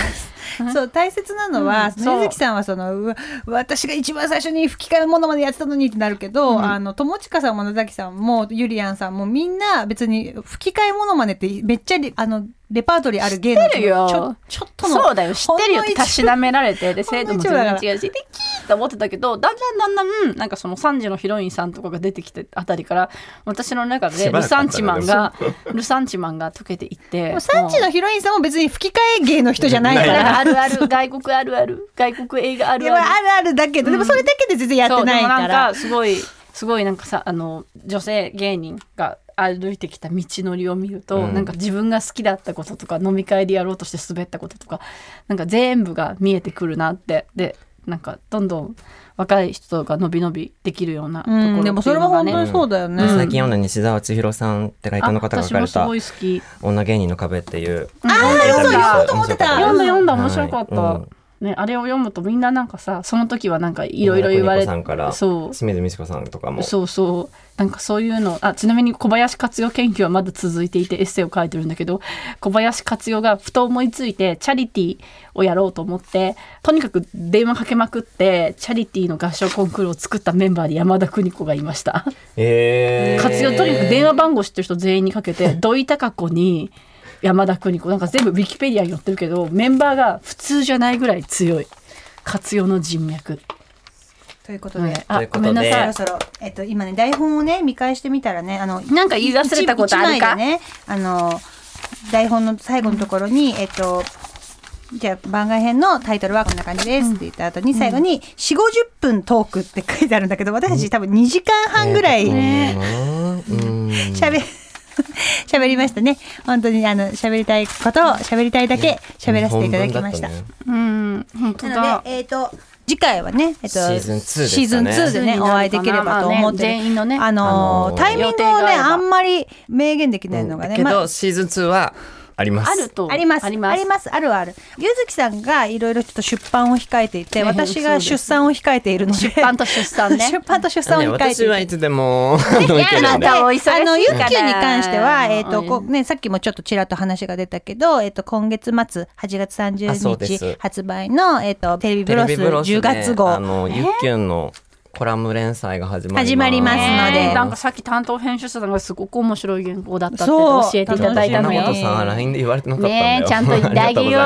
[SPEAKER 6] そう大切なの
[SPEAKER 5] うん
[SPEAKER 6] は、その
[SPEAKER 5] そう
[SPEAKER 6] 柚木さんはそのうわ私が一番最初に吹き替えのものまでやってたのにってなるけど、あの友近さんも野崎さんもゆりやんさんもみんな別に吹き替えものまねってめっちゃリあのレパートリーある芸能
[SPEAKER 5] 知ってるよ
[SPEAKER 6] ちょちょっとの
[SPEAKER 5] そうだよ知ってるよって
[SPEAKER 6] ほんの一部
[SPEAKER 5] たしなめられてで
[SPEAKER 6] ほん
[SPEAKER 5] 生
[SPEAKER 6] の
[SPEAKER 5] 徒
[SPEAKER 6] 一
[SPEAKER 5] も
[SPEAKER 6] 部だ
[SPEAKER 5] 全
[SPEAKER 6] から
[SPEAKER 5] 然違うしでキーって思ってたけどだんだんだんだんうんなんかその3時のヒロインさんとかが出てきてあたりから私の中
[SPEAKER 7] し
[SPEAKER 5] で
[SPEAKER 7] ばらくだ
[SPEAKER 5] ル
[SPEAKER 7] っ
[SPEAKER 5] サ
[SPEAKER 7] たね
[SPEAKER 5] ンチマンがルサンチマンが溶けていって
[SPEAKER 6] もう産地のヒロインさんも別に吹き替え芸の人じゃないか
[SPEAKER 5] な
[SPEAKER 6] ら。
[SPEAKER 5] んかあるある外国あるある外国映画 あ
[SPEAKER 6] で
[SPEAKER 5] る
[SPEAKER 6] もあ
[SPEAKER 5] あ
[SPEAKER 6] る
[SPEAKER 5] る
[SPEAKER 6] あるだけど、でもそれだけで全然やってない
[SPEAKER 5] そうで
[SPEAKER 6] か
[SPEAKER 5] もなん
[SPEAKER 6] ら
[SPEAKER 5] かすごいすごいなんかさあの女性芸人が歩いてきた道のりを見ると、
[SPEAKER 7] うん
[SPEAKER 5] なんか自分が好きだったこととか飲み会でやろうとして滑ったこととかなんか全部が見えてくるなってでなんかどんどん若い人が伸び伸びできるようなところっていうのが、
[SPEAKER 6] うん
[SPEAKER 5] ね、
[SPEAKER 6] でもそれは本当にそうだよね、
[SPEAKER 7] で最近読んだ西澤千尋さんってライターの方が書かれ
[SPEAKER 5] あ私もす
[SPEAKER 7] た
[SPEAKER 5] ごい好き
[SPEAKER 7] 「女芸人の壁」っていう
[SPEAKER 5] あ読
[SPEAKER 7] そう読
[SPEAKER 5] だ
[SPEAKER 7] もうと思ってた
[SPEAKER 5] 読んだ読んだ
[SPEAKER 7] はい
[SPEAKER 5] 面白かった、
[SPEAKER 7] うん
[SPEAKER 5] ね、あれを読むとみんななんかさその時はなんかいろいろ言わ
[SPEAKER 7] 小田久美
[SPEAKER 5] れ
[SPEAKER 7] 子さんから
[SPEAKER 5] そう
[SPEAKER 7] 清水美智子さんとかも
[SPEAKER 5] そうそうなんかそういうのあちなみに小林克代研究はまだ続いていてエッセイを書いてるんだけど小林克代がふと思いついてチャリティーをやろうと思ってとにかく電話かけまくってチャリティーの合唱コンクールを作ったメンバーに山田邦子がいました。
[SPEAKER 7] えー、
[SPEAKER 5] 活用とにかく電話番号知ってる人全員にかけて土井孝子に山田邦子なんか全部ウィキペディアに載ってるけどメンバーが普通じゃないぐらい強い活用の人脈
[SPEAKER 6] ということで、
[SPEAKER 5] はいあ
[SPEAKER 7] というこ
[SPEAKER 5] ご
[SPEAKER 7] とで
[SPEAKER 5] めんな
[SPEAKER 6] そろ
[SPEAKER 5] さい
[SPEAKER 6] そろ、えっと、今ね台本をね見返してみたらねあの
[SPEAKER 5] なんか言い忘れたことあるか
[SPEAKER 6] 一一枚でねあの台本の最後のところに、えっとじゃあ番外編のタイトルはこんな感じですって言った後に最後に「4 5 0分トーク」って書いてあるんだけど私たち多分2時間半ぐらい
[SPEAKER 7] うん
[SPEAKER 6] 喋 喋りましたね本当にあの喋りたいことを喋りたいだけ喋らせていただきました。
[SPEAKER 7] 本文だったね
[SPEAKER 5] うん本当
[SPEAKER 6] なの
[SPEAKER 5] だ
[SPEAKER 6] で、えっ、と、次回はね、えっ
[SPEAKER 7] シ
[SPEAKER 6] と、
[SPEAKER 7] ーズン2でしたね
[SPEAKER 6] シーズン2でね、お会いできればと思ってる。
[SPEAKER 5] まあね全員のね
[SPEAKER 6] あのー
[SPEAKER 7] あのー
[SPEAKER 6] タイミング
[SPEAKER 5] 予
[SPEAKER 6] を
[SPEAKER 5] 定が
[SPEAKER 6] ね、
[SPEAKER 5] 合えば
[SPEAKER 6] あんまり明言できないのがね、
[SPEAKER 7] け
[SPEAKER 6] まあ
[SPEAKER 7] ど、シーズン2はあります
[SPEAKER 5] あると
[SPEAKER 6] あります。あ
[SPEAKER 5] あ
[SPEAKER 6] り
[SPEAKER 5] り
[SPEAKER 6] ます。
[SPEAKER 5] ま
[SPEAKER 6] あ
[SPEAKER 5] す
[SPEAKER 6] るはある。ゆずきさんがいろいろちょっと出版を控えてい て、
[SPEAKER 5] ね
[SPEAKER 6] 私が出産を控えているので。
[SPEAKER 5] 出版と出産 ね
[SPEAKER 6] 出版と出産を
[SPEAKER 7] ね
[SPEAKER 6] 控えてい
[SPEAKER 7] 私
[SPEAKER 6] て。
[SPEAKER 7] はいつでもあのいけるん
[SPEAKER 5] ま
[SPEAKER 7] で
[SPEAKER 5] たお忙しい
[SPEAKER 6] あの、ゆっきゅう
[SPEAKER 5] から
[SPEAKER 6] に関しては、えっ、と、
[SPEAKER 5] うん
[SPEAKER 6] こうね、さっきもちょっとちらっと話が出たけど、えっ、と、今月末、8月
[SPEAKER 7] あそう
[SPEAKER 6] 30
[SPEAKER 7] で
[SPEAKER 6] 日
[SPEAKER 7] す
[SPEAKER 6] 発売の、えっ、と、テレビブ
[SPEAKER 7] テ
[SPEAKER 6] ロ
[SPEAKER 7] レ
[SPEAKER 6] ス
[SPEAKER 7] ビブロスで
[SPEAKER 6] 10月号。
[SPEAKER 7] あのゆっきゅんのコラム連載が始まります
[SPEAKER 6] 始まりますので
[SPEAKER 5] ねなんかさっき担当編集者さんがすごく面白い原稿だったって教えていただいた
[SPEAKER 7] そ
[SPEAKER 5] の
[SPEAKER 7] んな
[SPEAKER 5] よ
[SPEAKER 7] ことさ LINE で言われてなかったんだよ
[SPEAKER 5] ねえちゃんと言ってあげよう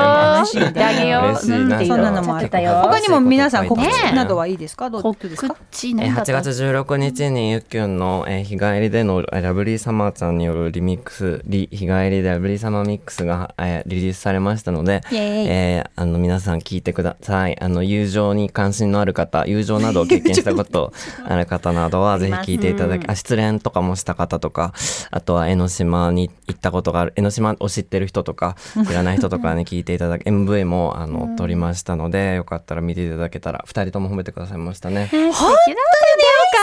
[SPEAKER 7] ありがとうございます
[SPEAKER 5] 言ってあげよう
[SPEAKER 7] 嬉しい
[SPEAKER 5] うんって
[SPEAKER 6] そんなのもあ
[SPEAKER 5] 言っ
[SPEAKER 6] る
[SPEAKER 5] てたよ
[SPEAKER 6] 他にも皆さん告
[SPEAKER 7] ね
[SPEAKER 6] 知
[SPEAKER 7] え
[SPEAKER 6] などはいいですかどう
[SPEAKER 5] 告
[SPEAKER 6] ですか
[SPEAKER 5] 知
[SPEAKER 7] え
[SPEAKER 5] ね
[SPEAKER 7] ー8月16日にゆっきゅんの、えー日帰りでのえーラブリーサマーちゃんによるリミックスリ日帰りでラブリーサマーミックスが、えーリリースされましたので、
[SPEAKER 6] イエーイ
[SPEAKER 7] えーあの皆さん聞いてくださいあの友情に関心のある方友情などを経験した ことある方などはぜひ聞いていただきあ失恋とかもした方とかあとは江ノ島に行ったことがある江ノ島を知ってる人と か知らない人とかに聞いていただき MV もあの撮りましたのでよかったら見ていただけたら2人とも褒めてくださいましたね。
[SPEAKER 6] 本当によ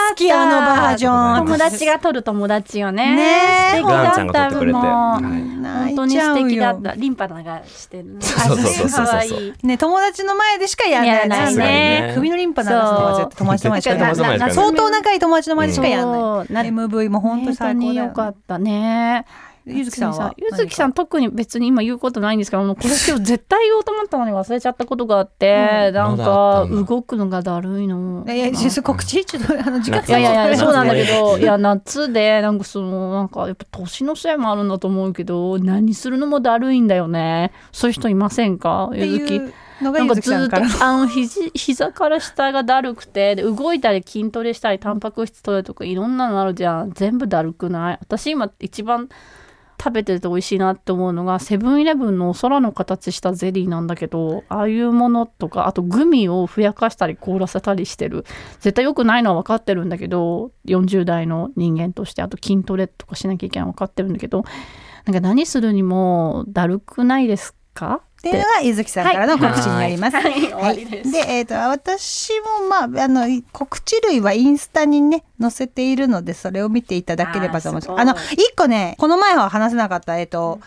[SPEAKER 6] かきあのバージョン。
[SPEAKER 1] 友達が撮る友達よね。
[SPEAKER 6] ね
[SPEAKER 1] 素
[SPEAKER 6] え
[SPEAKER 1] 敵
[SPEAKER 4] ランち
[SPEAKER 1] だ
[SPEAKER 4] ゃん
[SPEAKER 1] っ
[SPEAKER 4] が
[SPEAKER 1] た
[SPEAKER 4] 撮ってくれて、
[SPEAKER 1] もう。
[SPEAKER 4] は
[SPEAKER 1] 本当に素敵だった。リンパ流してる。
[SPEAKER 4] そうそうそうそうそう
[SPEAKER 1] 可愛い。
[SPEAKER 6] ね友達の前でしかや
[SPEAKER 1] や
[SPEAKER 6] ら
[SPEAKER 1] ら
[SPEAKER 6] な
[SPEAKER 1] ないいね
[SPEAKER 4] さすがにね
[SPEAKER 6] 首のリンパ流すのは絶対友達の前でしかやら
[SPEAKER 4] 友達
[SPEAKER 6] な
[SPEAKER 4] の前
[SPEAKER 6] い
[SPEAKER 4] でしかやらない
[SPEAKER 6] 相当仲いい友達の前でしかやらない
[SPEAKER 1] そうな
[SPEAKER 6] MV も本当最
[SPEAKER 1] 本当
[SPEAKER 6] 高
[SPEAKER 1] に
[SPEAKER 6] だ
[SPEAKER 1] 良
[SPEAKER 6] よ
[SPEAKER 1] かったね。
[SPEAKER 6] ゆずきさんは
[SPEAKER 1] ゆずきさん特に別に今言うことないんですけどもうこれ今日絶対言おうと思ったのに忘れちゃったことがあって、なん
[SPEAKER 4] まだあ
[SPEAKER 1] か
[SPEAKER 4] ったんだ
[SPEAKER 1] 動くのがだるいの。
[SPEAKER 6] いやいやちょっと告知ちょっとあの時間
[SPEAKER 1] いやいやいや、
[SPEAKER 4] 夏
[SPEAKER 1] そうなんだけど、
[SPEAKER 4] 夏
[SPEAKER 1] いや、夏で、なんかその、なんか、やっぱ年のせいもあるんだと思うけど、何するのもだるいんだよね。そういう人いませんか
[SPEAKER 6] って
[SPEAKER 1] ゆず
[SPEAKER 6] い
[SPEAKER 1] き。
[SPEAKER 6] うのが
[SPEAKER 1] なん
[SPEAKER 6] ゆ
[SPEAKER 1] か
[SPEAKER 6] ずき
[SPEAKER 1] ず
[SPEAKER 6] さ
[SPEAKER 1] ー
[SPEAKER 6] んから
[SPEAKER 1] っと、あの、肘、膝から下がだるくて、で動いたり筋トレしたり、タンパク質取るとか、いろんなのあるじゃん。全部だるくない私今、一番食べてて美味しいなって思うのが、セブンイレブンの空の形したゼリーなんだけど、ああいうものとか、あとグミをふやかしたり凍らせたりしてる。絶対良くないのは分かってるんだけど、40代の人間として、あと筋トレとかしなきゃいけないの分かってるんだけど、なんか何するにもだるくないですか
[SPEAKER 6] っていうのがゆずきさんからの告知になります。はい
[SPEAKER 5] 終わりです
[SPEAKER 6] で、えっ、と、私も、まあ、あの、告知類はインスタにね、載せているので、それを見ていただければと思います。
[SPEAKER 5] あーすごい
[SPEAKER 6] あの、一個ね、この前は話せなかった、えっ、と、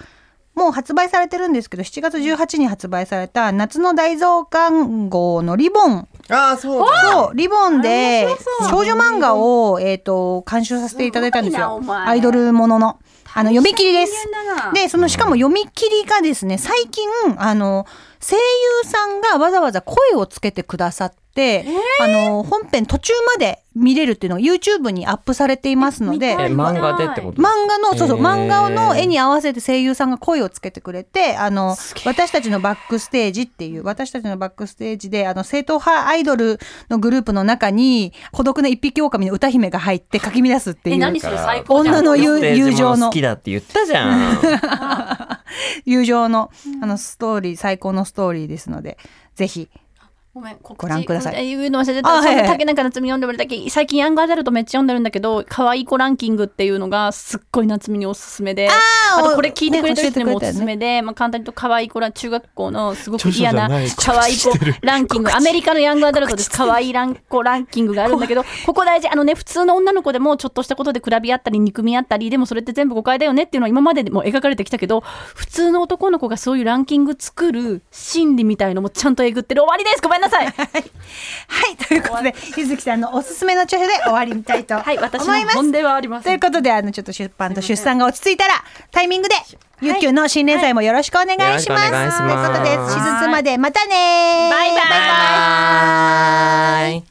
[SPEAKER 6] もう発売されてるんですけど、7月18日に発売された、夏の大増刊号のリボン。
[SPEAKER 7] ああ、そう
[SPEAKER 6] そう、リボンで、少女漫画を、えっ、と、監修させていただいたんです
[SPEAKER 5] すご
[SPEAKER 6] よ
[SPEAKER 5] い。なお前
[SPEAKER 6] アイドルものの。あの、読み切りです。
[SPEAKER 5] 大変だな
[SPEAKER 6] で、そのしかも読み切りがですね、最近、あの、声優さんがわざわざ声をつけてくださって、あの、本編途中まで見れるっていうのが YouTube にアップされていますので
[SPEAKER 4] い、え、漫画でってこと
[SPEAKER 6] 漫画の、そうそう、
[SPEAKER 4] へー
[SPEAKER 6] 漫画の絵に合わせて声優さんが声をつけてくれて、あの、私たちのバックステージっていう、私たちのバックステージで、あの、正統派アイドルのグループの中に、孤独な一匹狼の歌姫が入ってかき乱すってい
[SPEAKER 5] え
[SPEAKER 6] う
[SPEAKER 5] 何、それ最高じゃん
[SPEAKER 6] 女の
[SPEAKER 4] 友
[SPEAKER 6] 友友情の
[SPEAKER 4] 好きだって言ったじゃん
[SPEAKER 6] 友情の、あの、ストーリー、最高のストーリーですので、ぜひ、
[SPEAKER 5] ごめん告知
[SPEAKER 6] ご覧ください
[SPEAKER 5] え言うの忘れて
[SPEAKER 6] あ
[SPEAKER 5] た。そ
[SPEAKER 6] はいはい
[SPEAKER 5] の竹中夏実読んでもらったけ最近ヤングアダルトめっちゃ読んでるんだけど、可愛い子ランキングっていうのがすっごい夏実におすすめで、あとこれ聞いてくれてる人にもおすすめで、まあ簡単に言うと可愛い子ら中学校のすごく嫌な可愛い子ランキ ング、アメリカのヤングアダルトです。可愛いラン子ランキングがあるんだけど、ここ大事。あのね普通の女の子でもちょっとしたことで比べ合ったり憎み合ったり、でもそれって全部誤解だよねっていうのは今まででも描かれてきたけど、普通の男の子がそういうランキング作る心理みたいのもちゃんとえぐってる。終わりです。ごめんな さい。
[SPEAKER 6] はい、ということで、ゆずきさんのおすすめの著書で終わりたいと思
[SPEAKER 5] はいい、
[SPEAKER 6] ます。
[SPEAKER 5] 私の本ではありま
[SPEAKER 6] とい
[SPEAKER 5] せ。
[SPEAKER 6] うんことで、あの、ちょっと出版と出産が落ち着いたら、タイミングで、ゆっきゅうの新連載もよろしくお願いします。
[SPEAKER 4] よろしくお願いします
[SPEAKER 6] ということで、手術までまたねバ
[SPEAKER 5] バイバイ
[SPEAKER 6] バイバイ
[SPEAKER 4] はい